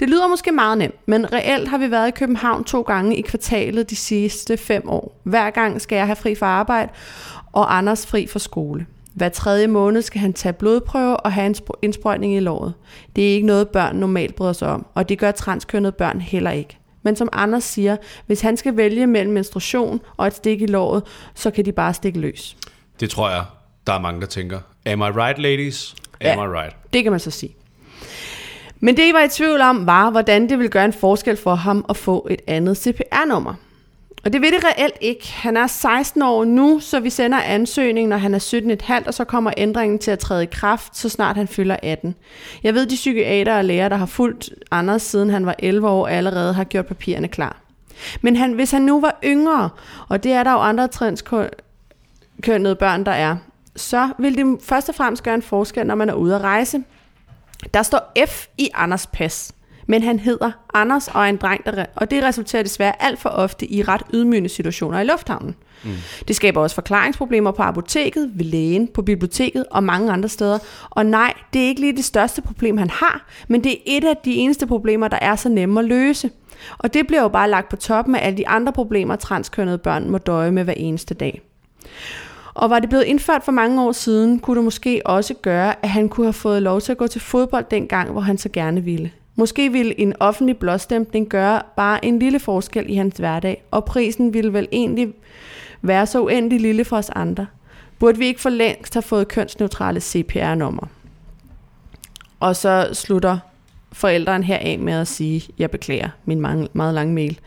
Det lyder måske meget nemt, men reelt har vi været i København to gange i kvartalet de sidste fem år. Hver gang skal jeg have fri fra arbejde, og Anders fri fra skole. Hver tredje måned skal han tage blodprøve og have en spr- indsprøjtning i låret. Det er ikke noget, børn normalt bryder sig om, og det gør transkønnede børn heller ikke. Men som Anders siger, hvis han skal vælge mellem menstruation og et stik i låret, så kan de bare stikke løs. Det tror jeg, der er mange, der tænker. Am I right, ladies? Am Ja. I right? Det kan man så sige. Men det, I var i tvivl om, var, hvordan det ville gøre en forskel for ham at få et andet CPR-nummer. Og det vil det reelt ikke. Han er 16 år nu, så vi sender ansøgningen, når han er 17,5, og så kommer ændringen til at træde i kraft, så snart han fylder 18. Jeg ved, de psykiater og læger, der har fulgt Anders siden han var 11 år, allerede har gjort papirerne klar. Men han, hvis han nu var yngre, og det er der jo andre transkø- kønnede børn, der er, så vil det først og fremmest gøre en forskel, når man er ude at rejse. Der står F i Anders pas, men han hedder Anders og er en dreng, der, re- og det resulterer desværre alt for ofte i ret ydmygende situationer i lufthavnen. Mm. Det skaber også forklaringsproblemer på apoteket, ved lægen, på biblioteket og mange andre steder. Og nej, det er ikke lige det største problem, han har, men det er et af de eneste problemer, der er så nemme at løse. Og det bliver jo bare lagt på toppen af alle de andre problemer, transkønnede børn må døje med hver eneste dag. Og var det blevet indført for mange år siden, kunne det måske også gøre, at han kunne have fået lov til at gå til fodbold dengang, hvor han så gerne ville. Måske ville en offentlig blåstempling gøre bare en lille forskel i hans hverdag, og prisen ville vel egentlig være så uendelig lille for os andre. Burde vi ikke for længst have fået kønsneutrale CPR-numre? Og så slutter forældrene her af med at sige, jeg beklager min mange, meget lange mail.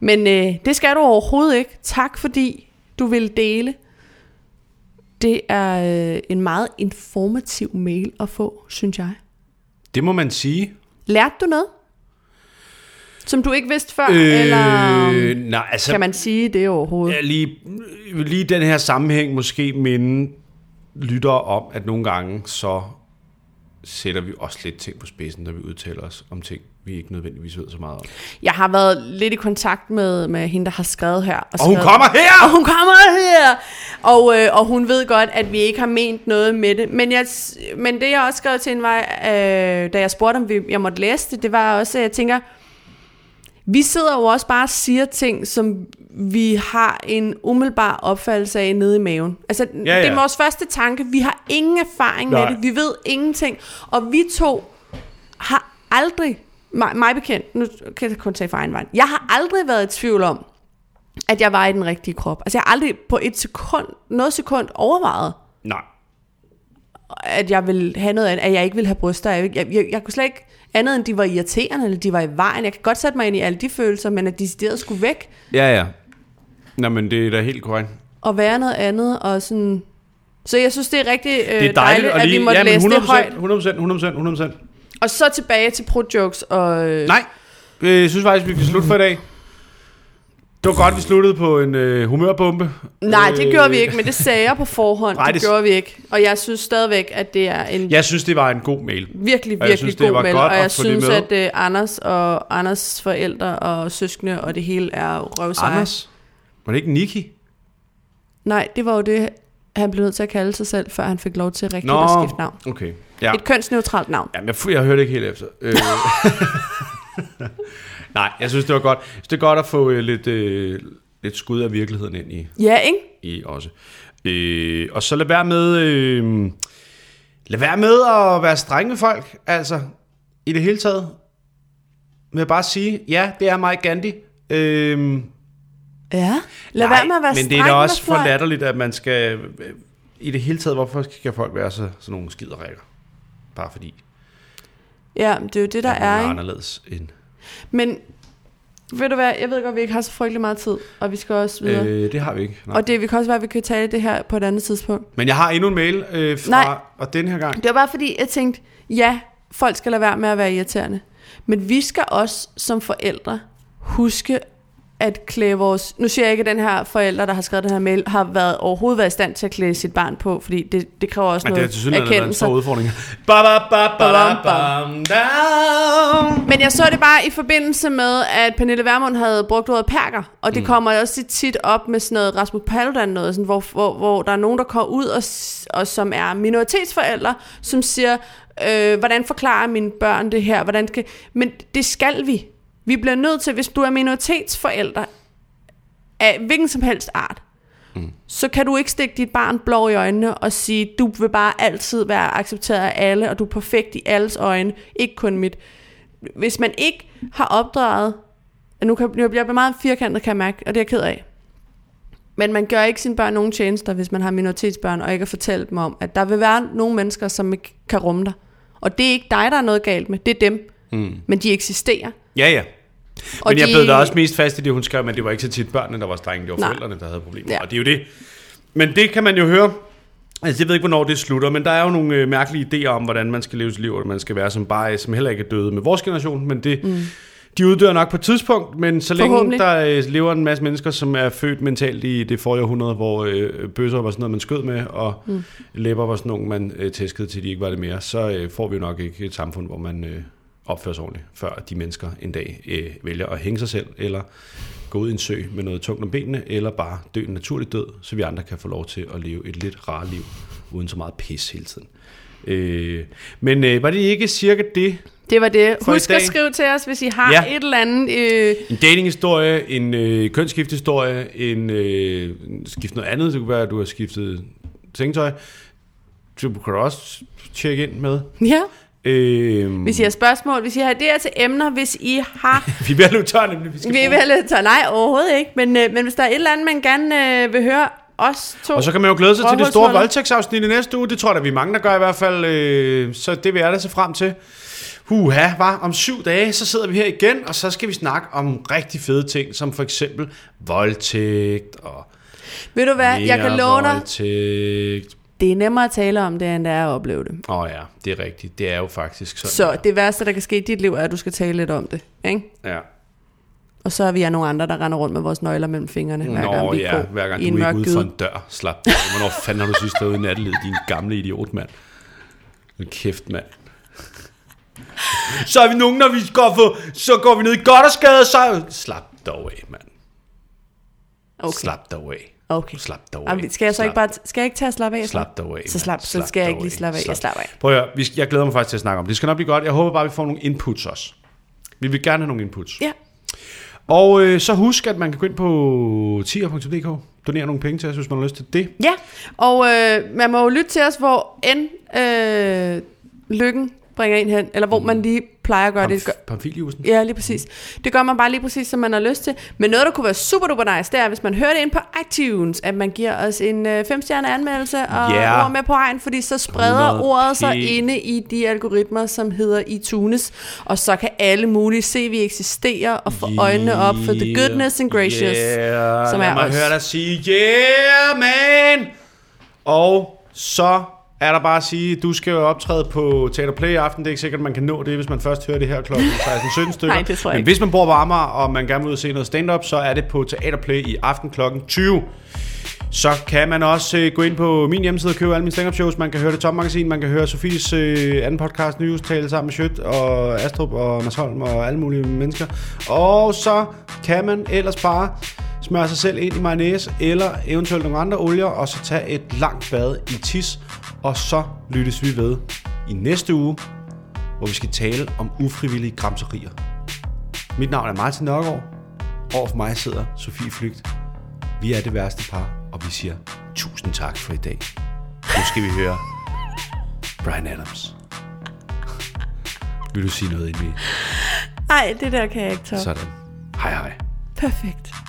Men øh, det skal du overhovedet ikke. Tak fordi du ville dele. Det er øh, en meget informativ mail at få, synes jeg. Det må man sige. Lærte du noget? Som du ikke vidste før, øh, eller Øh, nej, altså, kan man sige det overhovedet? Ja, lige, lige i den her sammenhæng måske minde lytter om, at nogle gange så sætter vi også lidt ting på spidsen, når vi udtaler os om ting, vi ikke nødvendigvis ved så meget om. Jeg har været lidt i kontakt med, med hende, der har skrevet her. Og hun skrevet- kommer Og her! hun kommer her! Og, øh, og hun ved godt, at vi ikke har ment noget med det. Men, jeg, men det, jeg også skrev til hende, var, øh, da jeg spurgte, om vi, jeg måtte læse det, det var også, at jeg tænker, vi sidder jo også bare og siger ting, som vi har en umiddelbar opfattelse af nede i maven. Altså, ja, Ja, ja. det ja. er vores første tanke. Vi har ingen erfaring Nej. med det. Vi ved ingenting. Og vi to har aldrig, mig, mig bekendt, nu kan jeg kun tage for egen vej, jeg har aldrig været i tvivl om, at jeg var i den rigtige krop. Altså jeg har aldrig på et sekund, noget sekund overvejet, Nej, at jeg ville have noget andet, at jeg ikke ville have bryster. Jeg, jeg, jeg, jeg kunne slet ikke andet end, de var irriterende, eller de var i vejen. Jeg kan godt sætte mig ind i alle de følelser, men at de steder skulle væk ja ja. Nå, men det er da helt korrekt. og være noget andet. Og sådan. Så jeg synes, det er rigtig øh, Det er dejligt, dejligt, og at lige, vi måtte ja, men læse 100%, det højt. 100%, 100%, 100%. Og så tilbage til pro-jokes. Og, øh, Nej, øh, jeg synes faktisk, vi kan slutte for i dag. Det var godt, vi sluttede på en øh, humørbombe. Nej, det gjorde vi Øh, ikke, men det sagde jeg på forhånd. Nej, det, det det- gjorde vi ikke. Og jeg synes stadigvæk, at det er en ja, Jeg synes, det var en god mail. virkelig, og virkelig jeg synes, det god var mail. godt Og at jeg få det synes, med. at uh, Anders og Anders' forældre og søskende og det hele er røvseje. Anders? Var det ikke Niki? Nej, det var jo det, han blev nødt til at kalde sig selv, før han fik lov til rigtigt Nå. at skifte navn. Okay. Ja. Et kønsneutralt navn. Jamen, jeg, fu- jeg hørte ikke helt efter. Øh. Nej, jeg synes, det var godt. Jeg synes, det er godt at få øh, lidt, øh, lidt skud af virkeligheden ind i, Ja, ikke? i også. Øh, og så lad være med... Øh, lad være med at være streng med folk, altså. I det hele taget. Med bare at sige, ja, det er mig, Gandhi. Øh, Ja. Lad Nej, være med at være men det er da også for latterligt, at man skal... øh, I det hele taget, hvorfor skal folk være så, sådan nogle skiderikker? Bare fordi Ja, men det er jo det, der at man er, ikke? anderledes end... Men ved du hvad, jeg ved godt, at vi ikke har så frygtelig meget tid, og vi skal også videre. Øh, Øh, det har vi ikke. Nej. og det vi kan også være, at vi kan tale det her på et andet tidspunkt. Men jeg har endnu en mail øh, fra... Nej. Og den her gang... Det var bare fordi, jeg tænkte, ja, folk skal lade være med at være irriterende. Men vi skal også som forældre huske at klæde vores... Nu siger jeg ikke, at den her forælder, der har skrevet den her mail, har været, overhovedet været i stand til at klæde sit barn på, fordi det, det kræver også Men det er til noget synligheden været en erkendelse. stor udfordring. Ba, ba, ba, ba, ba, bam, down. Men jeg så det bare i forbindelse med, at Pernille Vermund havde brugt ordet perker, og det mm. kommer også tit- tit op med sådan noget Rasmus Paludan noget, sådan, hvor, hvor, hvor der er nogen, der kommer ud, og, s- og som er minoritetsforældre, som siger, øh, hvordan forklarer mine børn det her? Hvordan skal... Men det skal vi. Vi bliver nødt til, hvis du er minoritetsforælder af hvilken som helst art, så kan du ikke stikke dit barn blå i øjnene og sige, du vil bare altid være accepteret af alle, og du er perfekt i alles øjne, ikke kun mit. Hvis man ikke har opdraget, og nu kan, nu bliver jeg meget firkantet, kan jeg mærke, og det er jeg ked af, men man gør ikke sine børn nogen tjenester, hvis man har minoritetsbørn, og ikke har fortalt dem om, at der vil være nogle mennesker, som ikke kan rumme dig. Og det er ikke dig, der er noget galt med, det er dem. Mm. Men de eksisterer. Ja, ja. Og Hmm. men jeg de- blev da også mest fast i det, hun skrev, men det var ikke så tit børnene, der var strenge. Det var Nej. forældrene, der havde problemer. Ja. Ja. Og det er jo det. Men det kan man jo høre. Altså, jeg ved ikke, hvornår det slutter, men der er jo nogle øh, mærkelige idéer om, hvordan man skal leve sit liv, og man skal være som bare, øh, som heller ikke er døde med vores generation, men det, mm. de uddør nok på et tidspunkt, men så længe Forhåbentlig. der øh, lever en masse mennesker, som er født mentalt i det forrige århundrede, hvor øh, bøsser var sådan noget, man skød med, og mm. læber var sådan nogle, man øh, tæskede til, de ikke var det mere, så øh, får vi jo nok ikke et samfund, hvor man øh, opfører sig ordentligt, før de mennesker en dag øh, vælger at hænge sig selv, eller gå ud i en sø med noget tungt om benene, eller bare dø en naturlig død, så vi andre kan få lov til at leve et lidt rar liv, uden så meget pis hele tiden. Øh, men øh, var det ikke cirka det? Det var det. For i Husk at dag- skrive til os, hvis I har ja. Ja. et eller andet... Øh, En datinghistorie, en øh, kønsskifthistorie, en øh, skift noget andet, det kunne være, at du har skiftet sengetøj. Du kan du også tjekke ind med. ja. Øh, Hvis I har spørgsmål, hvis I har idéer til emner, hvis I har... Vi bliver løbet tør, nemlig. Vi skal vi bruge- vil tage nej overhovedet ikke, men, øh, men hvis der er et eller andet, man gerne øh, vil høre os to... Og så kan man jo glæde sig til det store Rådhusholder. voldtægtsafsnit i næste uge. Det tror jeg, da, vi er mange, der gør i hvert fald. Øh, Så det vil jeg da se frem til. Huha, var om syv dage, så sidder vi her igen, og så skal vi snakke om rigtig fede ting, som for eksempel voldtægt og Ved du hvad, jeg mere kan love dig, voldtægt. det er nemmere at tale om det, end det er at opleve det. Åh oh ja, det er rigtigt. Det er jo faktisk sådan. Så det værste, der kan ske i dit liv, er, at du skal tale lidt om det, ikke? Ja. Og så er vi er nogle andre, der render rundt med vores nøgler mellem fingrene, hver gang Nå vi ja, går hver gang i du en er mørk ikke ude for gyde. en dør. Slap dig. Hvornår fanden har du sidst været ude i nattelivet, din gamle idiot, mand? Hold Kæft, mand. Så er vi nogen, når vi skal få, så går vi ned i godt og skade, så... Slap dog af, mand. Okay. Okay, Slap dog af. okay. Slap dog af. Jamen, skal jeg så Slap ikke bare skal jeg ikke tage at slappe af? så? Slap dig af. Så slap, så skal jeg ikke lige slappe af. Jeg slapper af. Prøv at høre, vi skal, jeg glæder mig faktisk til at snakke om det. Det skal nok blive godt. Jeg håber bare, vi får nogle inputs også. Vi vil gerne have nogle inputs. Ja, Og øh, så husk, at man kan gå ind på tier.dk, donere nogle penge til os, hvis man har lyst til det. Ja, og øh, man må jo lytte til os, hvor end øh, lykken bringer en hen, eller hvor man Mm. lige plejer at gøre det. Gør- Pamf- Pamfiliusen. Ja, lige præcis. Det gør man bare lige præcis, som man har lyst til. Men noget, der kunne være super duper nice, det er, hvis man hører det ind på iTunes, at man giver os en øh, femstjerne anmeldelse og Ja. ord med på regn, fordi så spreder 100 ordet sig p. inde i de algoritmer, som hedder iTunes, og så kan alle mulige se, at vi eksisterer og få øjnene op for the goodness and gracious. Yeah, som som lad er mig os. høre dig sige, yeah man! Og så er der bare at sige, du skal jo optræde på Teater Play i aften. Det er ikke sikkert, at man kan nå det, hvis man først hører det her kl. 16-17 stykker. Nej, det tror jeg Men ikke. hvis man bor på Amager, og man gerne vil ud og se noget stand-up, så er det på Teater Play i aften kl. 20. Så kan man også øh, gå ind på min hjemmeside og købe alle mine stand-up shows. Man kan høre det Top Magasin, man kan høre Sofies øh, anden podcast, News, tale sammen med Schødt og Astrup og Mads Holm og alle mulige mennesker. Og så kan man ellers bare smøre sig selv ind i mayonnaise eller eventuelt nogle andre olier, og så tage et langt bad i tis. Og så lyttes vi ved i næste uge, hvor vi skal tale om ufrivillige gramserier. Mit navn er Martin Nørgaard. Over for mig sidder Sofie Flygt. Vi er det værste par, og vi siger tusind tak for i dag. Nu skal vi høre Brian Adams. Vil du sige noget, inden vi... Nej, det der kan jeg ikke tage. Sådan. Hej hej. Perfekt.